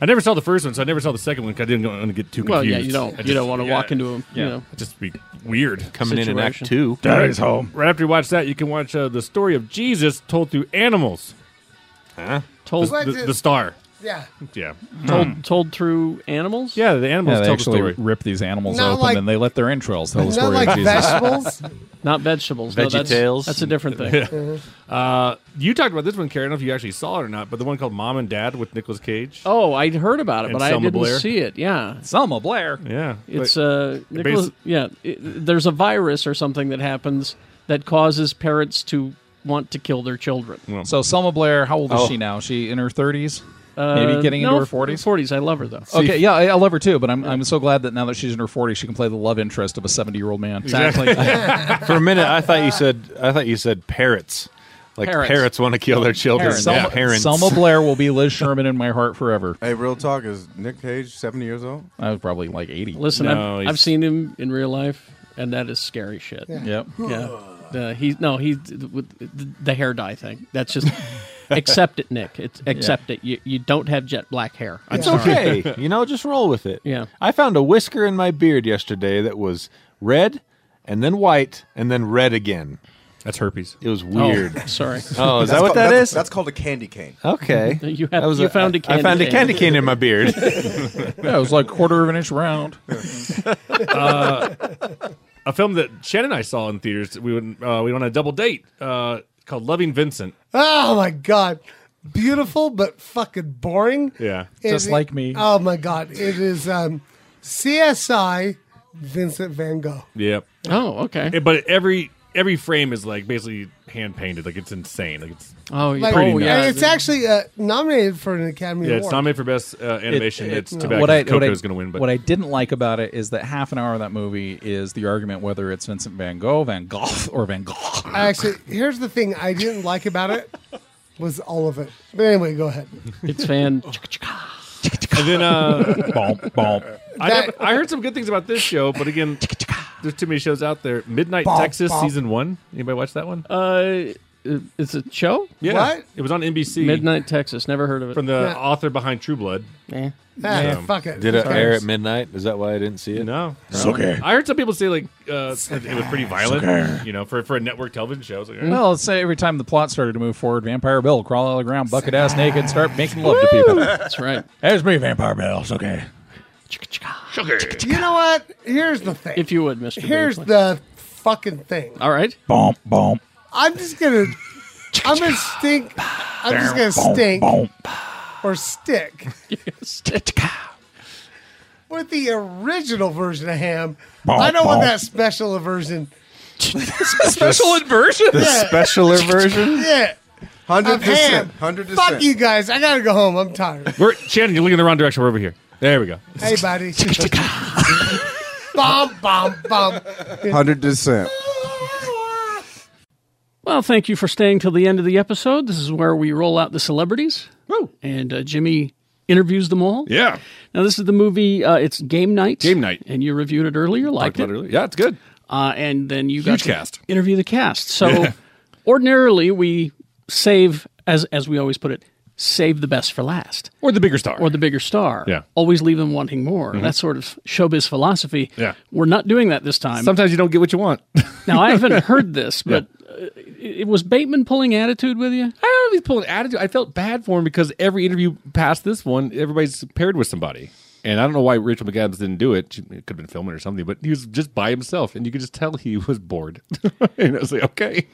never saw the first one, so I never saw the second one because I didn't want to get too confused. Well, yeah, you don't- I you don't wanna walk into a- you Yeah, know, It'd just be weird Coming in in Act situation. Two. Daddy's Home. Right after you watch that, you can watch uh, the story of Jesus told through animals. Huh? Told What the, is- the star. Yeah. Yeah. Told, told through animals. Yeah, the Yeah, animals they tell the actually story. rip these animals Not open like- and they let their entrails tell the story of Jesus. Not vegetables. No, that's, VeggieTales. That's a different thing. Yeah. Uh, you talked about this one, Karen. I don't know if you actually saw it or not, but the one called Mom and Dad with Nicolas Cage. Oh, I'd heard about it, And but I Selma didn't Blair. see it. Yeah, Selma Blair. Yeah, it's But- uh, It Nicholas, basi- yeah. It, there's a virus or something that happens that causes parents to want to kill their children. So Selma Blair, how old is Oh. she now? She in her thirties, Uh, maybe getting no, into her forties. Forties. I love her though. Okay, yeah, I, I love her too, but I'm, I'm so glad that now that she's in her forties, she can play the love interest of a seventy year old man. Exactly. for a minute, I thought you said I thought you said parrots. Like Parrots. parrots, want to kill their children. Yeah, Selma, parents. Selma Blair will be Liz Sherman in my heart forever. Hey, real talk is Nick Cage seventy years old? I was probably like eighty. Listen, No, I've, he's- I've seen him in real life, and that is scary shit. Yeah. Yep. Yeah. Uh, he no he with the- the hair dye thing. That's just accept it, Nick. It's accept it. You you don't have jet black hair. I'm it's sorry. okay. you know, just roll with it. Yeah. I found a whisker in my beard yesterday that was red and then white and then red again. That's herpes. It was weird. Oh, sorry. Oh, is that what that is? That's called a candy cane. Okay. You have- That was you found a candy I found a cane. candy cane in my beard. yeah, it was like quarter of an inch round. uh, a film that Shannon and I saw in theaters. We went uh, we went on a double date uh, called Loving Vincent. Oh my god, beautiful but fucking boring. Yeah. It- Just like me. Oh my god, it is um, CSI Vincent Van Gogh. Yep. Oh, okay. But every every frame is like basically hand painted. Like it's insane. Like it's Oh, Like, pretty and nuts. it's actually uh, nominated for an Academy yeah, Award. it's nominated for best uh, animation. It- it's it- too bad what I- 'cause what I- Coco is going to win, but what I didn't like about it is that half an hour of that movie is the argument whether it's Vincent Van Gogh, Van Gogh, or Van Gogh. I actually, here's the thing I didn't like about it was all of it. But anyway, go ahead. It's fan. and then uh, Bump, bump. I, never- I heard some good things about this show, but again, there's too many shows out there. Midnight Bop, Texas bop. season one. Anybody watch that one? Uh, it's a show. Yeah, it was on NBC. Midnight Texas. Never heard of it. from the Yeah. author behind True Blood. Yeah. Ah, fuck it. Did it Sorry. air at midnight? Is that why I didn't see it? No. It's okay. I heard some people say like uh, that it was pretty violent. Okay. You know, for for a network television show. I was like, eh. Well, let's say every time the plot started to move forward, Vampire Bill crawl out of the ground, bucket ass naked, and start making love to people. That's right. There's me, Vampire Bill. It's okay. You know what? Here's the thing. If you would, Mister. Here's the fucking thing. All right. Bump, bump. I'm just gonna, I'm gonna stink. I'm just gonna stink or stick with the original version of ham. Bonk, I don't want bonk. that special version. Special version. The specialer version. Yeah. Of ham. 100%. 100%. Fuck you guys. I gotta go home. I'm tired. we're Shannon, you're looking in the wrong direction. We're over here. There we go. Hey, buddy. bomb, bomb, bomb. Hundred percent. Well, thank you for staying till the end of the episode. This is where we roll out the celebrities. And uh, Jimmy interviews them all. Yeah. Now, this is the movie, uh, it's Game Night. Game Night. And you reviewed it earlier, liked it. about it earlier. Yeah, it's good. Uh, and then you got Huge to cast. interview the cast. So, Yeah. ordinarily, we save, as, as we always put it, save the best for last. Or the bigger star. Or the bigger star. Yeah. Always leave them wanting more. Mhm. That sort of showbiz philosophy. Yeah. We're not doing that this time. Sometimes you don't get what you want. Now I haven't heard this, but uh, it it was Bateman pulling attitude with you. I don't know if he's pulling attitude. I felt bad for him because every interview past this one, everybody's paired with somebody. And I don't know why Rachel McAdams didn't do it. She, it could have been filming or something, but he was just by himself, and you could just tell he was bored. and I was like, okay.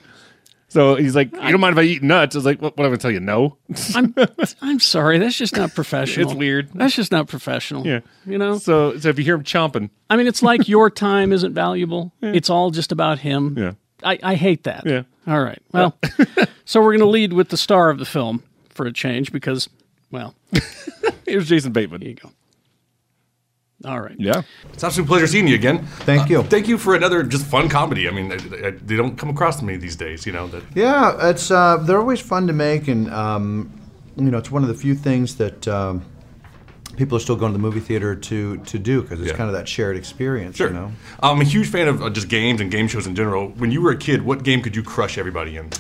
So he's like, you don't mind if I eat nuts? I was like, what, what am I going to tell you? No. I'm I'm sorry. That's just not professional. It's weird. That's just not professional. Yeah. You know. So so if you hear him chomping, I mean, it's like your time isn't valuable. It's all just about him. Yeah. I, I hate that. Yeah. All right. Well, so we're going to lead with the star of the film for a change because, well, here's Jason Bateman. Here you go. All right. Yeah. It's an absolute pleasure seeing you again. Uh, Thank you. Thank you for another just fun comedy. I mean, I, I, they don't come across to me these days, you know. That Yeah, it's uh, they're always fun to make, and um, you know, it's one of the few things that um, people are still going to the movie theater to to do because it's Yeah. kind of that shared experience. sure. You know, I'm a huge fan of uh, just games and game shows in general. When you were a kid, what game could you crush everybody in?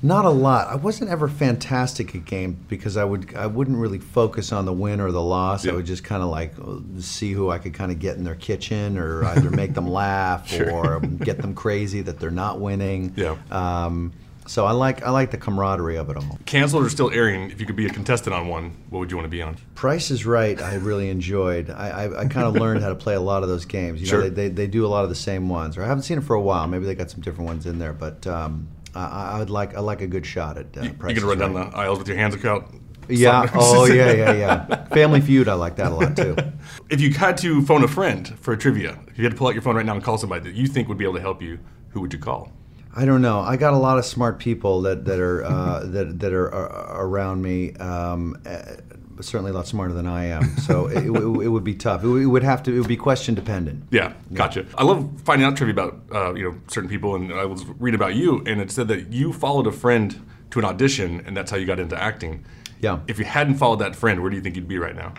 not a lot. I wasn't ever fantastic at game because I would I wouldn't really focus on the win or the loss. I would just kind of like uh, see who I could kind of get in their kitchen or either make them laugh Sure. or get them crazy that they're not winning. Yeah. Um, so I like I like the camaraderie of it all. Canceled or still airing? If you could be a contestant on one, what would you want to be on? Price is Right, I really enjoyed. I, I, I kind of learned how to play a lot of those games. You Sure. know, they, they, they do a lot of the same ones. Or I haven't seen it for a while. Maybe they got some different ones in there. But um, I- I, I would like I like a good shot at uh, Price. you is could run right. down the aisles with your hands out. Yeah. Oh yeah. Yeah. Yeah. Family Feud. I like that a lot too. If you had to phone a friend for trivia, if you had to pull out your phone right now and call somebody that you think would be able to help you, who would you call? I don't know. I got a lot of smart people that that are uh, that that are, are around me. Um, uh, certainly a lot smarter than I am. So it, it, would- it would be tough. It would- it would have to. It would be question dependent. Yeah, gotcha. I love finding out trivia about uh, you know certain people, and I was reading about you, and it said that you followed a friend to an audition, and that's how you got into acting. Yeah. If you hadn't followed that friend, where do you think you'd be right now?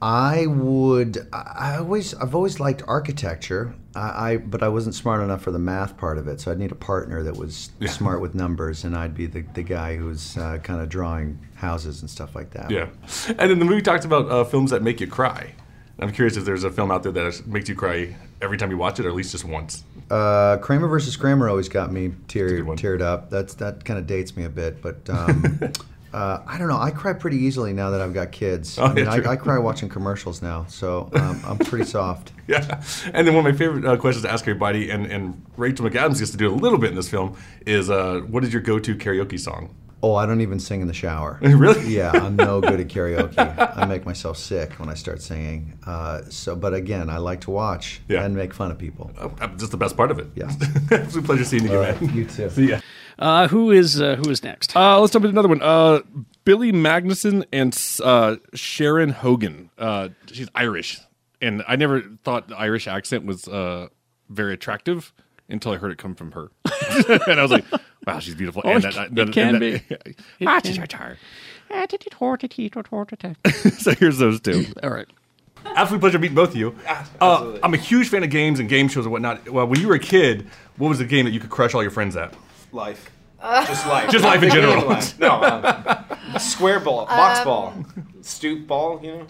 I would. I I always. I've always liked architecture. I, I but I wasn't smart enough for the math part of it, so I'd need a partner that was Yeah. smart with numbers, and I'd be the, the guy who's uh, kind of drawing houses and stuff like that. Yeah. And then the movie talks about uh, films that make you cry. And I'm curious if there's a film out there that makes you cry every time you watch it, or at least just once. Uh, Kramer versus Kramer always got me tear, teared up. That's that kind of dates me a bit, but um, uh, I don't know. I cry pretty easily now that I've got kids. Oh, I, mean, yeah, true. I, I cry watching commercials now, so um, I'm pretty soft. Yeah. And then one of my favorite uh, questions to ask everybody, and, and Rachel McAdams gets to do it a little bit in this film, is uh, what is your go-to karaoke song? Oh, I don't even sing in the shower. Really? Yeah, I'm no good at karaoke. I make myself sick when I start singing. Uh, so, but again, I like to watch and make fun of people. Uh, Just the best part of it. Yeah. Absolute pleasure seeing you, man. You too. See ya. Uh, who is uh, who is next? Uh, let's jump into another one. Uh, Billy Magnuson and uh, Sharon Hogan. Uh, she's Irish, and I never thought the Irish accent was uh, very attractive until I heard it come from her, and I was like, "Wow, she's beautiful." Oh, and it that, ca- it can be. It Ah, can- tar, tar. so here's those two. All right. Absolute pleasure meeting both of you. Ah, Uh, I'm a huge fan of games and game shows and whatnot. Well, when you were a kid, what was the game that you could crush all your friends at? Life. Just life. Just life in Big general. game life. No. um, square ball, box Um, ball, stoop ball. You know.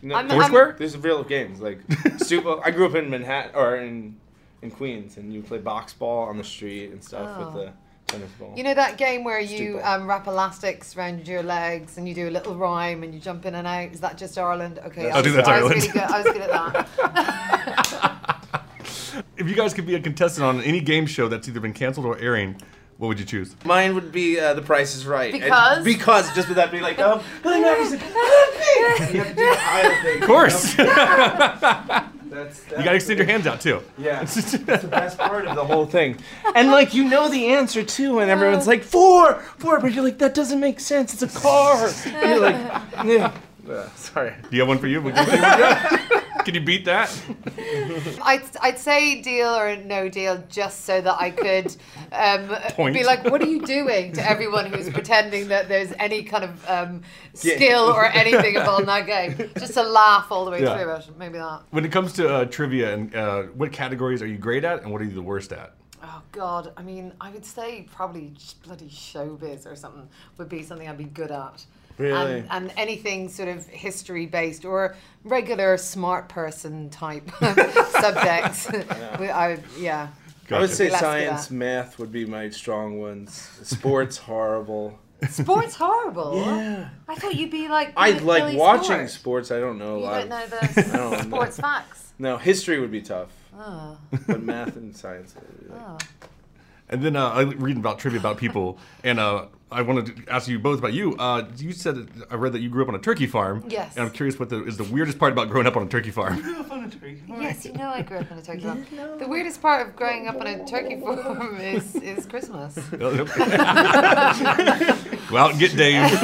No, I'm- there's- Foursquare? There's real games like stoop. ball. I grew up in Manhattan or in in Queens, and you play box ball on the street and stuff Oh. with the tennis ball. You know that game where you Stupid. um, wrap elastics around your legs and you do a little rhyme and you jump in and out? Is that just Ireland? Okay, Yes. I, I think was, that's I was Ireland. really good. I was good at that. If you guys could be a contestant on any game show that's either been canceled or airing, what would you choose? Mine would be uh, The Price is Right. And- Because? because just with that being like, um, Billy Madison. Of course. you gotta extend your hands out too. Yeah, that's the best part of the whole thing. And like you know the answer too, and everyone's like four, four, but you're like that doesn't make sense. It's a car. And you're like, yeah. Uh, sorry. Do you have one for you? Can you beat that? I'd, I'd say deal or no deal just so that I could um, Point. be like, what are you doing to everyone who's pretending that there's any kind of um, Yeah. skill or anything involved in that game? Just to laugh all the way Yeah. through it. Maybe that. When it comes to uh, trivia, and uh, what categories are you great at, and what are you the worst at? Oh, God. I mean, I would say probably just bloody showbiz or something would be something I'd be good at. Really? And, and anything sort of history based or regular smart person type subjects. We- I, yeah. I would say Let's do that. science, math would be my strong ones. Sports horrible. Sports horrible. Yeah. I thought you'd be like. I really- like really watching smart. sports. I don't know a You lot. don't know of- the I don't know. sports facts. No, history would be tough, Oh. but math and science. would be like- Oh. And then uh, I read about trivia about people, and uh, I wanted to ask you both about you. Uh, you said that- I read that you grew up on a turkey farm. Yes. And I'm curious what the, is the weirdest part about growing up on a turkey farm. Yes, you know I grew up in a turkey farm. The weirdest part of growing up on a turkey farm is, is Christmas. Oh, Go out and get Dave.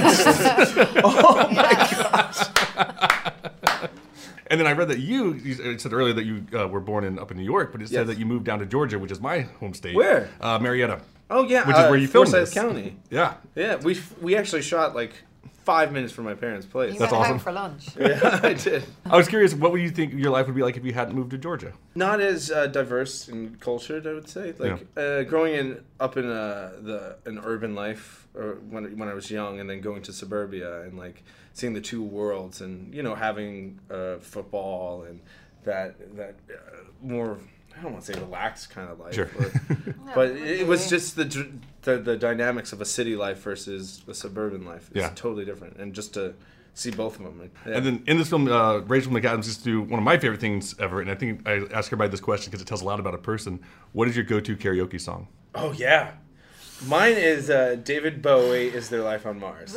Oh, my gosh. And then I read that you, you said earlier that you uh, were born in up in New York, but it said Yes. that you moved down to Georgia, which is my home state. Where? Uh, Marietta. Oh yeah, Which uh, is where you filmed Forsyth this. County. Yeah. Yeah, we we actually shot like five minutes from my parents' place. You went home for lunch. yeah, I did. I was curious, what would you think your life would be like if you hadn't moved to Georgia? Not as uh, diverse and cultured, I would say. Like uh, growing in up in uh, the an urban life, or when when I was young, and then going to suburbia and like seeing the two worlds, and you know having uh, football and that that uh, more I don't want to say relaxed kind of life, Sure. or- but it was just the, dr- the the dynamics of a city life versus a suburban life. It's Yeah. totally different, and just to see both of them. And then in this film, uh, Rachel McAdams used to do one of my favorite things ever, and I think I ask everybody this question because it tells a lot about a person. What is your go-to karaoke song? Oh yeah, mine is uh, David Bowie. Is their life on Mars?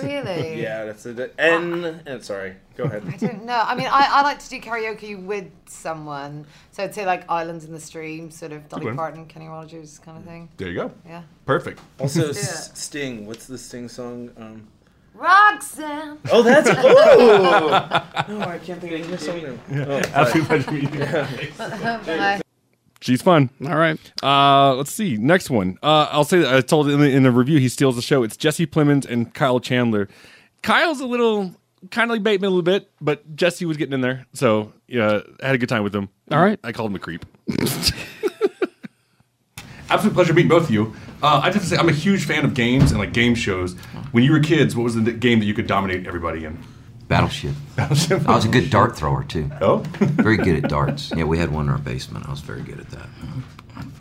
Really? yeah, that's the N. and sorry, go ahead. I don't know. I mean, I, I like to do karaoke with someone. So I'd say like Islands in the Stream, sort of Dolly one. Parton, Kenny Rogers kind of thing. There you go. Yeah. Perfect. Also, Let's do S- Sting. What's the Sting song? Um, Roxanne. oh, that's oh. no, I can't think of the song. um, Yeah, Oh, sorry. absolute pleasure meeting you. Bye. She's fun. All right. Uh, let's see. Next one. Uh, I'll say that I told in the, in the review he steals the show. It's Jesse Plemons and Kyle Chandler. Kyle's a little kind of like Bateman a little bit, but Jesse was getting in there. So yeah, I had a good time with him. All right. I called him a creep. Absolute pleasure meeting both of you. Uh, I just have to say, I'm a huge fan of games and like game shows. When you were kids, what was the game that you could dominate everybody in? Battleship. Battleship. I was a good dart thrower too. Oh, very good at darts. Yeah, we had one in our basement. I was very good at that.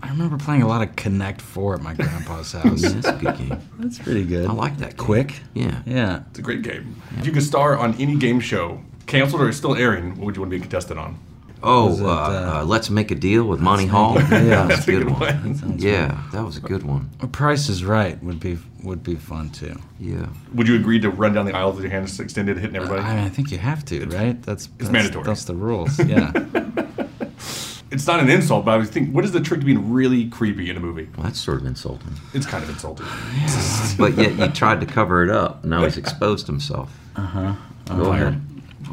I remember playing a lot of Connect Four at my grandpa's house. that's a good game. That's pretty good. I like that. Quick. Yeah. Yeah. It's a great game. If you could star on any game show, canceled or still airing, what would you want to be a contestant on? Oh, Was it, uh, uh, let's make a deal with Monty Hall. Yeah. that was a good That's a good one. one. Sounds Yeah, fun. that was a good one. A Price is Right would be would be fun too. Yeah. Would you agree to run down the aisle with your hands extended, hitting everybody? Uh, I mean, I think you have to, right? That's it's that's- mandatory. That's the rules. Yeah. it's not an insult, but I was thinking, what is the trick to being really creepy in a movie? Well, that's sort of insulting. It's kind of insulting. but yet you tried to cover it up. Now he's exposed himself. Uh Uh-huh. huh. Go ahead.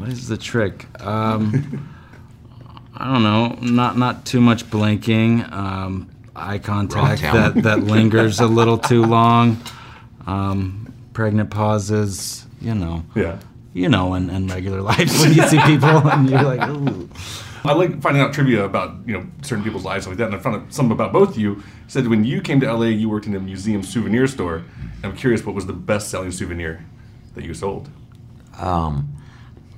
What is the trick? Um, I don't know. Not not too much blinking. Um, eye contact Wrong town. that that lingers a little too long. Um, pregnant pauses. You know. Yeah. You know, in, in regular life when you see people and you're like, ooh. I like finding out trivia about you know certain people's lives and like that. And I found out some about both of you. Said when you came to LA, you worked in a museum souvenir store. I'm curious, what was the best selling souvenir that you sold? Um,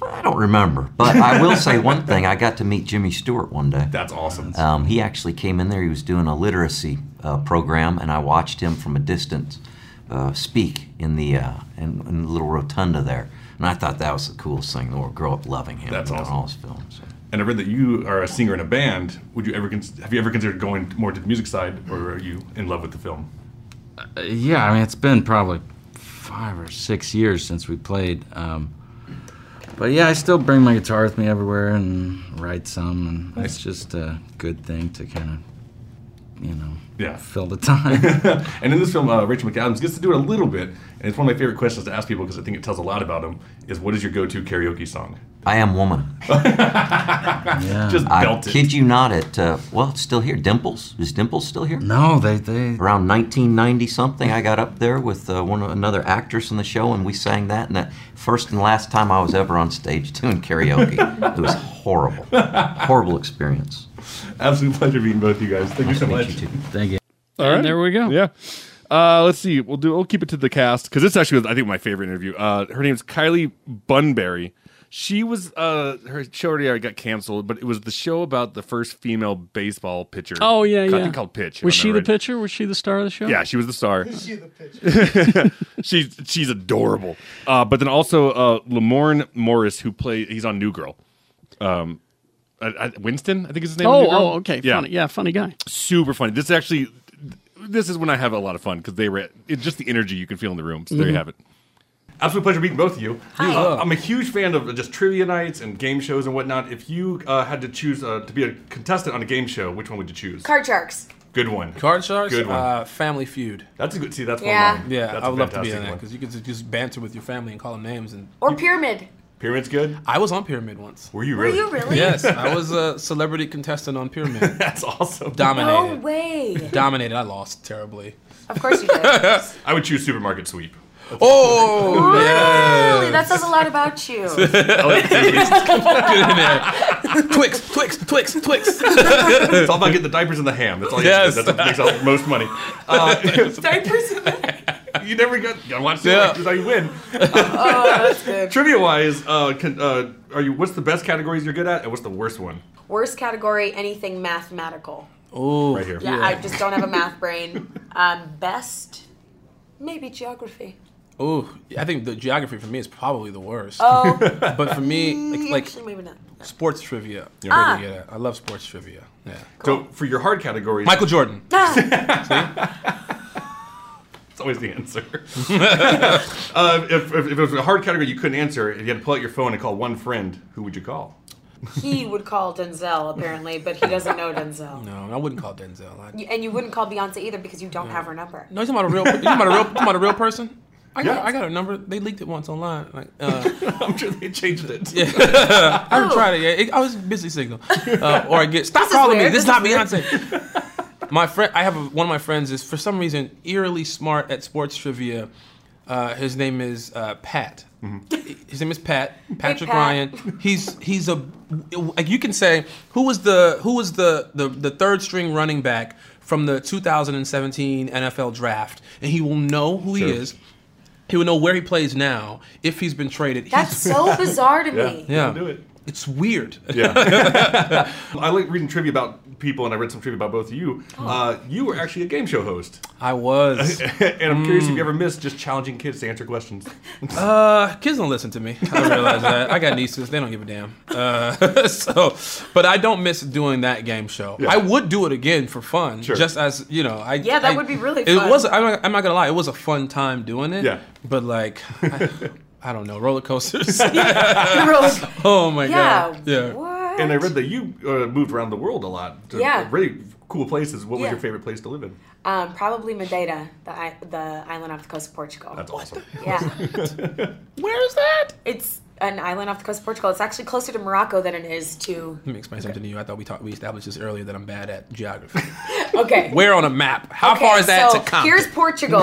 I don't remember, but I will say one thing. I got to meet Jimmy Stewart one day. That's awesome. Um, he actually came in there. He was doing a literacy uh, program, and I watched him from a distance uh, speak in the uh, in, in the little rotunda there. And I thought that was the coolest thing in the world. Grow up loving him. That's doing awesome. All his films. And I read that you are a singer in a band. Would you ever cons- have you ever considered going more to the music side, or are you in love with the film? Uh, yeah, I mean, it's been probably five or six years since we played. Um, but yeah, I still bring my guitar with me everywhere and write some, and it's just a good thing to kind of, you know, Yeah. fill the time. and in this film, uh, Rachel McAdams gets to do it a little bit, and it's one of my favorite questions to ask people because I think it tells a lot about them. Is what is your go-to karaoke song? I am woman. Just belt I it. kid you not. At uh, well, it's still here. Dimples is Dimples still here? No, they they around 1990 something. I got up there with uh, one another actress in the show, and we sang that. And that first and last time I was ever on stage doing karaoke. it was horrible, horrible experience. Absolute pleasure meeting both you guys. Thank you so much. Thank you. All right, there we go. Yeah. Uh, let's see. We'll do. We'll keep it to the cast because it's actually, I think, my favorite interview. Uh, her name's Kylie Bunbury. She was uh, her show already got canceled, but it was the show about the first female baseball pitcher. Oh yeah, I yeah. think called Pitch. if Was I she the remember right. pitcher? Was she the star of the show? Yeah, she was the star. she's she's adorable. Uh, but then also uh, Lamorne Morris, who plays he's on New Girl. Um, I, I, Winston, I think is his name. on Oh, New Girl. oh, okay, funny. Yeah, funny guy. Super funny. This actually, this is when I have a lot of fun because they were it's just the energy you can feel in the room. So Mm-hmm. there you Mhm. have it. Absolute pleasure meeting both of you. Uh, I'm a huge fan of just trivia nights and game shows and whatnot. If you uh, had to choose uh, to be a contestant on a game show, which one would you choose? Card sharks. Good one. Card Sharks, Good one. Uh, Family Feud. That's a good. See, that's one Yeah. of mine. Yeah, That's I a would love to be fantastic in that one. because you could ju- just banter with your family and call them names. And Or pyramid. Pyramid's good. I was on Pyramid once. Were you Were really? you really? Yes, I was a celebrity contestant on Pyramid. that's awesome. Dominated. No way. Dominated. I lost terribly. Of course you did. I would choose Supermarket Sweep. Oh, Really? yes. That says a lot about you. Oh, Get in there. Twix, Twix, Twix, Twix. it's all about getting the diapers and the ham. That's all. You Yes. yes. That's what makes all, most money. Uh, diapers. You never got. You gotta watch the Yeah. yeah. how you win. Trivia wise, uh, can, uh, are you? What's the best categories you're good at, and what's the worst one? Worst category, anything mathematical. Oh, right here. Yeah, I just don't have a math brain. Um, best, maybe geography. Oh, I think the geography for me is probably the worst. Oh. but for me, Mm, like, actually, maybe not. like sports trivia. Yeah. I'm really Ah. good at. I love sports trivia. Yeah. So for your hard categories, Michael Jordan. It's always the answer. uh, if, if, if it was a hard category you couldn't answer, if you had to pull out your phone and call one friend, who would you call? He would call Denzel apparently, but he doesn't know Denzel. No, I wouldn't call Denzel. I, You- And you wouldn't call Beyonce either because you don't have her number. no, you talking about a real? You talking about a real? You talking about a real person? I got, Yeah. I got her number. They leaked it once online. Like, uh, I'm sure they changed it. Yeah, I haven't tried it yet. It- I was busy signal, uh, or I get stop This is calling weird. me. This is This not is Beyonce. my friend, I have a, one of my friends is for some reason eerily smart at sports trivia. Uh, his name is uh, Pat. Mm-hmm. His name is Pat Patrick Pat. Ryan. He's he's a like you can say who was the who was the, the the third string running back from the 2017 NFL draft, and he will know who he Sure. is. He will know where he plays now if he's been traded. That's He's- so bizarre to me. yeah. Do it. it's weird. Yeah. I like reading trivia about people, and I read some trivia about both of you. Uh, you were actually a game show host. I was. and I'm curious if Mm. you ever missed just challenging kids to answer questions. Uh, kids don't listen to me. I realize that. I got nieces; they don't give a damn. Uh, so, but I don't miss doing that game show. Yeah. I would do it again for fun, just as you know. I Yeah, that I- would be really It fun. was. I'm not, I'm not gonna lie. It was a fun time doing it. Yeah. But like, I, I don't know, roller coasters. roller- oh my god. Yeah. And I read that you uh, moved around the world a lot. To Yeah. Really cool places. What was Yeah. your favorite place to live in? Um, probably Madeira, the, i- the island off the coast of Portugal. That's awesome. Yeah. Where is that? It's an island off the coast of Portugal. It's actually closer to Morocco than it is to. Let me explain something to you. I thought we talked. We established this earlier that I'm bad at geography. Okay. Where on a map? How Okay, far is that so to Compton? Here's Portugal.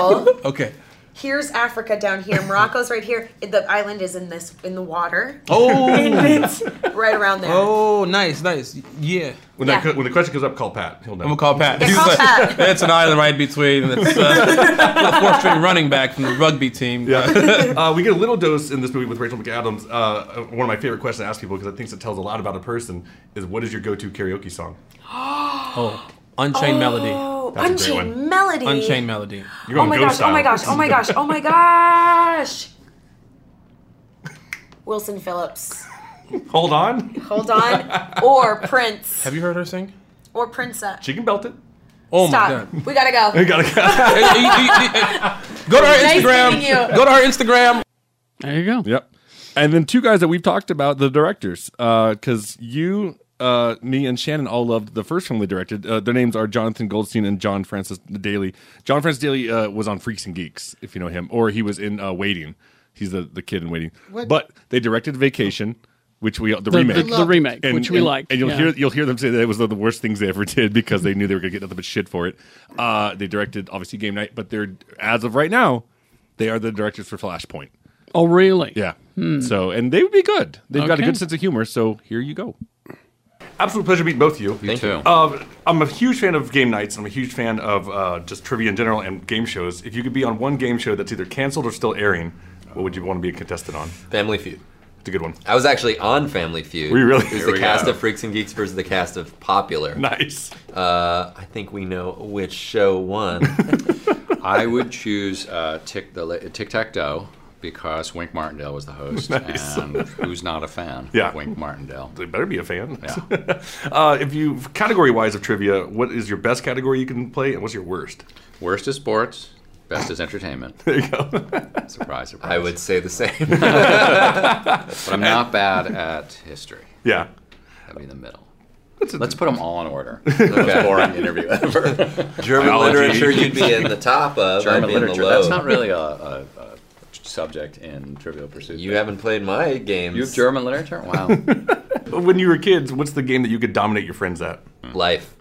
okay. Here's Africa down here. Morocco's right here. The island is in this in the water. Oh. And it's right around there. Oh, nice, nice. Yeah. When, Yeah. that, when the question comes up, call Pat. He'll know. I'm gonna call Pat. Yeah, He's call like, Pat. That's an island right between. That's uh, the fourth string running back from the rugby team. uh, we get a little dose in this movie with Rachel McAdams. Uh, one of my favorite questions to ask people because I think it tells a lot about a person is what is your go-to karaoke song? oh, Unchained Melody. Oh, That's a great Unchained one. Melody. Unchained Melody. Oh my gosh! Oh my gosh! Oh my gosh! Oh my gosh! Wilson Phillips. Hold on. Hold on. Or Prince. Have you heard her sing? Or Princess. She can belt it. Oh Stop. We gotta go. We gotta Go to her Nice meeting Instagram. you. Go to her Instagram. There you go. Yep. And then two guys that we've talked about, the directors, because you, uh, me, and Shannon all loved the first film they directed. Uh, their names are Jonathan Goldstein and John Francis Daly. John Francis Daly uh, was on Freaks and Geeks, if you know him, or he was in uh, Waiting. He's the, the kid in Waiting. What? But they directed Vacation. Which we the, the- remake, the remake, which we liked, and you'll yeah. hear you'll hear them say that it was the, the worst things they ever did because they knew they were going to get nothing but shit for it. Uh, they directed obviously Game Night, but they're as of right now, they are the directors for Flashpoint. Oh, really? Yeah. Hmm. So, and they would be good. They've got a Okay. good sense of humor. So here you go. Absolute pleasure meeting both of you. Thank you. Uh, I'm a huge fan of game nights. I'm a huge fan of uh, just trivia in general and game shows. If you could be on one game show that's either canceled or still airing, what would you want to be a contestant on? Family Feud. It's a good one. I was actually on Family Feud. Were you really? It was Here the we cast go. of Freaks and Geeks versus the cast of Popular. Nice. Uh, I think we know which show won. I would choose uh, Tic the la- Tic Tac Toe because Wink Martindale was the host, Nice. and who's not a fan? Yeah. of Wink Martindale. They better be a fan. Yeah. uh, if you category wise of trivia, what is your best category you can play, and what's your worst? Worst is sports. Best is entertainment. There you go. surprise, surprise. I would say the same. but I'm not bad at history. Yeah. I'd be in the middle. Let's put them all in order. Most Okay. boring interview ever. German Biology. literature you'd be in the top of, I'd German be in the literature. That's low. not really a, a, a subject in Trivial Pursuit. You haven't played my games. You have German literature? Wow. when you were kids, what's the game that you could dominate your friends at? Life.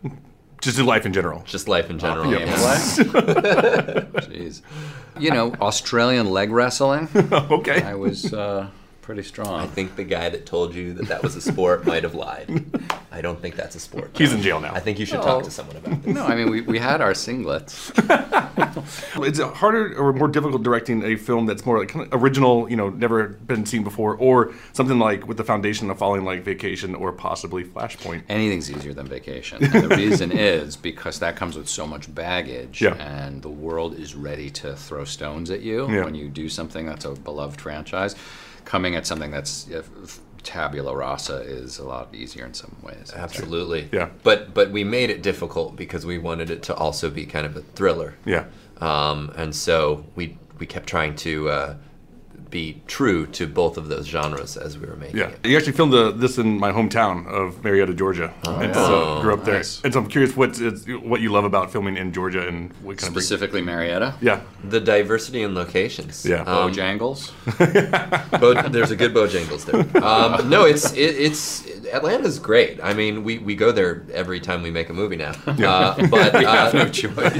Just in life in general. Just life in general. Yeah. Jeez. You know, Australian leg wrestling. okay. I was uh, pretty strong. I think the guy that told you that that was a sport might have lied. I don't think that's a sport. He's in jail now. I think you should Oh. talk to someone about this. No, I mean, we, we had our singlets. Is it harder or more difficult directing a film that's more like kind of original, you know, never been seen before, or something like with the foundation of following like Vacation or possibly Flashpoint? Anything's easier than vacation. And the reason is because that comes with so much baggage, Yeah. and the world is ready to throw stones at you Yeah. when you do something that's a beloved franchise. Coming at something that's uh, f- tabula rasa is a lot easier in some ways. Absolutely. Yeah. But but we made it difficult because we wanted it to also be kind of a thriller. Yeah. Um, and so we we kept trying to uh, be true to both of those genres as we were making Yeah, it. you actually filmed the, this in my hometown of Marietta, Georgia, Oh, and yeah. so grew up there. Nice. And so I'm curious what is, what you love about filming in Georgia and what kind specifically Marietta. of yeah. The diversity in locations. Yeah. Um, Bojangles. Bo- there's a good Bojangles there. Um, no, it's it, it's Atlanta's great. I mean, we, we go there every time we make a movie now. Yeah. Uh, but We uh, have no choice.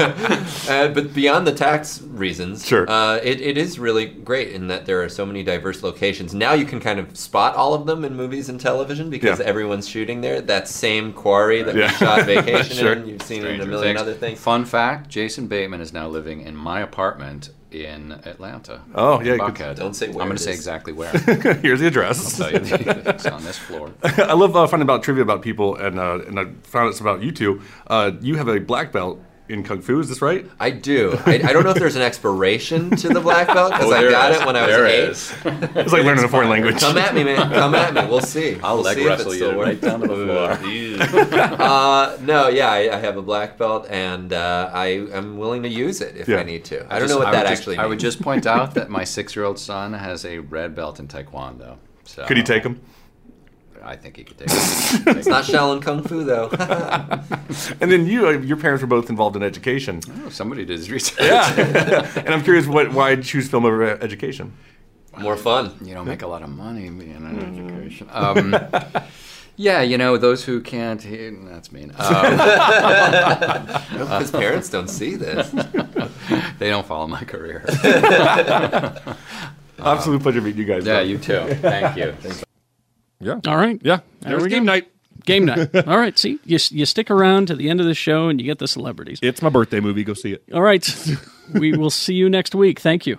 uh, but beyond the tax reasons, Sure. uh, it, it is really great in that there are so many diverse locations. Now you can kind of spot all of them in movies and television because Yeah. everyone's shooting there. That same quarry that we shot Vacation in, you've seen it in a million other things. Fun fact: Jason Bateman is now living in my apartment in Atlanta. Oh, yeah, you could- Buckhead. Don't say where I'm going it to say is. exactly where. Here's the address. I'll tell you the- it's on this floor. I love uh, finding out trivia about people, and uh, and I found out some about you two. Uh, you have a black belt in kung fu. Is this right? I do. I, I don't know if there's an expiration to the black belt because Oh, I there got is. it when I was There eight. is. It's like learning a foreign language. Come at me, man. Come at me. We'll see. I'll We'll leg see if it wrestle you still works. right down to the floor. uh, no, yeah, I, I have a black belt, and uh, I am willing to use it if I need to. I, don't just- know what would that just- actually. I would means. just point out that my six-year-old son has a red belt in Taekwondo. So Could he take him? I think he could take him. it's not Shaolin Kung Fu though. and then you, uh, your parents were both involved in education. Oh, somebody did his research. Yeah. and I'm curious, what why choose film over education? More fun. Mm. You don't make a lot of money being in education. Um, yeah, you know those who can't. He, that's mean. Um, I hope his parents don't see this. they don't follow my career. Um, Absolute pleasure meeting you guys. Yeah, though. Uh, you too. Thank you. Thanks. Yeah. All right. Yeah. There There was we go. game night. Game night. All right. See, you, you stick around to the end of the show and you get the celebrities. It's my birthday movie. Go see it. All right. we will see you next week. Thank you.